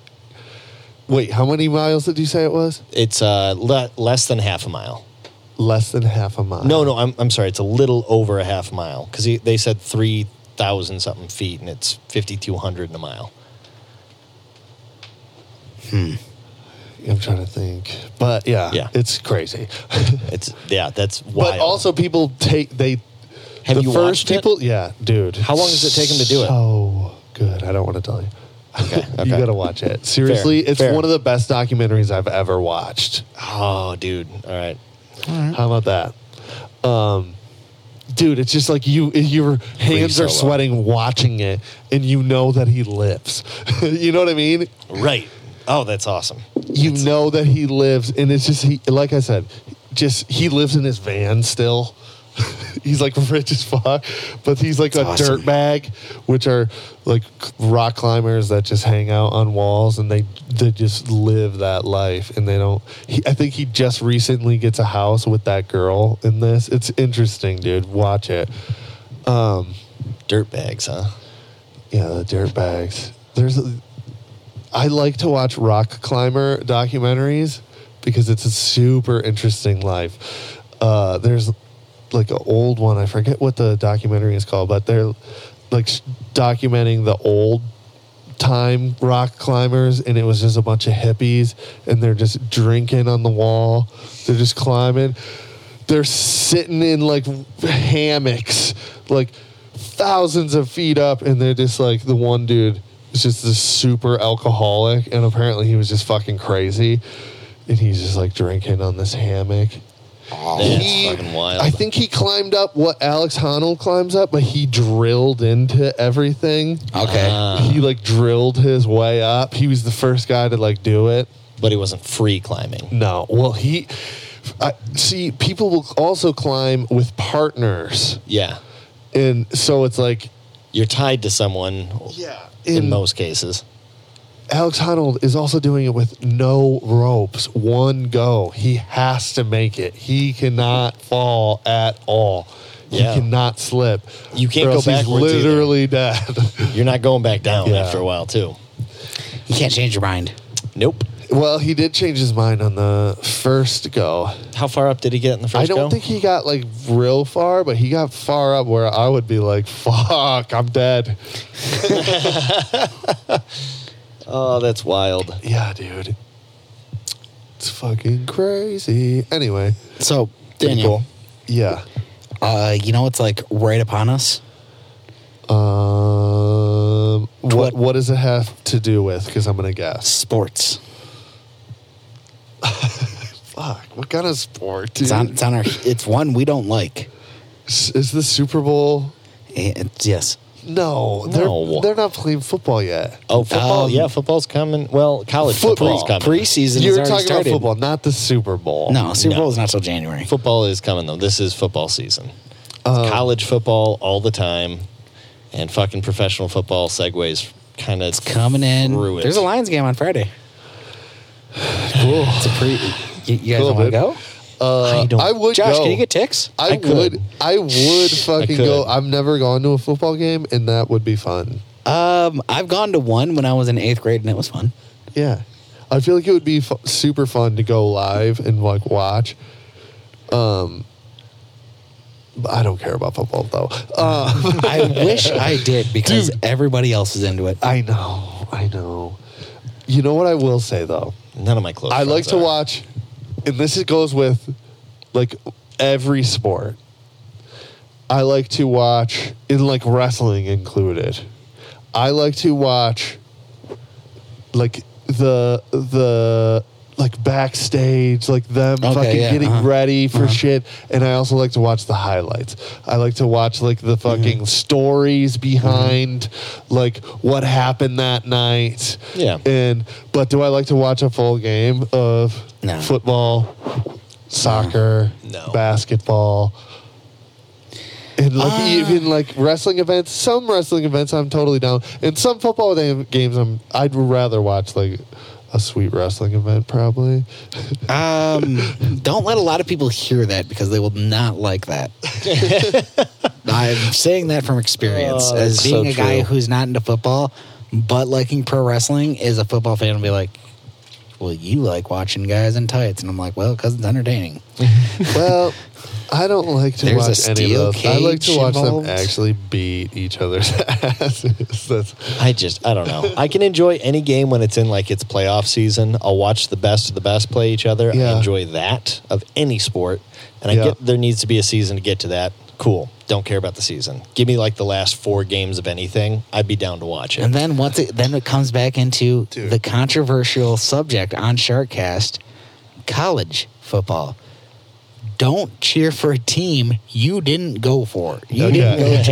[SPEAKER 1] Wait, how many miles did you say it was?
[SPEAKER 2] It's uh, le- less than half a mile.
[SPEAKER 1] Less than half a mile.
[SPEAKER 2] No, no, I'm, I'm sorry. It's a little over a half mile because they said 3,000 something feet and it's 5,200 in a mile.
[SPEAKER 1] I'm trying to think. But yeah,
[SPEAKER 2] Yeah.
[SPEAKER 1] it's crazy.
[SPEAKER 2] It's, yeah, that's wild.
[SPEAKER 1] but also, people take they.
[SPEAKER 2] Have
[SPEAKER 1] the
[SPEAKER 2] you
[SPEAKER 1] first
[SPEAKER 2] watched it?
[SPEAKER 1] people? Yeah, dude.
[SPEAKER 2] How long does it take 'em to do it?
[SPEAKER 1] So good. I don't want to tell you.
[SPEAKER 2] Okay,
[SPEAKER 1] You
[SPEAKER 2] okay.
[SPEAKER 1] gotta watch it. Seriously, it's
[SPEAKER 2] fair.
[SPEAKER 1] one of the best documentaries I've ever watched.
[SPEAKER 2] Oh, dude. All right.
[SPEAKER 1] How about that? Um, dude, it's just like you your hands are
[SPEAKER 2] solo.
[SPEAKER 1] sweating watching it and you know that he lives. you know what I mean?
[SPEAKER 2] Right. Oh, that's awesome.
[SPEAKER 1] You know that he lives and it's just he like I said, just he lives in his van still. he's like rich as fuck, but he's like a
[SPEAKER 3] awesome.
[SPEAKER 1] dirt bag, which are like rock climbers that just hang out on walls and they they just live that life and they don't. He, I think he just recently gets a house with that girl in this. It's interesting, dude. Watch it.
[SPEAKER 2] Dirt bags, huh?
[SPEAKER 1] Yeah, the dirt bags. There's. A, I like to watch rock climber documentaries because it's a super interesting life. Uh, there's like an old one. I forget what the documentary is called, but they're like s- documenting the old time rock climbers and it was just a bunch of hippies and they're just drinking on the wall they're just climbing they're sitting in like hammocks like thousands of feet up and they're just like the one dude is just this super alcoholic and apparently he was just fucking crazy and he's just like drinking on this hammock
[SPEAKER 2] That's
[SPEAKER 1] Oh, He-
[SPEAKER 2] fucking wild.
[SPEAKER 1] I think he climbed up what Alex Honnold climbs up, but he drilled into everything
[SPEAKER 3] Okay.
[SPEAKER 2] Uh, Um,
[SPEAKER 1] he like drilled his way up. He was the first guy to like do it.
[SPEAKER 2] but it wasn't free climbing.
[SPEAKER 1] No, well he, I, see, people will also climb with partners,
[SPEAKER 2] Yeah.
[SPEAKER 1] and so it's like,
[SPEAKER 2] You're tied to someone
[SPEAKER 1] yeah,
[SPEAKER 2] in,
[SPEAKER 1] in
[SPEAKER 2] most cases.
[SPEAKER 1] Alex Honnold is also doing it with no ropes, one go. He has to make it. He cannot fall at all.
[SPEAKER 2] Yeah.
[SPEAKER 1] He cannot slip.
[SPEAKER 2] You can't
[SPEAKER 1] or
[SPEAKER 2] go
[SPEAKER 1] else he's
[SPEAKER 2] backwards either.
[SPEAKER 1] Literally dead.
[SPEAKER 2] You're not going back down
[SPEAKER 1] Yeah.
[SPEAKER 2] after a while, too.
[SPEAKER 3] You can't change your mind.
[SPEAKER 2] Nope.
[SPEAKER 1] well, he did change his mind on the first go.
[SPEAKER 2] How far up did he get in the first
[SPEAKER 1] I don't
[SPEAKER 2] go?
[SPEAKER 1] think he got like real far, but he got far up where I would be like, "Fuck, I'm dead."
[SPEAKER 2] oh, that's wild.
[SPEAKER 1] Yeah, dude, it's fucking crazy. Anyway,
[SPEAKER 3] So, Daniel,
[SPEAKER 1] yeah,
[SPEAKER 3] uh, you know what's like right upon us?
[SPEAKER 1] um, what
[SPEAKER 3] What-
[SPEAKER 1] what does it have to do with? Because I'm gonna guess.
[SPEAKER 3] Sports.
[SPEAKER 1] Fuck, what kind of sport? Dude?
[SPEAKER 3] It's on, it's on our. It's one we don't like.
[SPEAKER 1] S- Is the Super Bowl?
[SPEAKER 3] It's, yes.
[SPEAKER 1] No, they're
[SPEAKER 2] No.
[SPEAKER 1] they're not playing football yet.
[SPEAKER 2] Oh, football.
[SPEAKER 3] Um,
[SPEAKER 2] yeah, football's coming. Well, college
[SPEAKER 1] Football.
[SPEAKER 2] football's coming.
[SPEAKER 3] Preseason.
[SPEAKER 1] You're
[SPEAKER 3] has already
[SPEAKER 1] talking
[SPEAKER 3] started.
[SPEAKER 1] about football, not the Super Bowl.
[SPEAKER 3] No, Super
[SPEAKER 2] No.
[SPEAKER 3] Bowl is not till January.
[SPEAKER 2] Football is coming though. This is football season.
[SPEAKER 1] Um,
[SPEAKER 2] It's college football all the time, and fucking professional football segues kind of
[SPEAKER 3] Coming in.
[SPEAKER 2] Through it.
[SPEAKER 3] There's a Lions game on Friday.
[SPEAKER 1] Cool.
[SPEAKER 3] It's a pre. You, you guys
[SPEAKER 1] Cool,
[SPEAKER 3] want to
[SPEAKER 1] dude.
[SPEAKER 3] go?
[SPEAKER 1] Uh, I,
[SPEAKER 2] I don't-
[SPEAKER 1] would
[SPEAKER 3] Josh,
[SPEAKER 1] go.
[SPEAKER 3] can you get ticks?
[SPEAKER 1] I,
[SPEAKER 2] I could.
[SPEAKER 1] would I would fucking
[SPEAKER 2] could.
[SPEAKER 1] go. I've never gone to a football game and that would be fun.
[SPEAKER 3] Um, I've gone to one when I was in eighth grade, and it was fun.
[SPEAKER 1] Yeah. I feel like it would be fu- super fun to go live and like watch. Um but I don't care about football though. Uh,
[SPEAKER 3] I wish I did because everybody else is into it.
[SPEAKER 1] I know. I know. You know what I will say though?
[SPEAKER 2] None of my clothes.
[SPEAKER 1] I like to watch, and this is- goes with like every sport. I like to watch, in like wrestling included. I like to watch like the the like backstage, like them
[SPEAKER 3] Okay,
[SPEAKER 1] fucking
[SPEAKER 3] yeah,
[SPEAKER 1] getting
[SPEAKER 3] uh-huh.
[SPEAKER 1] ready for
[SPEAKER 3] Uh-huh.
[SPEAKER 1] shit. And I also like to watch the highlights. I like to watch like the fucking stories
[SPEAKER 3] Mm-hmm.
[SPEAKER 1] behind like what happened that night.
[SPEAKER 2] Yeah.
[SPEAKER 1] And but do I like to watch a full game of football, soccer,
[SPEAKER 2] No.
[SPEAKER 1] basketball? And like
[SPEAKER 3] Uh.
[SPEAKER 1] even like wrestling events, some wrestling events I'm totally down, and some football da- games I'm I'd rather watch like a sweet wrestling event probably.
[SPEAKER 3] Um, don't let a lot of people hear that because they will not like that. I'm saying that from experience.
[SPEAKER 2] Oh,
[SPEAKER 3] As
[SPEAKER 2] that's
[SPEAKER 3] being
[SPEAKER 2] so
[SPEAKER 3] a guy
[SPEAKER 2] true.
[SPEAKER 3] who's not into football, but liking pro wrestling, is a football fan will be like, well, you like watching guys in tights. And I'm like, well, because it's entertaining.
[SPEAKER 1] well, I don't like to
[SPEAKER 3] There's a
[SPEAKER 1] watch any
[SPEAKER 3] steel
[SPEAKER 1] of those. I like to
[SPEAKER 3] cage
[SPEAKER 1] watch
[SPEAKER 3] involved.
[SPEAKER 1] them actually beat each other's asses. That's
[SPEAKER 2] I just, I don't know. I can enjoy any game when it's in like its playoff season. I'll watch the best of the best play each other.
[SPEAKER 1] Yeah.
[SPEAKER 2] I enjoy that of any sport. And I
[SPEAKER 1] Yeah.
[SPEAKER 2] get there needs to be a season to get to that. Cool. Don't care about the season. Give me like the last four games of anything. I'd be down to watch it.
[SPEAKER 3] And then once it then it comes back into the controversial subject on Sharkcast, college football. Don't cheer for a team you didn't go for. You didn't go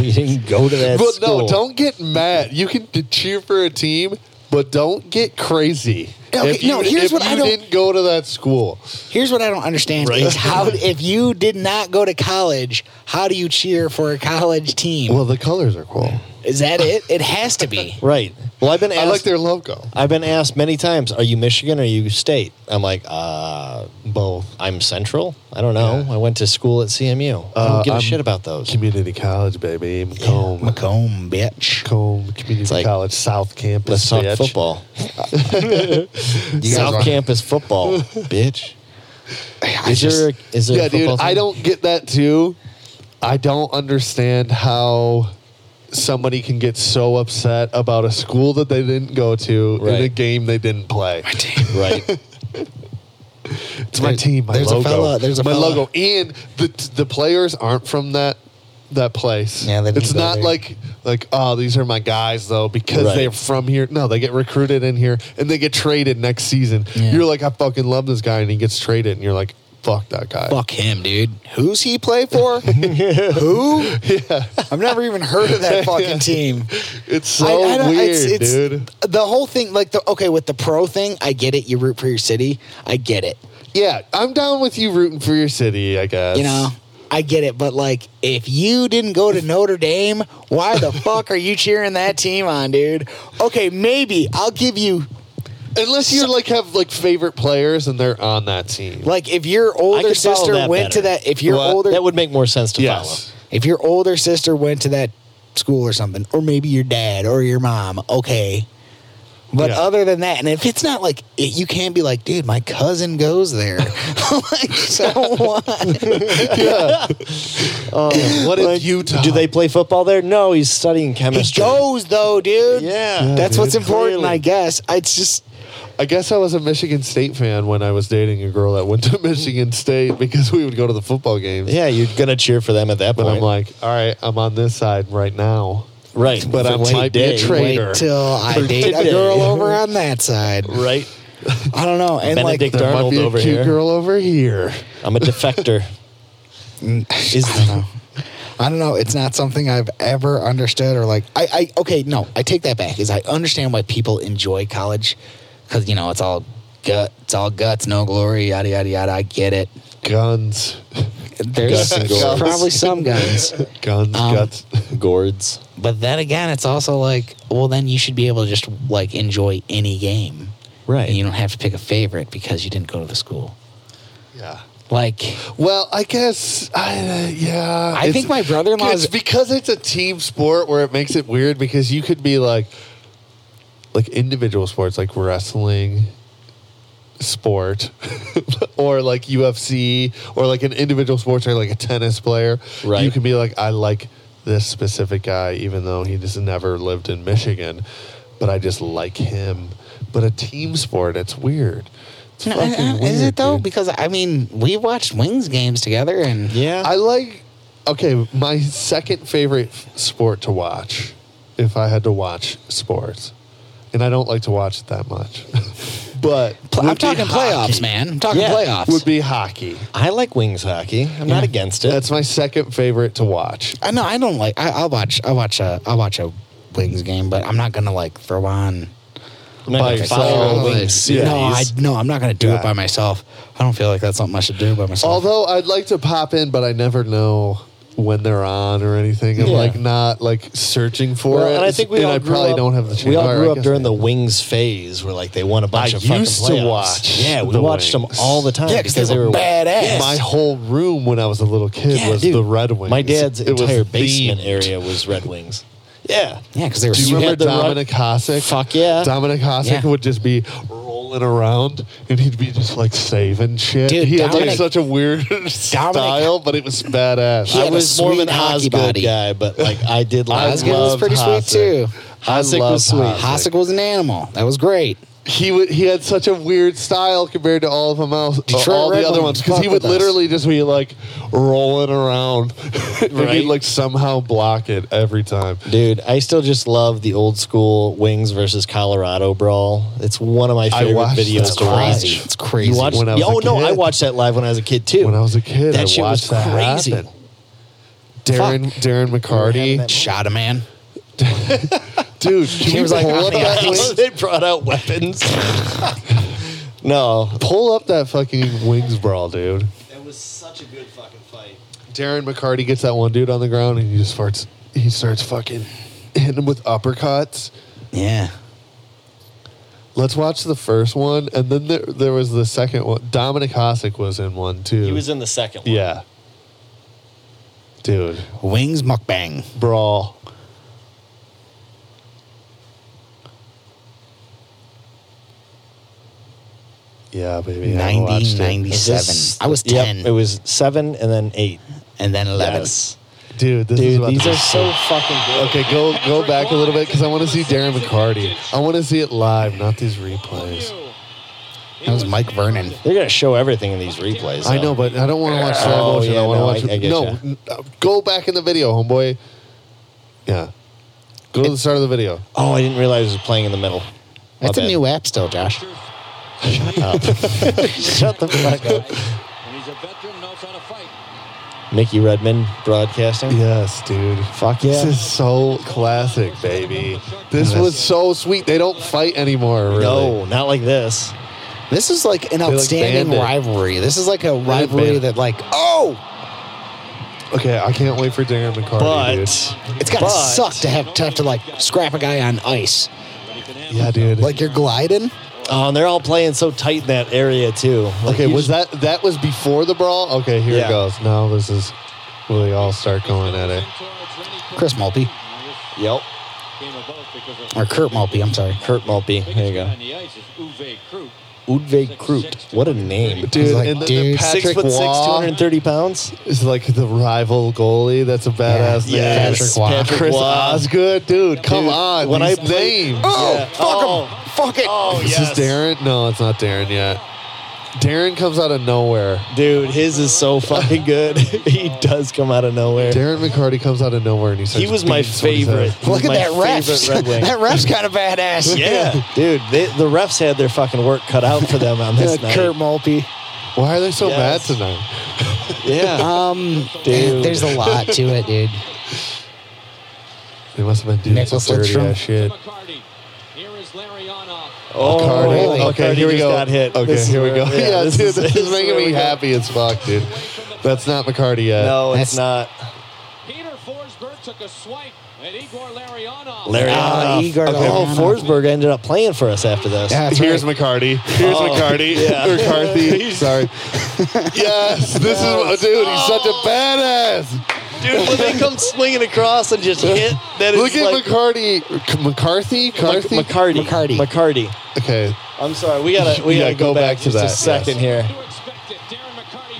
[SPEAKER 2] you didn't go to that
[SPEAKER 1] but
[SPEAKER 2] school.
[SPEAKER 1] no, don't get mad. You can d- cheer for a team, but don't get crazy.
[SPEAKER 3] Okay,
[SPEAKER 1] If you,
[SPEAKER 3] no, here's
[SPEAKER 1] if
[SPEAKER 3] what
[SPEAKER 1] you
[SPEAKER 3] I don't-
[SPEAKER 1] didn't go to that school.
[SPEAKER 3] Here's what I don't understand is how if you did not go to college, how do you cheer for a college team?
[SPEAKER 1] Well, the colors are cool.
[SPEAKER 3] is that it? It has to be.
[SPEAKER 2] Right. Well, I've been asked,
[SPEAKER 1] I like their logo.
[SPEAKER 2] I've been asked many times, are you Michigan or are you state? I'm like, uh, both. I'm Central. I don't know. I went to school at CMU. I don't
[SPEAKER 1] Uh,
[SPEAKER 2] give a
[SPEAKER 1] I'm
[SPEAKER 2] shit about those.
[SPEAKER 1] Community college, baby. Macomb.
[SPEAKER 3] Macomb, bitch.
[SPEAKER 1] Macomb Community
[SPEAKER 2] like,
[SPEAKER 1] College South Campus.
[SPEAKER 2] Let's talk
[SPEAKER 1] bitch.
[SPEAKER 2] football.
[SPEAKER 1] guys
[SPEAKER 2] South
[SPEAKER 1] are-
[SPEAKER 2] Campus football, bitch. Is
[SPEAKER 3] just-
[SPEAKER 2] there a, is there
[SPEAKER 1] Yeah,
[SPEAKER 2] a football
[SPEAKER 1] dude. I
[SPEAKER 2] team?
[SPEAKER 1] don't get that too. I don't understand how somebody can get so upset about a school that they didn't go to in
[SPEAKER 2] Right.
[SPEAKER 1] a game they didn't play.
[SPEAKER 2] Right.
[SPEAKER 1] It's my team. My
[SPEAKER 3] there's a
[SPEAKER 1] logo.
[SPEAKER 3] fella- there's a
[SPEAKER 1] my
[SPEAKER 3] fella.
[SPEAKER 1] logo, and the the players aren't from that that place.
[SPEAKER 3] Yeah, they didn't
[SPEAKER 1] it's
[SPEAKER 3] go
[SPEAKER 1] not
[SPEAKER 3] there.
[SPEAKER 1] like like oh these are my guys though because
[SPEAKER 2] Right.
[SPEAKER 1] they're from here. No, they get recruited in here and they get traded next season.
[SPEAKER 3] Yeah.
[SPEAKER 1] You're like I fucking love this guy and he gets traded and you're like fuck that guy.
[SPEAKER 3] Fuck him, dude. Who's he play for? Who? I've never even heard of that fucking team.
[SPEAKER 1] It's so
[SPEAKER 3] I- I don't-
[SPEAKER 1] weird,
[SPEAKER 3] it's- it's-
[SPEAKER 1] dude.
[SPEAKER 3] The whole thing, like the okay with the pro thing, I get it. You root for your city. I get it.
[SPEAKER 1] Yeah, I'm down with you rooting for your city. I guess
[SPEAKER 3] You know, I get it. But like, if you didn't go to Notre Dame, why the fuck are you cheering that team on, dude? Okay, maybe I'll give you
[SPEAKER 1] unless you like have like favorite players and they're on that team.
[SPEAKER 3] like if your older
[SPEAKER 2] could follow
[SPEAKER 3] sister
[SPEAKER 2] that
[SPEAKER 3] went to
[SPEAKER 2] better.
[SPEAKER 3] that. If your
[SPEAKER 1] What?
[SPEAKER 3] older
[SPEAKER 2] That would make more sense to
[SPEAKER 1] yes,
[SPEAKER 3] if your older sister went to that school or something, or maybe your dad or your mom, okay. But
[SPEAKER 1] Yeah.
[SPEAKER 3] other than that, and if it's not like it, you can't be like, dude, my cousin goes there. like, so what?
[SPEAKER 2] follow. Um, what
[SPEAKER 1] Like, Utah.
[SPEAKER 2] Do they play football there? No, he's studying
[SPEAKER 3] He
[SPEAKER 2] chemistry.
[SPEAKER 3] goes though, dude.
[SPEAKER 2] Yeah.
[SPEAKER 3] that's
[SPEAKER 1] Yeah,
[SPEAKER 3] what's
[SPEAKER 1] dude,
[SPEAKER 3] important,
[SPEAKER 2] clearly.
[SPEAKER 3] I guess. It's just
[SPEAKER 1] I guess I was a Michigan State fan when I was dating a girl that went to Michigan State because we would go to the football games.
[SPEAKER 2] Yeah, you're gonna cheer for them at that
[SPEAKER 1] But
[SPEAKER 2] point.
[SPEAKER 1] I'm like, all right, I'm on this side right now.
[SPEAKER 2] right,
[SPEAKER 1] but I
[SPEAKER 2] for
[SPEAKER 1] might be a
[SPEAKER 2] today.
[SPEAKER 1] tra-
[SPEAKER 3] wait
[SPEAKER 1] Traitor.
[SPEAKER 3] till I date a
[SPEAKER 2] today.
[SPEAKER 3] girl over on that side.
[SPEAKER 2] Right,
[SPEAKER 3] I don't know, and like
[SPEAKER 2] Benedict
[SPEAKER 1] There might
[SPEAKER 2] Darnold
[SPEAKER 1] be a
[SPEAKER 2] over
[SPEAKER 1] cute
[SPEAKER 2] here.
[SPEAKER 1] girl over here.
[SPEAKER 2] I'm a defector. Is
[SPEAKER 3] I don't know. It's not something I've ever understood or like. I, I okay, no, I take that back. Is I understand why people enjoy college because you know it's all gut, it's all guts, no glory, yada yada yada. I get it.
[SPEAKER 1] Guns,
[SPEAKER 3] There's
[SPEAKER 2] Guts and glory.
[SPEAKER 3] probably some guns,
[SPEAKER 1] guns,
[SPEAKER 3] Um,
[SPEAKER 1] guts.
[SPEAKER 2] gourds?
[SPEAKER 3] but then again, it's also like, well, then you should be able to just like enjoy any game,
[SPEAKER 2] Right.
[SPEAKER 3] And you don't have to pick a favorite because you didn't go to the school.
[SPEAKER 1] Yeah.
[SPEAKER 3] Like,
[SPEAKER 1] Well, I guess, I, uh, yeah.
[SPEAKER 3] I think my brother-in-law
[SPEAKER 1] It's
[SPEAKER 3] is-
[SPEAKER 1] because it's a team sport where it makes it weird because you could be like, like individual sports, like wrestling sport, or like UFC, or like an individual sports, or like a tennis player.
[SPEAKER 2] Right.
[SPEAKER 1] You can be like, I like this specific guy, even though he just never lived in Michigan, but I just like him. But a team sport, it's weird. It's
[SPEAKER 3] no, I- I-
[SPEAKER 1] fucking
[SPEAKER 3] is
[SPEAKER 1] weird,
[SPEAKER 3] it though?
[SPEAKER 1] dude.
[SPEAKER 3] Because I mean, we watched Wings games together, and
[SPEAKER 2] Yeah,
[SPEAKER 1] I like. Okay, my second favorite f- sport to watch, if I had to watch sports, and I don't like to watch it that much, but
[SPEAKER 3] Pl- I'm
[SPEAKER 1] would be
[SPEAKER 3] talking
[SPEAKER 1] hockey.
[SPEAKER 3] playoffs, man. I'm talking
[SPEAKER 2] Yeah.
[SPEAKER 3] playoffs.
[SPEAKER 1] Would be hockey.
[SPEAKER 2] I like wings hockey. I'm
[SPEAKER 3] Yeah.
[SPEAKER 2] not against it.
[SPEAKER 1] That's my second favorite to watch.
[SPEAKER 3] I know I don't like. I, I'll watch. I watch a. I watch a Wings game, but I'm not gonna like throw on.
[SPEAKER 2] I'm not
[SPEAKER 1] by
[SPEAKER 2] gonna
[SPEAKER 1] yourself.
[SPEAKER 2] follow a
[SPEAKER 1] Oh, Like,
[SPEAKER 2] wings series.
[SPEAKER 3] No, I no. I'm not gonna do
[SPEAKER 1] Yeah.
[SPEAKER 3] it by myself. I don't feel like that's something I should do by myself.
[SPEAKER 1] Although I'd like to pop in, but I never know when they're on or anything. I'm
[SPEAKER 2] Yeah.
[SPEAKER 1] like not like searching for
[SPEAKER 2] Well,
[SPEAKER 1] it.
[SPEAKER 2] and I think we all
[SPEAKER 1] I
[SPEAKER 2] grew
[SPEAKER 1] probably
[SPEAKER 2] up-
[SPEAKER 1] don't have the chance.
[SPEAKER 2] We all
[SPEAKER 1] or I
[SPEAKER 2] grew up
[SPEAKER 1] guess
[SPEAKER 2] during
[SPEAKER 1] I
[SPEAKER 2] the
[SPEAKER 1] do.
[SPEAKER 2] Wings phase, where like they won a bunch
[SPEAKER 1] I
[SPEAKER 2] of fucking
[SPEAKER 1] used to
[SPEAKER 2] playoffs.
[SPEAKER 1] watch
[SPEAKER 2] Yeah, we
[SPEAKER 1] the
[SPEAKER 2] watched
[SPEAKER 1] Wings.
[SPEAKER 2] them all the time
[SPEAKER 3] Yeah, 'cause they were badass. Yes.
[SPEAKER 1] My whole room when I was a little kid
[SPEAKER 2] Yeah,
[SPEAKER 1] was
[SPEAKER 2] dude.
[SPEAKER 1] the Red Wings.
[SPEAKER 2] My dad's
[SPEAKER 1] It was
[SPEAKER 2] entire basement
[SPEAKER 1] themed.
[SPEAKER 2] area was Red Wings. Yeah,
[SPEAKER 3] yeah, because they were.
[SPEAKER 1] Do
[SPEAKER 3] sweet.
[SPEAKER 1] you
[SPEAKER 2] You
[SPEAKER 1] remember
[SPEAKER 2] had the Red-
[SPEAKER 1] Dominic Hasek?
[SPEAKER 2] Fuck yeah.
[SPEAKER 1] Dominic Hasek
[SPEAKER 3] Yeah.
[SPEAKER 1] would just be rolling around and he'd be just like saving shit.
[SPEAKER 3] Dude,
[SPEAKER 1] he had like
[SPEAKER 3] Dominic-
[SPEAKER 1] such a weird style, but it was badass.
[SPEAKER 3] He
[SPEAKER 1] I
[SPEAKER 2] I
[SPEAKER 3] had a
[SPEAKER 2] was more of an
[SPEAKER 3] sweet hockey
[SPEAKER 2] Osgood
[SPEAKER 3] body.
[SPEAKER 2] guy, but like I did like
[SPEAKER 3] Osgood was
[SPEAKER 1] loved
[SPEAKER 3] pretty
[SPEAKER 1] Hasek.
[SPEAKER 3] sweet too.
[SPEAKER 1] I
[SPEAKER 2] Hasek
[SPEAKER 1] loved
[SPEAKER 2] was sweet.
[SPEAKER 1] Hasek.
[SPEAKER 3] Hasek was an animal. That was great.
[SPEAKER 1] he would he had such a weird style compared to all of them else, uh,
[SPEAKER 3] Detroit
[SPEAKER 1] all the
[SPEAKER 3] Red
[SPEAKER 1] other ones
[SPEAKER 3] Wings
[SPEAKER 1] because he
[SPEAKER 3] fuck
[SPEAKER 1] would
[SPEAKER 3] with us.
[SPEAKER 1] literally just be like rolling around and
[SPEAKER 2] Right.
[SPEAKER 1] he'd like somehow block it every time.
[SPEAKER 2] Dude, I still just love the old school Wings versus Colorado brawl. It's one of my
[SPEAKER 1] I
[SPEAKER 2] favorite
[SPEAKER 1] watched
[SPEAKER 2] videos
[SPEAKER 1] that
[SPEAKER 2] to
[SPEAKER 1] live.
[SPEAKER 2] watch.
[SPEAKER 1] Crazy.
[SPEAKER 3] It's crazy.
[SPEAKER 2] You watched?
[SPEAKER 1] When I was
[SPEAKER 2] oh
[SPEAKER 1] a
[SPEAKER 2] no,
[SPEAKER 1] kid.
[SPEAKER 2] I watched that live when I was a kid too.
[SPEAKER 1] When I was a kid,
[SPEAKER 2] that
[SPEAKER 1] I
[SPEAKER 2] shit was
[SPEAKER 1] watched that
[SPEAKER 2] crazy.
[SPEAKER 1] happen. Darren Darren McCarty,
[SPEAKER 3] Shot a man.
[SPEAKER 1] dude, can
[SPEAKER 3] He
[SPEAKER 1] you
[SPEAKER 3] was like,
[SPEAKER 1] pull up
[SPEAKER 3] "I'm
[SPEAKER 1] that
[SPEAKER 3] the
[SPEAKER 1] wing-
[SPEAKER 3] ice."
[SPEAKER 2] they brought out weapons.
[SPEAKER 1] No, pull up that fucking wings brawl, dude.
[SPEAKER 2] That was such a good fucking fight.
[SPEAKER 1] Darren McCarty gets that one dude on the ground and he just farts. He starts fucking hitting him with uppercuts.
[SPEAKER 3] Yeah.
[SPEAKER 1] Let's watch the first one, and then there, there was the second one. Dominic Hasek was in one too.
[SPEAKER 2] He was in the second one.
[SPEAKER 1] yeah, dude,
[SPEAKER 3] Wings mukbang.
[SPEAKER 1] brawl. Yeah, baby. I watched it.
[SPEAKER 3] 90,
[SPEAKER 2] Was
[SPEAKER 3] 97.
[SPEAKER 2] this-
[SPEAKER 3] I was
[SPEAKER 2] yep,
[SPEAKER 3] 10
[SPEAKER 2] it was seven and then eight.
[SPEAKER 3] and then 11.
[SPEAKER 2] Yes.
[SPEAKER 1] dude. This is
[SPEAKER 2] Dude,
[SPEAKER 1] about
[SPEAKER 2] these
[SPEAKER 1] to
[SPEAKER 2] are
[SPEAKER 1] be
[SPEAKER 2] so fucking good.
[SPEAKER 1] Okay, go go back a little bit because I want to see Darren McCarty. I want to see it live, not these replays.
[SPEAKER 3] That was Mike Vernon.
[SPEAKER 2] They're gonna show everything in these replays.
[SPEAKER 1] I
[SPEAKER 2] though.
[SPEAKER 1] know, but I don't want to watch slow
[SPEAKER 2] Oh,
[SPEAKER 1] motion.
[SPEAKER 2] yeah,
[SPEAKER 1] I want to
[SPEAKER 2] no,
[SPEAKER 1] watch.
[SPEAKER 2] I- I get
[SPEAKER 1] no,
[SPEAKER 2] ya.
[SPEAKER 1] n- uh, go back in the video, homeboy. Yeah, go to the start of the video.
[SPEAKER 2] Oh, I didn't realize it was playing in the middle. My
[SPEAKER 3] That's a
[SPEAKER 2] bad.
[SPEAKER 3] new app still, Josh.
[SPEAKER 2] Shut the fuck up. Mickey Redmond broadcasting.
[SPEAKER 1] Yes, dude.
[SPEAKER 2] Fuck
[SPEAKER 1] This
[SPEAKER 2] yeah.
[SPEAKER 1] is so classic, baby. This
[SPEAKER 3] Yeah.
[SPEAKER 1] was so sweet. They don't fight anymore, really.
[SPEAKER 2] No, not like this.
[SPEAKER 3] This is like an
[SPEAKER 1] like, banned
[SPEAKER 3] outstanding
[SPEAKER 1] it.
[SPEAKER 3] rivalry. This is like a
[SPEAKER 1] didn't ban
[SPEAKER 3] rivalry
[SPEAKER 1] it.
[SPEAKER 3] that, like, oh,
[SPEAKER 1] Okay, I can't wait for Darren McCarty,
[SPEAKER 2] But
[SPEAKER 3] it's gotta
[SPEAKER 2] But-
[SPEAKER 3] suck to have to have to like scrap a guy on ice.
[SPEAKER 1] dude. Yeah, dude.
[SPEAKER 3] Like you're gliding.
[SPEAKER 2] oh, and they're all playing so tight in that area too. Like,
[SPEAKER 1] okay,
[SPEAKER 2] you
[SPEAKER 1] was
[SPEAKER 2] just-
[SPEAKER 1] that that was before the brawl? Okay, here it
[SPEAKER 2] Yeah.
[SPEAKER 1] goes. Now this is where they all start going at it.
[SPEAKER 3] Chris Mulpey
[SPEAKER 2] Yep.
[SPEAKER 3] or Kurt Mulpey. I'm sorry.
[SPEAKER 2] Kurt Mulpey. There you go. Udve Krut. What a name.
[SPEAKER 1] Dude,
[SPEAKER 3] like,
[SPEAKER 1] and then
[SPEAKER 3] dude,
[SPEAKER 1] Patrick
[SPEAKER 2] six foot six, two
[SPEAKER 1] Waugh-
[SPEAKER 2] hundred and thirty pounds.
[SPEAKER 1] is like the rival goalie. That's a badass
[SPEAKER 2] Yeah.
[SPEAKER 1] name.
[SPEAKER 2] Yes, Patrick Waugh. Patrick
[SPEAKER 1] Chris
[SPEAKER 2] Waugh.
[SPEAKER 1] Osgood, dude. Come on.
[SPEAKER 2] when
[SPEAKER 1] When I
[SPEAKER 2] I play-
[SPEAKER 1] names.
[SPEAKER 3] Oh,
[SPEAKER 2] Yeah.
[SPEAKER 3] fuck
[SPEAKER 2] Oh.
[SPEAKER 3] him. Fuck it.
[SPEAKER 2] Oh
[SPEAKER 1] This is Darren. No, it's not Darren yet. Darren comes out of nowhere.
[SPEAKER 2] Dude, his is so fucking good. he does come out of nowhere.
[SPEAKER 1] Darren McCarty comes out of nowhere and he starts
[SPEAKER 2] He was my
[SPEAKER 1] beating somebody's
[SPEAKER 2] favorite.
[SPEAKER 1] ass.
[SPEAKER 2] He was
[SPEAKER 3] Look at
[SPEAKER 2] my
[SPEAKER 3] that ref.
[SPEAKER 2] favorite Red Wing.
[SPEAKER 3] that ref's kind of badass.
[SPEAKER 2] yeah, dude, they, the refs had their fucking work cut out for them on this
[SPEAKER 3] Uh,
[SPEAKER 2] night.
[SPEAKER 3] Kurt Mulpey.
[SPEAKER 1] Why are they so
[SPEAKER 2] Yes.
[SPEAKER 1] bad tonight?
[SPEAKER 2] Yeah,
[SPEAKER 3] Um,
[SPEAKER 2] Dude.
[SPEAKER 3] there's a lot to it, dude.
[SPEAKER 1] They must have been doing some
[SPEAKER 3] Nicholas
[SPEAKER 1] dirty
[SPEAKER 3] Lidstrom.
[SPEAKER 1] ass shit.
[SPEAKER 2] Oh,
[SPEAKER 1] McCarty.
[SPEAKER 2] McCarty
[SPEAKER 1] Okay, here we
[SPEAKER 2] just
[SPEAKER 1] go.
[SPEAKER 2] got hit.
[SPEAKER 1] Okay,
[SPEAKER 2] This is
[SPEAKER 1] here we
[SPEAKER 2] where-
[SPEAKER 1] go. Yeah,
[SPEAKER 2] yeah, this
[SPEAKER 1] dude,
[SPEAKER 2] is-
[SPEAKER 1] this
[SPEAKER 2] this
[SPEAKER 1] is
[SPEAKER 2] is
[SPEAKER 1] making
[SPEAKER 2] where
[SPEAKER 1] me
[SPEAKER 2] we go.
[SPEAKER 1] happy as fuck, dude. That's not McCarty yet.
[SPEAKER 2] no, it's not.
[SPEAKER 3] That's-
[SPEAKER 12] Peter Forsberg took a swipe at Igor Larionov.
[SPEAKER 2] Larry.
[SPEAKER 3] Ah, Igor
[SPEAKER 2] oh,
[SPEAKER 3] Larionov.
[SPEAKER 2] Forsberg ended up playing for us after this.
[SPEAKER 3] Yeah, that's
[SPEAKER 1] Here's
[SPEAKER 3] right.
[SPEAKER 1] McCarty. Here's McCarty. Or McCarthy. Sorry. yes, this is dude. He's such a badass.
[SPEAKER 2] Dude, when they come swinging across and just hit, that is
[SPEAKER 1] Look at
[SPEAKER 2] like
[SPEAKER 1] McCarty. C- McCarthy. McCarthy.
[SPEAKER 2] McCarty.
[SPEAKER 3] McCarty.
[SPEAKER 2] McCarty.
[SPEAKER 1] okay.
[SPEAKER 2] I'm sorry. We gotta we
[SPEAKER 1] Yeah,
[SPEAKER 2] gotta go, back, to just
[SPEAKER 1] that,
[SPEAKER 2] a second
[SPEAKER 1] yes.
[SPEAKER 2] here.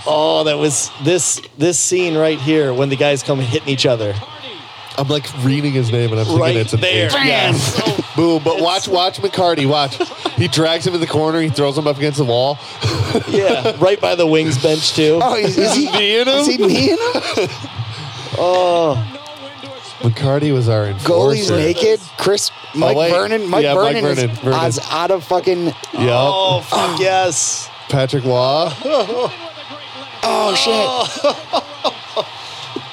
[SPEAKER 2] Oh, that was this this scene right here when the guys come hitting each other.
[SPEAKER 1] I'm like reading his name and I'm thinking
[SPEAKER 2] Right
[SPEAKER 1] it's an
[SPEAKER 2] there.
[SPEAKER 1] eight.
[SPEAKER 2] Yes.
[SPEAKER 1] Boom. But watch, watch McCarty. Watch. He drags him in the corner. He throws him up against the wall.
[SPEAKER 2] yeah. Right by the wings bench too.
[SPEAKER 3] Oh, is, is he?
[SPEAKER 1] Being him.
[SPEAKER 3] Is he mean?
[SPEAKER 1] McCarty was our
[SPEAKER 3] Goalies
[SPEAKER 1] enforcer.
[SPEAKER 3] naked. Chris, Mike
[SPEAKER 1] Oh, wait.
[SPEAKER 3] Vernon. Mike
[SPEAKER 1] Yeah, Mike
[SPEAKER 3] Vernon
[SPEAKER 1] Vernon,
[SPEAKER 3] is
[SPEAKER 1] Vernon.
[SPEAKER 3] odds out of fucking.
[SPEAKER 1] Yep. Oh,
[SPEAKER 3] fuck yes.
[SPEAKER 1] Patrick Law.
[SPEAKER 2] Oh shit!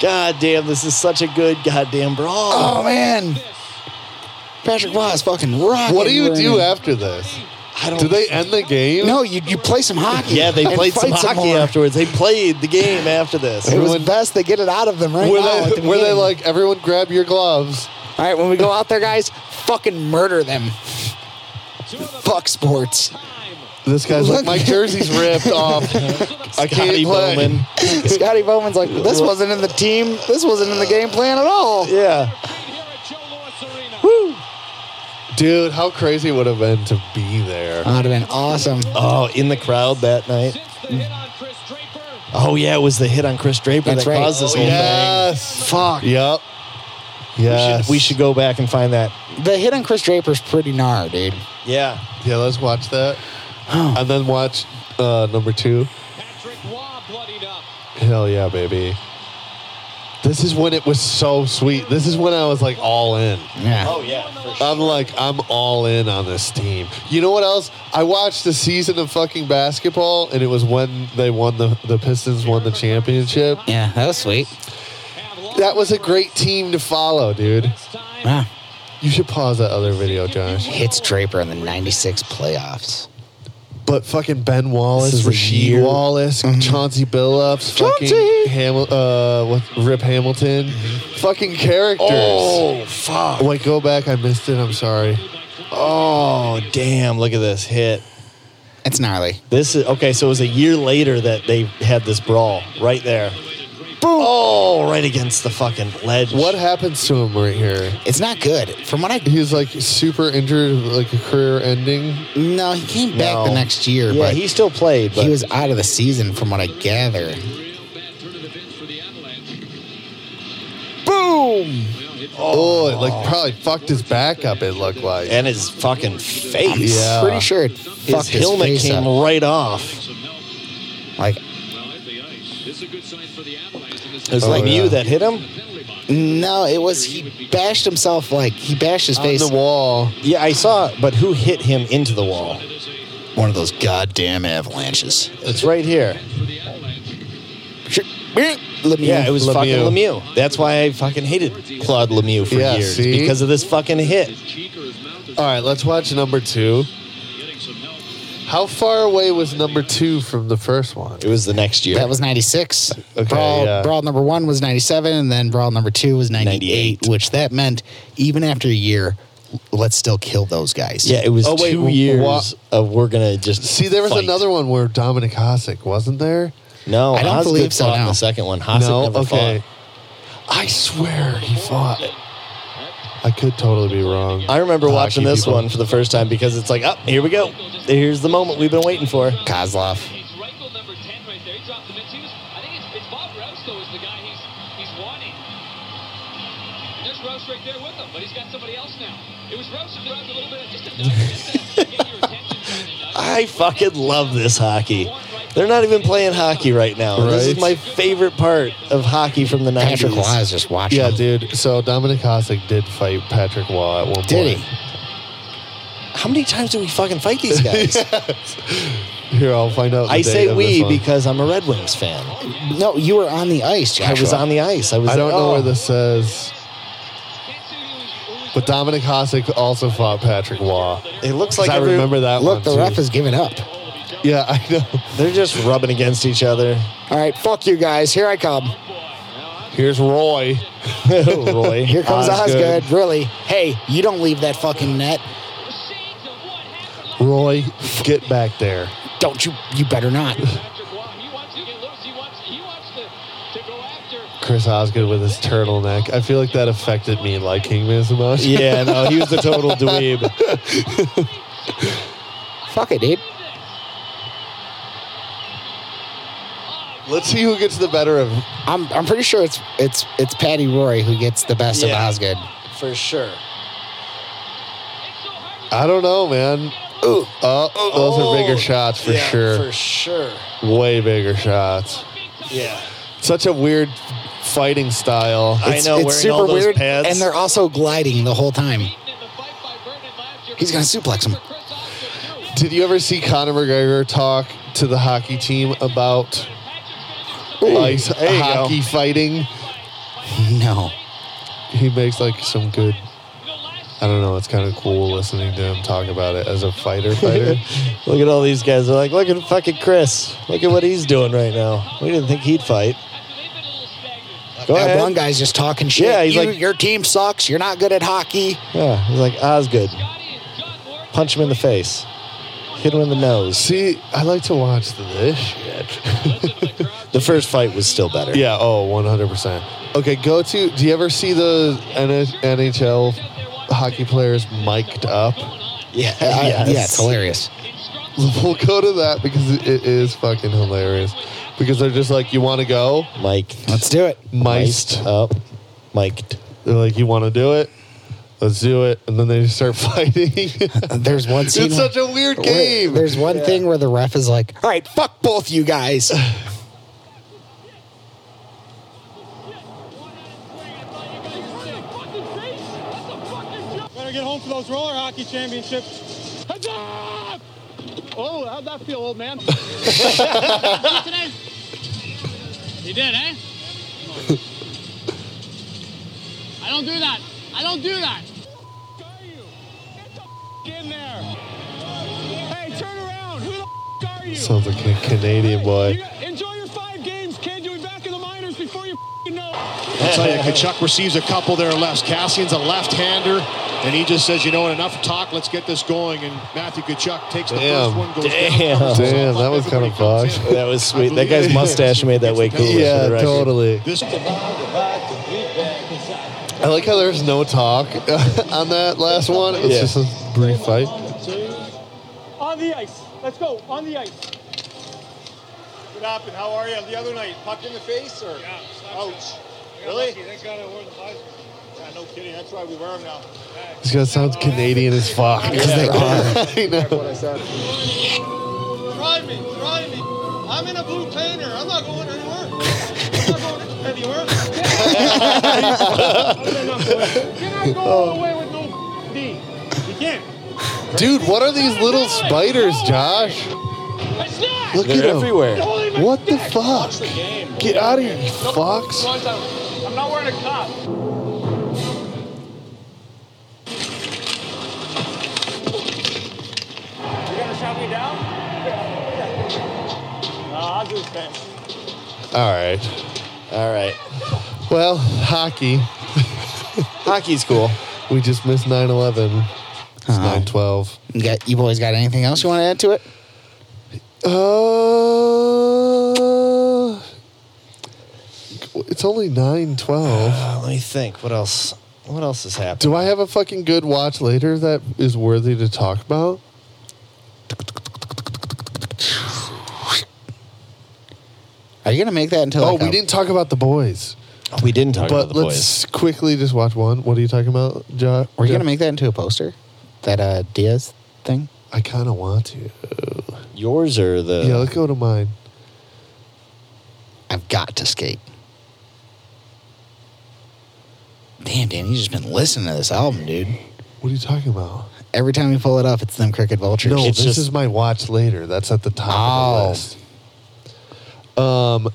[SPEAKER 2] God damn, this is such a good goddamn brawl.
[SPEAKER 3] Oh man, Patrick Waugh is fucking rocking.
[SPEAKER 1] What do you do
[SPEAKER 3] Vernon.
[SPEAKER 1] after this?
[SPEAKER 3] I don't-
[SPEAKER 1] Do they end the game?
[SPEAKER 3] No, you you play some hockey.
[SPEAKER 2] Yeah, they
[SPEAKER 3] and
[SPEAKER 2] played some
[SPEAKER 3] fight
[SPEAKER 2] hockey
[SPEAKER 3] more.
[SPEAKER 2] afterwards. They played the game after this.
[SPEAKER 3] It was
[SPEAKER 1] Everyone-
[SPEAKER 3] best they get it out of them right
[SPEAKER 1] were
[SPEAKER 3] now. at
[SPEAKER 1] they,
[SPEAKER 3] the
[SPEAKER 1] were they
[SPEAKER 3] beginning.
[SPEAKER 1] like, everyone grab your gloves?
[SPEAKER 3] all right, when we go out there, guys, fucking murder them. Fuck sports.
[SPEAKER 1] This guy's like,
[SPEAKER 3] Look.
[SPEAKER 1] my jersey's ripped off. I
[SPEAKER 2] Scotty
[SPEAKER 1] can't play.
[SPEAKER 2] Bowman.
[SPEAKER 3] Scotty Bowman's like, this wasn't in the team. This wasn't in the game plan at all.
[SPEAKER 2] Yeah.
[SPEAKER 3] Woo.
[SPEAKER 1] Dude, how crazy it would have been to be there.
[SPEAKER 3] That would have been awesome.
[SPEAKER 2] Oh, in the crowd that night. Oh yeah, it was the hit on Chris Draper
[SPEAKER 3] That's
[SPEAKER 2] that
[SPEAKER 3] right.
[SPEAKER 2] caused this
[SPEAKER 1] Oh,
[SPEAKER 2] whole
[SPEAKER 1] yes.
[SPEAKER 3] Fuck.
[SPEAKER 1] Fuck. Yep.
[SPEAKER 2] thing.
[SPEAKER 1] Yes.
[SPEAKER 2] We should, we should go back and find that.
[SPEAKER 3] The hit on Chris Draper's pretty gnar, dude.
[SPEAKER 2] Yeah.
[SPEAKER 1] Yeah, let's watch that. and then watch uh, number two. Hell yeah, baby. This is when it was so sweet. This is when I was like all in.
[SPEAKER 3] Yeah.
[SPEAKER 2] Oh yeah. For sure.
[SPEAKER 1] I'm like, I'm all in on this team. You know what else? I watched the season of fucking basketball, and it was when they won the the Pistons won the championship.
[SPEAKER 3] Yeah, that was sweet.
[SPEAKER 1] That was a great team to follow, dude.
[SPEAKER 3] Yeah.
[SPEAKER 1] You should pause that other video, Josh.
[SPEAKER 3] Hits Draper in the 96 playoffs.
[SPEAKER 1] But fucking Ben
[SPEAKER 3] This is
[SPEAKER 1] Wallace,
[SPEAKER 3] the
[SPEAKER 1] Rasheed
[SPEAKER 3] year. Mm-hmm.
[SPEAKER 1] Wallace, Chauncey Billups,
[SPEAKER 3] Chauncey!
[SPEAKER 1] fucking Hamil- uh, what, Rip Hamilton,
[SPEAKER 3] Mm-hmm.
[SPEAKER 1] fucking characters.
[SPEAKER 3] Oh!
[SPEAKER 2] fuck.
[SPEAKER 1] Wait, go back. I missed it. I'm sorry.
[SPEAKER 2] Oh damn! Look at this hit.
[SPEAKER 3] It's gnarly.
[SPEAKER 2] This is okay. So it was a year later that they had this brawl right there. Boom! Oh, right against the fucking ledge.
[SPEAKER 1] What happens to him right here?
[SPEAKER 3] It's not good. From what I
[SPEAKER 1] He's like super injured, like a career ending.
[SPEAKER 3] no, he came back
[SPEAKER 2] No.
[SPEAKER 3] the next year,
[SPEAKER 2] Yeah,
[SPEAKER 3] but
[SPEAKER 2] he still played, but
[SPEAKER 3] he was out of the season, from what I gather. Boom!
[SPEAKER 1] Oh, it like probably fucked his back up. It looked like.
[SPEAKER 2] and his fucking face.
[SPEAKER 1] Yeah.
[SPEAKER 3] Pretty sure it
[SPEAKER 2] His
[SPEAKER 3] fucked his
[SPEAKER 2] helmet
[SPEAKER 3] face
[SPEAKER 2] came
[SPEAKER 3] up.
[SPEAKER 2] right off.
[SPEAKER 3] Like
[SPEAKER 2] It was
[SPEAKER 1] Oh,
[SPEAKER 2] like
[SPEAKER 1] yeah.
[SPEAKER 2] you that hit him.
[SPEAKER 3] no, it was he bashed himself. Like he bashed his
[SPEAKER 1] on
[SPEAKER 3] face.
[SPEAKER 1] the wall.
[SPEAKER 2] Yeah, I saw. it, But who hit him into the wall?
[SPEAKER 3] One of those goddamn avalanches.
[SPEAKER 2] It's right here.
[SPEAKER 3] Let me.
[SPEAKER 2] Yeah, it was
[SPEAKER 1] Lemieux.
[SPEAKER 2] fucking Lemieux. That's why I fucking hated Claude Lemieux for
[SPEAKER 1] Yeah,
[SPEAKER 2] years
[SPEAKER 1] see?
[SPEAKER 2] because of this fucking hit.
[SPEAKER 1] All right, let's watch number two. How far away was number two from the first one?
[SPEAKER 2] It was the next year.
[SPEAKER 3] That was 96.
[SPEAKER 1] Okay,
[SPEAKER 3] brawl,
[SPEAKER 1] yeah.
[SPEAKER 3] brawl number one was 97, and then brawl number two was 98,
[SPEAKER 2] 98.
[SPEAKER 3] which that meant even after a year, let's still kill those guys.
[SPEAKER 2] yeah, it was
[SPEAKER 1] Oh, wait,
[SPEAKER 2] two
[SPEAKER 1] wha-
[SPEAKER 2] years of we're gonna just
[SPEAKER 1] See, there was
[SPEAKER 2] fight.
[SPEAKER 1] another one where Dominic Hasek wasn't there.
[SPEAKER 2] No,
[SPEAKER 3] I don't
[SPEAKER 2] Osgood
[SPEAKER 3] believe so
[SPEAKER 2] fought in
[SPEAKER 3] now.
[SPEAKER 2] The second one, Hasek never fought.
[SPEAKER 1] I swear he fought. I could totally be wrong.
[SPEAKER 2] I remember
[SPEAKER 1] Hockey
[SPEAKER 2] watching this
[SPEAKER 1] people.
[SPEAKER 2] one for the first time because it's like, oh, here we go. Here's the moment we've been waiting for.
[SPEAKER 3] Kozlov.
[SPEAKER 1] Uh,
[SPEAKER 2] I fucking love this hockey. They're not even playing hockey right now. This is
[SPEAKER 1] Right?
[SPEAKER 2] my favorite part of hockey from the 90s.
[SPEAKER 3] Patrick Law is just watching.
[SPEAKER 1] Yeah, dude. So Dominic Hasek did fight Patrick Wall at one
[SPEAKER 3] Did
[SPEAKER 1] point.
[SPEAKER 3] he?
[SPEAKER 2] How many times do we fucking fight these guys?
[SPEAKER 1] Here, I'll find out. the
[SPEAKER 2] I
[SPEAKER 1] date
[SPEAKER 2] say
[SPEAKER 1] of this
[SPEAKER 2] we
[SPEAKER 1] one.
[SPEAKER 2] because I'm a Red Wings fan.
[SPEAKER 3] No, you were on the ice,
[SPEAKER 2] I
[SPEAKER 3] Joshua.
[SPEAKER 2] was on the ice. I was.
[SPEAKER 1] I don't
[SPEAKER 2] like,
[SPEAKER 1] know where
[SPEAKER 2] oh.
[SPEAKER 1] this says. But Dominic Hasek also fought Patrick Waugh.
[SPEAKER 2] It looks like
[SPEAKER 1] I
[SPEAKER 2] every-
[SPEAKER 1] remember that one.
[SPEAKER 3] Look, the
[SPEAKER 1] too.
[SPEAKER 3] ref is giving up.
[SPEAKER 1] Yeah, I know.
[SPEAKER 2] They're just rubbing against each other.
[SPEAKER 3] All right, fuck you guys. Here I come.
[SPEAKER 1] Here's Roy.
[SPEAKER 2] Roy,
[SPEAKER 3] Here comes
[SPEAKER 1] Osgood.
[SPEAKER 3] Osgood. Really? Hey, you don't leave that fucking net.
[SPEAKER 1] Roy, get back there.
[SPEAKER 3] Don't you? You better not.
[SPEAKER 1] Chris Osgood with his turtleneck. I feel like that affected me liking me as much.
[SPEAKER 2] Yeah, no, he was the total dweeb.
[SPEAKER 3] Fuck it, dude.
[SPEAKER 1] Let's see who gets the better of.
[SPEAKER 3] I'm, I'm pretty sure it's it's it's Patty Roy who gets the best
[SPEAKER 2] Yeah.
[SPEAKER 3] of Osgood.
[SPEAKER 2] for sure.
[SPEAKER 1] I don't know, man.
[SPEAKER 2] Ooh.
[SPEAKER 1] Oh, those are bigger shots for
[SPEAKER 2] Yeah,
[SPEAKER 1] sure.
[SPEAKER 2] For sure.
[SPEAKER 1] Way bigger shots.
[SPEAKER 2] Yeah.
[SPEAKER 1] Such a weird fighting style.
[SPEAKER 2] I know, wearing all those pants.
[SPEAKER 3] And they're also gliding the whole time. He's going to suplex him.
[SPEAKER 1] Did you ever see Conor McGregor talk to the hockey team about ice
[SPEAKER 2] there you go.
[SPEAKER 1] hockey fighting?
[SPEAKER 3] No.
[SPEAKER 1] He makes like some good. I don't know. It's kind of cool listening to him talk about it as a fighter. Fighter.
[SPEAKER 2] Look at all these guys. They're like, look at fucking Chris. Look at what he's doing right now. We didn't think he'd fight. Go
[SPEAKER 3] that
[SPEAKER 2] ahead.
[SPEAKER 3] one guy's just talking shit.
[SPEAKER 2] Yeah, he's
[SPEAKER 3] You-
[SPEAKER 2] like-
[SPEAKER 3] your team sucks. You're not good at hockey.
[SPEAKER 2] Yeah, he's like Osgood. Punch him in the face. Hit him in the nose.
[SPEAKER 1] See, I like to watch this shit.
[SPEAKER 2] The first fight was still better.
[SPEAKER 1] yeah. Oh, one hundred percent. Okay. Go to. Do you ever see the N- NHL hockey players mic'd up?
[SPEAKER 2] Yeah.
[SPEAKER 3] I-
[SPEAKER 2] yes.
[SPEAKER 3] Uh, Yeah, it's hilarious.
[SPEAKER 1] We'll go to that because it- it is fucking hilarious. Because they're just like, you want to go?
[SPEAKER 2] Mike
[SPEAKER 3] Let's do it.
[SPEAKER 1] Miced.
[SPEAKER 2] up. Mic'd.
[SPEAKER 1] They're like, you want to do it? Let's do it. And then they just start fighting.
[SPEAKER 3] There's one scene.
[SPEAKER 1] it's
[SPEAKER 3] where-
[SPEAKER 1] such a weird
[SPEAKER 3] where-
[SPEAKER 1] game.
[SPEAKER 3] There's one thing where the ref is like, "All right, fuck both you guys."
[SPEAKER 12] Better get home for those roller hockey championships. Huzzah! Oh, how'd that feel, old man?
[SPEAKER 13] You did, eh? I don't do that. I don't do that.
[SPEAKER 12] in there. Hey, turn around. Who the f- are you?
[SPEAKER 1] Sounds like a Canadian
[SPEAKER 12] You
[SPEAKER 1] boy.
[SPEAKER 12] got- enjoy your five games, kid. You'll be back in the minors before you f- know.
[SPEAKER 14] I'll tell you, Kachuk receives a couple there left. Cassian's a left-hander, and he just says, you know what, enough talk, let's get this going. And Matthew Kachuk takes the first one,
[SPEAKER 1] Damn.
[SPEAKER 14] goes down.
[SPEAKER 2] Damn.
[SPEAKER 1] Damn, that was kind of fucked.
[SPEAKER 2] That was sweet. That guy's mustache made that way cooler. for the
[SPEAKER 1] Yeah,
[SPEAKER 2] record.
[SPEAKER 1] totally.
[SPEAKER 14] This
[SPEAKER 1] I like how there's no talk on that last one. It's
[SPEAKER 2] Yeah.
[SPEAKER 1] just a brief fight.
[SPEAKER 12] On the ice. Let's go. On the ice.
[SPEAKER 10] What happened? How are you the other night? Puck in the face or? Yeah. Ouch. Really? Thank God I wore the visor. Yeah, no kidding. That's why we wear them now.
[SPEAKER 1] This guy sounds Canadian as fuck. I know.
[SPEAKER 12] Try me. Try me. I'm in a blue painter. I'm not going anywhere. I'm not going anywhere. I'm not going. Can I go away with no f- D? You can't.
[SPEAKER 1] Dude, what are these little spiders, Josh?
[SPEAKER 12] It's not.
[SPEAKER 1] Look
[SPEAKER 2] They're
[SPEAKER 1] at 'em.
[SPEAKER 2] everywhere.
[SPEAKER 1] What the fuck? Get out of here, you
[SPEAKER 12] No,
[SPEAKER 1] fox.
[SPEAKER 12] one time. I'm not wearing a cop. You're gonna shut me down? No, I'll do the same.
[SPEAKER 1] All right.
[SPEAKER 2] All right.
[SPEAKER 1] Well, hockey.
[SPEAKER 2] Hockey's cool.
[SPEAKER 1] We just missed 9 11. It's 9 12.
[SPEAKER 3] You, got, you boys got anything else you want to add to it?
[SPEAKER 1] Uh, it's only 9 12.
[SPEAKER 2] Uh, let me think. What else? What else has happened?
[SPEAKER 1] Do I have a fucking good watch later that is worthy to talk about?
[SPEAKER 3] Are you gonna make that until?
[SPEAKER 1] Oh,
[SPEAKER 3] like
[SPEAKER 1] we
[SPEAKER 3] a-
[SPEAKER 1] didn't talk about the boys.
[SPEAKER 2] Oh, we didn't talk
[SPEAKER 1] But
[SPEAKER 2] about the boys.
[SPEAKER 1] let's quickly just watch one. What are you talking about, Josh?
[SPEAKER 3] Were you gonna make that into a poster? That uh Diaz thing?
[SPEAKER 1] I kind of want to.
[SPEAKER 2] Yours or the?
[SPEAKER 1] yeah, let's go to mine.
[SPEAKER 3] I've got to skate. Damn, Dan, you just been listening to this album, dude.
[SPEAKER 1] What are you talking about?
[SPEAKER 3] Every time you pull it up, it's them cricket vultures.
[SPEAKER 1] No,
[SPEAKER 2] It's
[SPEAKER 1] this
[SPEAKER 2] just-
[SPEAKER 1] is my watch later. That's at the top of
[SPEAKER 3] Oh.
[SPEAKER 1] the list. Um,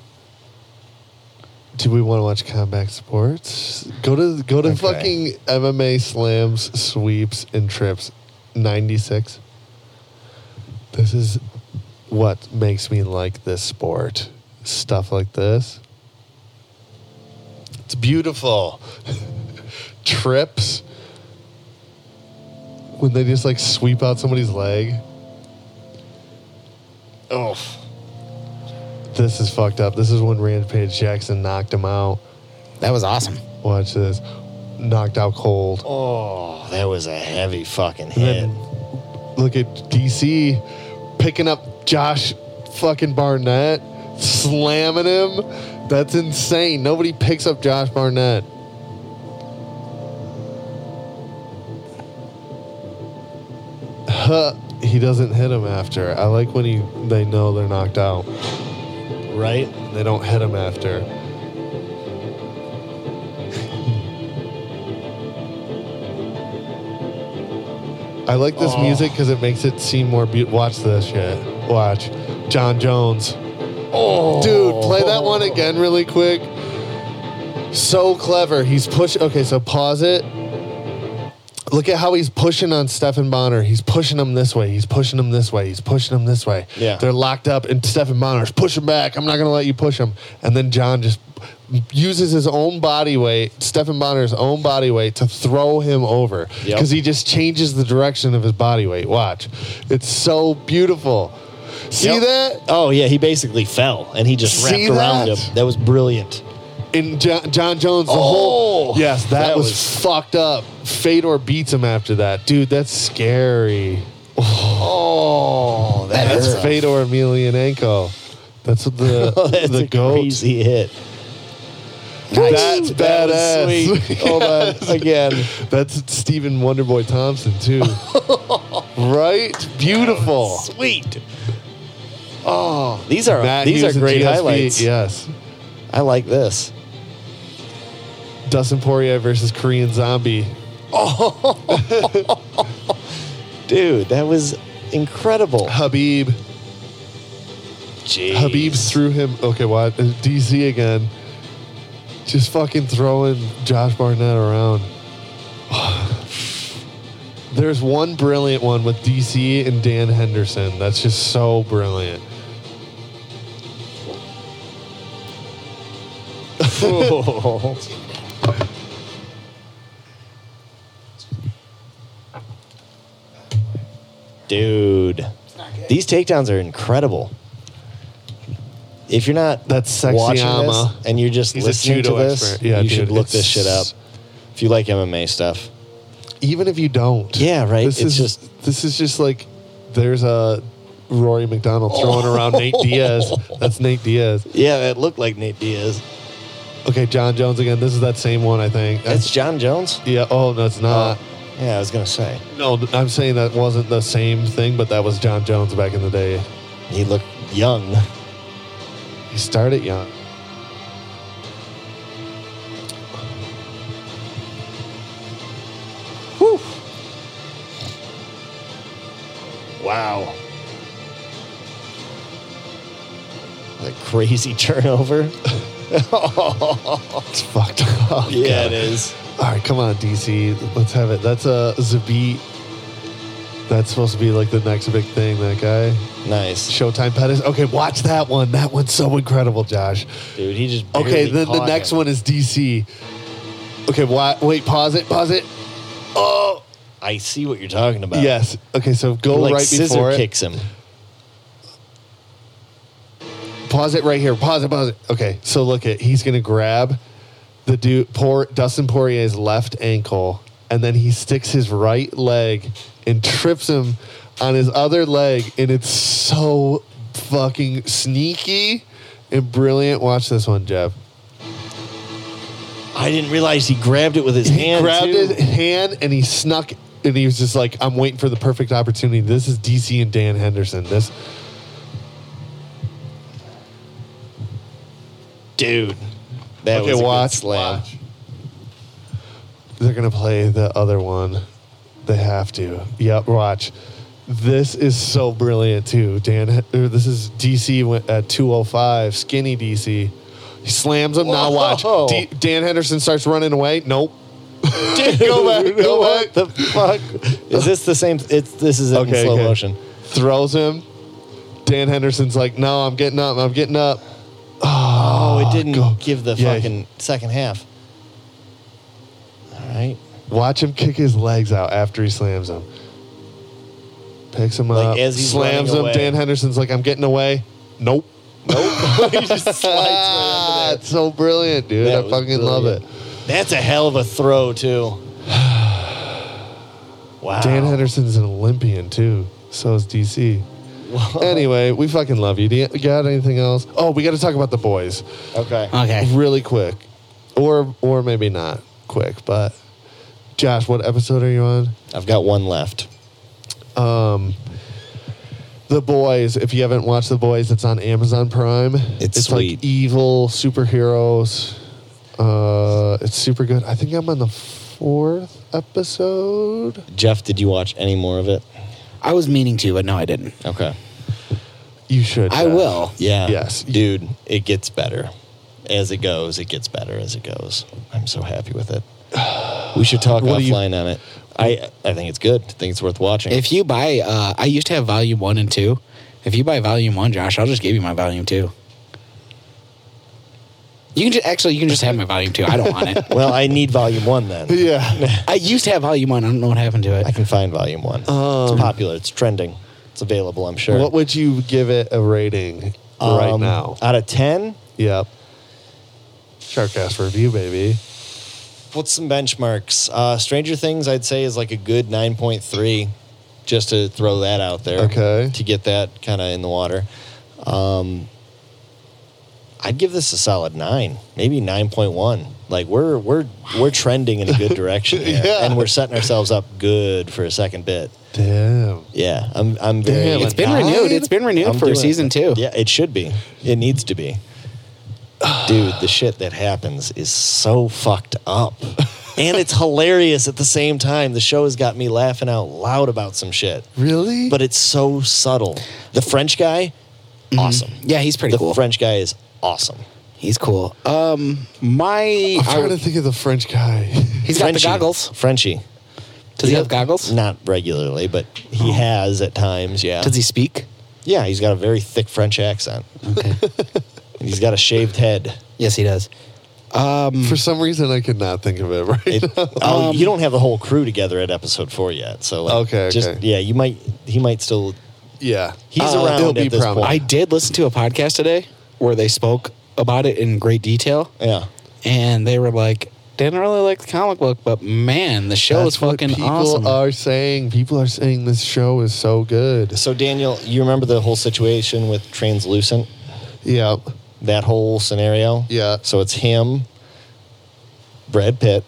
[SPEAKER 1] do we want to watch combat sports? Go to go to
[SPEAKER 2] Okay.
[SPEAKER 1] fucking MMA slams, sweeps, and trips. Ninety six. This is what makes me like this sport. Stuff like this. It's beautiful. Trips. When they just like sweep out somebody's leg.
[SPEAKER 2] Oh,
[SPEAKER 1] This is fucked up. This is when Rampage Jackson knocked him out.
[SPEAKER 3] That was awesome.
[SPEAKER 1] Watch this. Knocked out cold.
[SPEAKER 2] oh, that was a heavy fucking
[SPEAKER 1] And
[SPEAKER 2] hit.
[SPEAKER 1] then look at DC picking up Josh fucking Barnett, slamming him. That's insane. Nobody picks up Josh Barnett. Huh. He doesn't hit him after. I like when he they know they're knocked out.
[SPEAKER 2] right?
[SPEAKER 1] They don't hit him after. I like this
[SPEAKER 14] Oh.
[SPEAKER 1] music because it makes it seem more beautiful. Watch this shit. Watch. John Jones. Oh. Dude, play that one again really quick. So clever. He's push. Okay, so pause it. Look at how he's pushing on Stefan Bonner. He's pushing him this way. He's pushing him this way. He's pushing him this way.
[SPEAKER 2] Yeah.
[SPEAKER 1] They're locked up, and Stefan Bonner's pushing back. I'm not going to let you push him. And then John just uses his own body weight, Stefan Bonner's own body weight, to throw him over
[SPEAKER 2] Yep.
[SPEAKER 1] because he just changes the direction of his body weight. Watch. It's so beautiful. See
[SPEAKER 2] Yep.
[SPEAKER 1] that?
[SPEAKER 2] Oh yeah, he basically fell and he just wrapped
[SPEAKER 1] See
[SPEAKER 2] around
[SPEAKER 1] that?
[SPEAKER 2] him. That was brilliant.
[SPEAKER 1] In John, John Jones, the whole
[SPEAKER 2] Oh,
[SPEAKER 1] yes, that, was, fucked up. Fedor beats him after that, dude. That's scary. Oh,
[SPEAKER 2] that
[SPEAKER 1] that's
[SPEAKER 2] hurt.
[SPEAKER 1] Fedor Emelianenko. That's what the
[SPEAKER 2] That's
[SPEAKER 1] the
[SPEAKER 2] a
[SPEAKER 1] goat.
[SPEAKER 2] crazy hit.
[SPEAKER 1] That's
[SPEAKER 2] That was
[SPEAKER 1] badass.
[SPEAKER 2] sweet.
[SPEAKER 1] Hold on again. That's Stephen Wonderboy Thompson too. right? Beautiful.
[SPEAKER 2] Sweet.
[SPEAKER 1] Oh,
[SPEAKER 2] These are
[SPEAKER 1] Matt
[SPEAKER 2] these
[SPEAKER 1] Hughes
[SPEAKER 2] are
[SPEAKER 1] and
[SPEAKER 2] great
[SPEAKER 1] GSP,
[SPEAKER 2] highlights.
[SPEAKER 1] Yes.
[SPEAKER 2] I like this.
[SPEAKER 1] Dustin Poirier versus Korean Zombie.
[SPEAKER 2] Dude, that was incredible.
[SPEAKER 1] Habib.
[SPEAKER 2] Jeez.
[SPEAKER 1] Habib threw him. Okay, what? Uh, DC again. Just fucking throwing Josh Barnett around. There's one brilliant one with DC and Dan Henderson. That's just so brilliant.
[SPEAKER 2] Dude. These takedowns are incredible. If you're not
[SPEAKER 1] That's sexy
[SPEAKER 2] watching
[SPEAKER 1] Ama.
[SPEAKER 2] this and you're just
[SPEAKER 1] He's a
[SPEAKER 2] listening to
[SPEAKER 1] judo
[SPEAKER 2] this,
[SPEAKER 1] expert. Yeah,
[SPEAKER 2] you
[SPEAKER 1] dude,
[SPEAKER 2] should look this
[SPEAKER 1] it's-
[SPEAKER 2] shit up. If you like MMA stuff.
[SPEAKER 1] Even if you don't.
[SPEAKER 2] Yeah, right.
[SPEAKER 1] This
[SPEAKER 2] it's
[SPEAKER 1] is
[SPEAKER 2] just
[SPEAKER 1] just this is just like there's a Rory McDonald throwing
[SPEAKER 2] Oh.
[SPEAKER 1] around Nate Diaz. That's Nate Diaz.
[SPEAKER 2] yeah, that looked like Nate Diaz.
[SPEAKER 1] Okay, John Jones again. This is that same one, I think.
[SPEAKER 2] That's John Jones?
[SPEAKER 1] yeah. Oh no, it's not.
[SPEAKER 2] Yeah, I was gonna say.
[SPEAKER 1] No, th- I'm saying that wasn't the same thing, but that was John Jones back in the day.
[SPEAKER 2] He looked young.
[SPEAKER 1] He started young.
[SPEAKER 2] Wow. The crazy turnover.
[SPEAKER 1] It's fucked up.
[SPEAKER 2] Oh. yeah,
[SPEAKER 1] God.
[SPEAKER 2] it is.
[SPEAKER 1] All right, come on, DC. Let's have it. That's a Zabit. That's supposed to be like the next big thing. That guy,
[SPEAKER 2] Nice.
[SPEAKER 1] Showtime Pettis. Okay, watch that one. That one's so incredible, Josh.
[SPEAKER 2] Dude, he just
[SPEAKER 1] Okay,
[SPEAKER 2] barely
[SPEAKER 1] then the
[SPEAKER 2] caught
[SPEAKER 1] next
[SPEAKER 2] him.
[SPEAKER 1] one is DC. Okay, why, wait. Pause it. Pause it. Oh,
[SPEAKER 2] I see what you're talking about.
[SPEAKER 1] yes. Okay, so
[SPEAKER 2] He,
[SPEAKER 1] go
[SPEAKER 2] like
[SPEAKER 1] right
[SPEAKER 2] scissor
[SPEAKER 1] before it.
[SPEAKER 2] kicks him.
[SPEAKER 1] pause it right here. Pause it. Pause it. Okay. So look at he's gonna grab the dude poor Dustin Poirier's left ankle, and then he sticks his right leg and trips him on his other leg, and it's so fucking sneaky and brilliant. Watch this one, Jeff.
[SPEAKER 2] I didn't realize he grabbed it with his
[SPEAKER 1] He
[SPEAKER 2] hand.
[SPEAKER 1] grabbed
[SPEAKER 2] too.
[SPEAKER 1] his hand and he snuck and he was just like, I'm waiting for the perfect opportunity. This is DC and Dan Henderson. This
[SPEAKER 2] Dude. That
[SPEAKER 1] Okay,
[SPEAKER 2] was a good
[SPEAKER 1] watch,
[SPEAKER 2] slam.
[SPEAKER 1] They're gonna play the other one. They have to. Yep. Watch. This is so brilliant too, Dan. or This is DC went at 205. Skinny DC. He slams him. Now watch.
[SPEAKER 2] Whoa.
[SPEAKER 1] D- Dan Henderson starts running away. Nope.
[SPEAKER 2] Dude,
[SPEAKER 1] Go back. Go back.
[SPEAKER 2] what the fuck? Is this the same? It's this is it in slow motion.
[SPEAKER 1] Throws him. Dan Henderson's like, no, I'm getting up. I'm getting up.
[SPEAKER 2] Oh, it didn't
[SPEAKER 1] Ah, go-
[SPEAKER 2] give the
[SPEAKER 1] Yeah.
[SPEAKER 2] fucking second half. All right.
[SPEAKER 1] Watch him kick his legs out after he slams him. Picks him
[SPEAKER 2] Like,
[SPEAKER 1] up,
[SPEAKER 2] as he's
[SPEAKER 1] slams
[SPEAKER 2] running
[SPEAKER 1] him.
[SPEAKER 2] away.
[SPEAKER 1] Dan Henderson's like, I'm getting away. Nope.
[SPEAKER 2] Nope. he just slides right under there.
[SPEAKER 1] That's so brilliant, dude.
[SPEAKER 2] That
[SPEAKER 1] I
[SPEAKER 2] was
[SPEAKER 1] fucking love it.
[SPEAKER 2] brilliant. That's a hell of a throw too. Wow.
[SPEAKER 1] Dan Henderson's an Olympian, too. So is DC.
[SPEAKER 2] Whoa.
[SPEAKER 1] Anyway, we fucking love you. Do you got anything else? Oh, we got to talk about the boys
[SPEAKER 2] Okay.
[SPEAKER 3] Okay.
[SPEAKER 1] really quick, or or maybe not quick. But Josh, what episode are you on?
[SPEAKER 2] I've got one left.
[SPEAKER 1] um the boys if you haven't watched the boys it's on amazon prime
[SPEAKER 2] It's sweet.
[SPEAKER 1] like evil superheroes uh it's super good i think i'm on the f- fourth episode.
[SPEAKER 2] Jeff, did you watch any more of it?
[SPEAKER 3] I was meaning to, but no, I didn't.
[SPEAKER 2] Okay.
[SPEAKER 1] You should.
[SPEAKER 3] I
[SPEAKER 1] Jeff.
[SPEAKER 3] will.
[SPEAKER 2] Yeah.
[SPEAKER 1] Yes.
[SPEAKER 2] Dude, it gets better. As it goes, it gets better as it goes. I'm so happy with it. We should talk
[SPEAKER 1] What do you-
[SPEAKER 2] offline on it. I I think it's good. I think it's worth watching.
[SPEAKER 3] If you buy, uh, I used to have volume one and two. If you buy volume one, Josh, I'll just give you my volume two. You can just actually, you can just have my volume two. I don't want it.
[SPEAKER 2] well, I need volume one then.
[SPEAKER 1] Yeah.
[SPEAKER 3] I used to have volume one. I don't know what happened to it.
[SPEAKER 2] I can find volume one.
[SPEAKER 1] Um,
[SPEAKER 2] it's popular. It's trending. It's available, I'm sure.
[SPEAKER 1] What would you give it a rating right
[SPEAKER 2] Um,
[SPEAKER 1] now?
[SPEAKER 2] Out of 10,
[SPEAKER 1] Yep. Sharkass review, baby.
[SPEAKER 2] what's some benchmarks? Uh, Stranger Things, I'd say, is like a good 9.3, just to throw that out there.
[SPEAKER 1] Okay.
[SPEAKER 2] To get that kind of in the water. Um, I'd give this a solid nine, maybe 9.1. Like we're we're we're trending in a good direction here,
[SPEAKER 1] Yeah.
[SPEAKER 2] and we're setting ourselves up good for a second bit.
[SPEAKER 1] Damn.
[SPEAKER 2] Yeah, I'm I'm very.
[SPEAKER 1] Damn,
[SPEAKER 3] It's been
[SPEAKER 1] Nine?
[SPEAKER 3] renewed. It's been renewed
[SPEAKER 2] I'm
[SPEAKER 3] for
[SPEAKER 2] doing
[SPEAKER 3] season
[SPEAKER 2] it.
[SPEAKER 3] two.
[SPEAKER 2] Yeah, it should be. It needs to be. Dude, the shit that happens is so fucked up. And it's hilarious at the same time. The show has got me laughing out loud about some shit.
[SPEAKER 1] Really?
[SPEAKER 2] But it's so subtle. The French guy, awesome.
[SPEAKER 3] Mm-hmm. Yeah, he's pretty
[SPEAKER 2] the
[SPEAKER 3] cool.
[SPEAKER 2] French guy is awesome.
[SPEAKER 3] He's cool. Um, my
[SPEAKER 1] I'm trying
[SPEAKER 3] I-
[SPEAKER 1] to think of the French guy.
[SPEAKER 3] he's got the
[SPEAKER 2] Frenchie.
[SPEAKER 3] goggles.
[SPEAKER 2] Frenchie.
[SPEAKER 3] Does he have goggles? Oh.
[SPEAKER 2] Not regularly, but he has at times, yeah.
[SPEAKER 3] Does he speak?
[SPEAKER 2] Yeah, he's got a very thick French accent.
[SPEAKER 3] Okay.
[SPEAKER 2] And he's got a shaved head.
[SPEAKER 3] yes, he does.
[SPEAKER 1] For some reason, I could not think of it right
[SPEAKER 2] It-
[SPEAKER 1] now.
[SPEAKER 2] oh, you don't have the whole crew together at episode four yet. So like,
[SPEAKER 1] Um, Okay,
[SPEAKER 2] just
[SPEAKER 1] okay.
[SPEAKER 2] yeah, you might he might still
[SPEAKER 1] Yeah.
[SPEAKER 2] he's
[SPEAKER 1] Uh,
[SPEAKER 2] around
[SPEAKER 1] it'll
[SPEAKER 2] at
[SPEAKER 1] be
[SPEAKER 2] this
[SPEAKER 1] prominent.
[SPEAKER 2] point.
[SPEAKER 3] I did listen to a podcast today where they spoke about it in great detail,
[SPEAKER 2] yeah.
[SPEAKER 3] and they were like, "Didn't really like the comic book, but man, the show is
[SPEAKER 1] That's what
[SPEAKER 3] fucking
[SPEAKER 1] people
[SPEAKER 3] awesome."
[SPEAKER 1] are saying. People are saying this show is so good.
[SPEAKER 2] So Daniel, you remember the whole situation with translucent,
[SPEAKER 1] Yeah.
[SPEAKER 2] that whole scenario?
[SPEAKER 1] Yeah.
[SPEAKER 2] So it's him, Brad Pitt,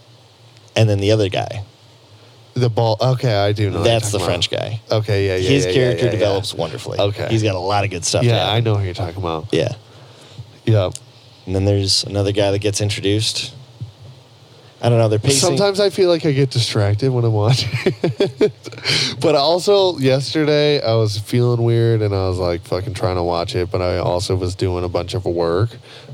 [SPEAKER 2] and then the other guy.
[SPEAKER 1] The ball. Okay, I do know. what Oh, you're
[SPEAKER 2] That's the
[SPEAKER 1] talking
[SPEAKER 2] French
[SPEAKER 1] about.
[SPEAKER 2] guy.
[SPEAKER 1] Okay, yeah, yeah.
[SPEAKER 2] His
[SPEAKER 1] yeah, yeah,
[SPEAKER 2] character
[SPEAKER 1] yeah, yeah.
[SPEAKER 2] develops wonderfully.
[SPEAKER 1] Okay.
[SPEAKER 2] He's got a lot of good stuff.
[SPEAKER 1] Yeah,
[SPEAKER 2] to
[SPEAKER 1] I
[SPEAKER 2] him.
[SPEAKER 1] know who you're talking about.
[SPEAKER 2] Yeah.
[SPEAKER 1] Yeah.
[SPEAKER 2] And then there's another guy that gets introduced. I don't know. They're pacing.
[SPEAKER 1] Sometimes I feel like I get distracted when I'm watching. it. but also yesterday I was feeling weird and I was like fucking trying to watch it, but I also was doing a bunch of work.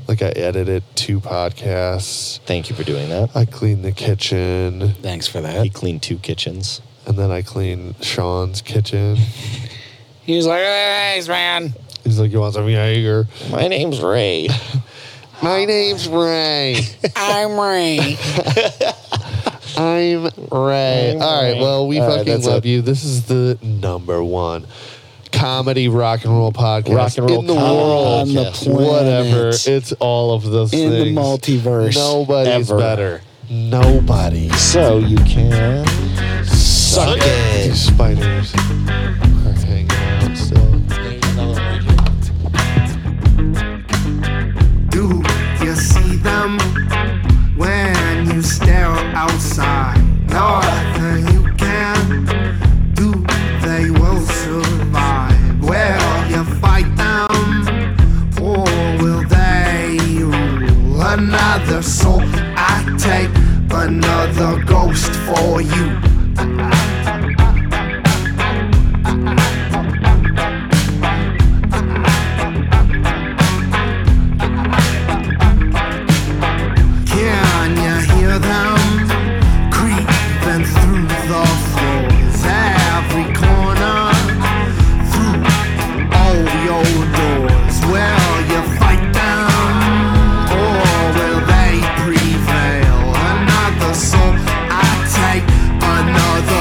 [SPEAKER 1] Like I edited two podcasts.
[SPEAKER 2] Thank you for doing that.
[SPEAKER 1] I cleaned the kitchen
[SPEAKER 3] Thanks for
[SPEAKER 2] He
[SPEAKER 3] that.
[SPEAKER 2] cleaned two kitchens.
[SPEAKER 1] and then I cleaned Sean's kitchen.
[SPEAKER 3] He was like, "Thanks, man."
[SPEAKER 1] He's like, You want some Jaeger?
[SPEAKER 2] My name's Ray.
[SPEAKER 1] My name's Ray.
[SPEAKER 3] I'm Ray.
[SPEAKER 1] I'm Ray.
[SPEAKER 2] I'm
[SPEAKER 1] All right.
[SPEAKER 2] Ray.
[SPEAKER 1] Well, we
[SPEAKER 2] All right,
[SPEAKER 1] fucking
[SPEAKER 2] that's
[SPEAKER 1] love
[SPEAKER 2] it.
[SPEAKER 1] you. This is the number one comedy rock and roll podcast
[SPEAKER 2] Rock and roll
[SPEAKER 1] in the
[SPEAKER 2] comedy
[SPEAKER 1] world.
[SPEAKER 2] podcast. On the
[SPEAKER 3] planet.
[SPEAKER 1] Whatever. It's all of those
[SPEAKER 3] In the
[SPEAKER 1] things.
[SPEAKER 3] multiverse
[SPEAKER 1] Nobody's
[SPEAKER 2] ever.
[SPEAKER 1] better. Nobody.
[SPEAKER 2] So you can suck
[SPEAKER 1] These spiders are hanging out still.
[SPEAKER 4] Do you see them when you stare outside? Nothing you can do, they will survive. Will you fight them or will they rule? Another soul I take, another ghost for you. Can you hear them creeping through the floors? Every corner, through all your doors. Will you fight them or will they prevail? Another soul I take, another.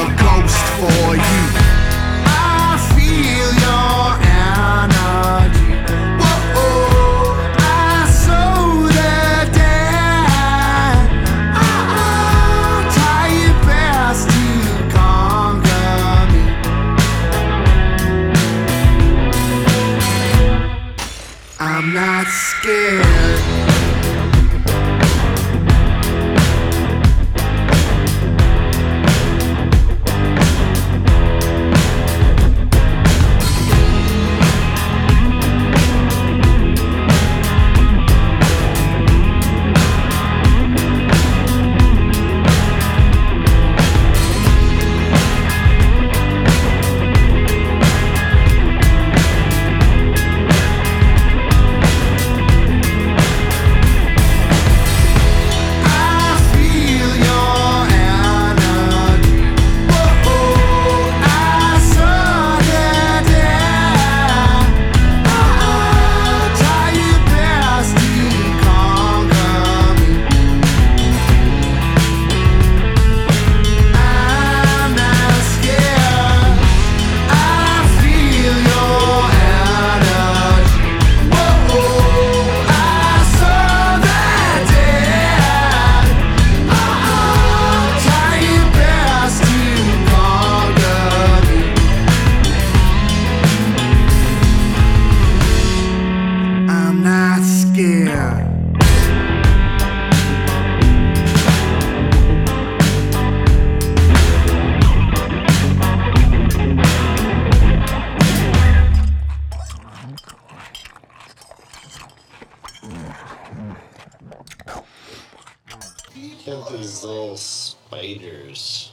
[SPEAKER 2] little spiders.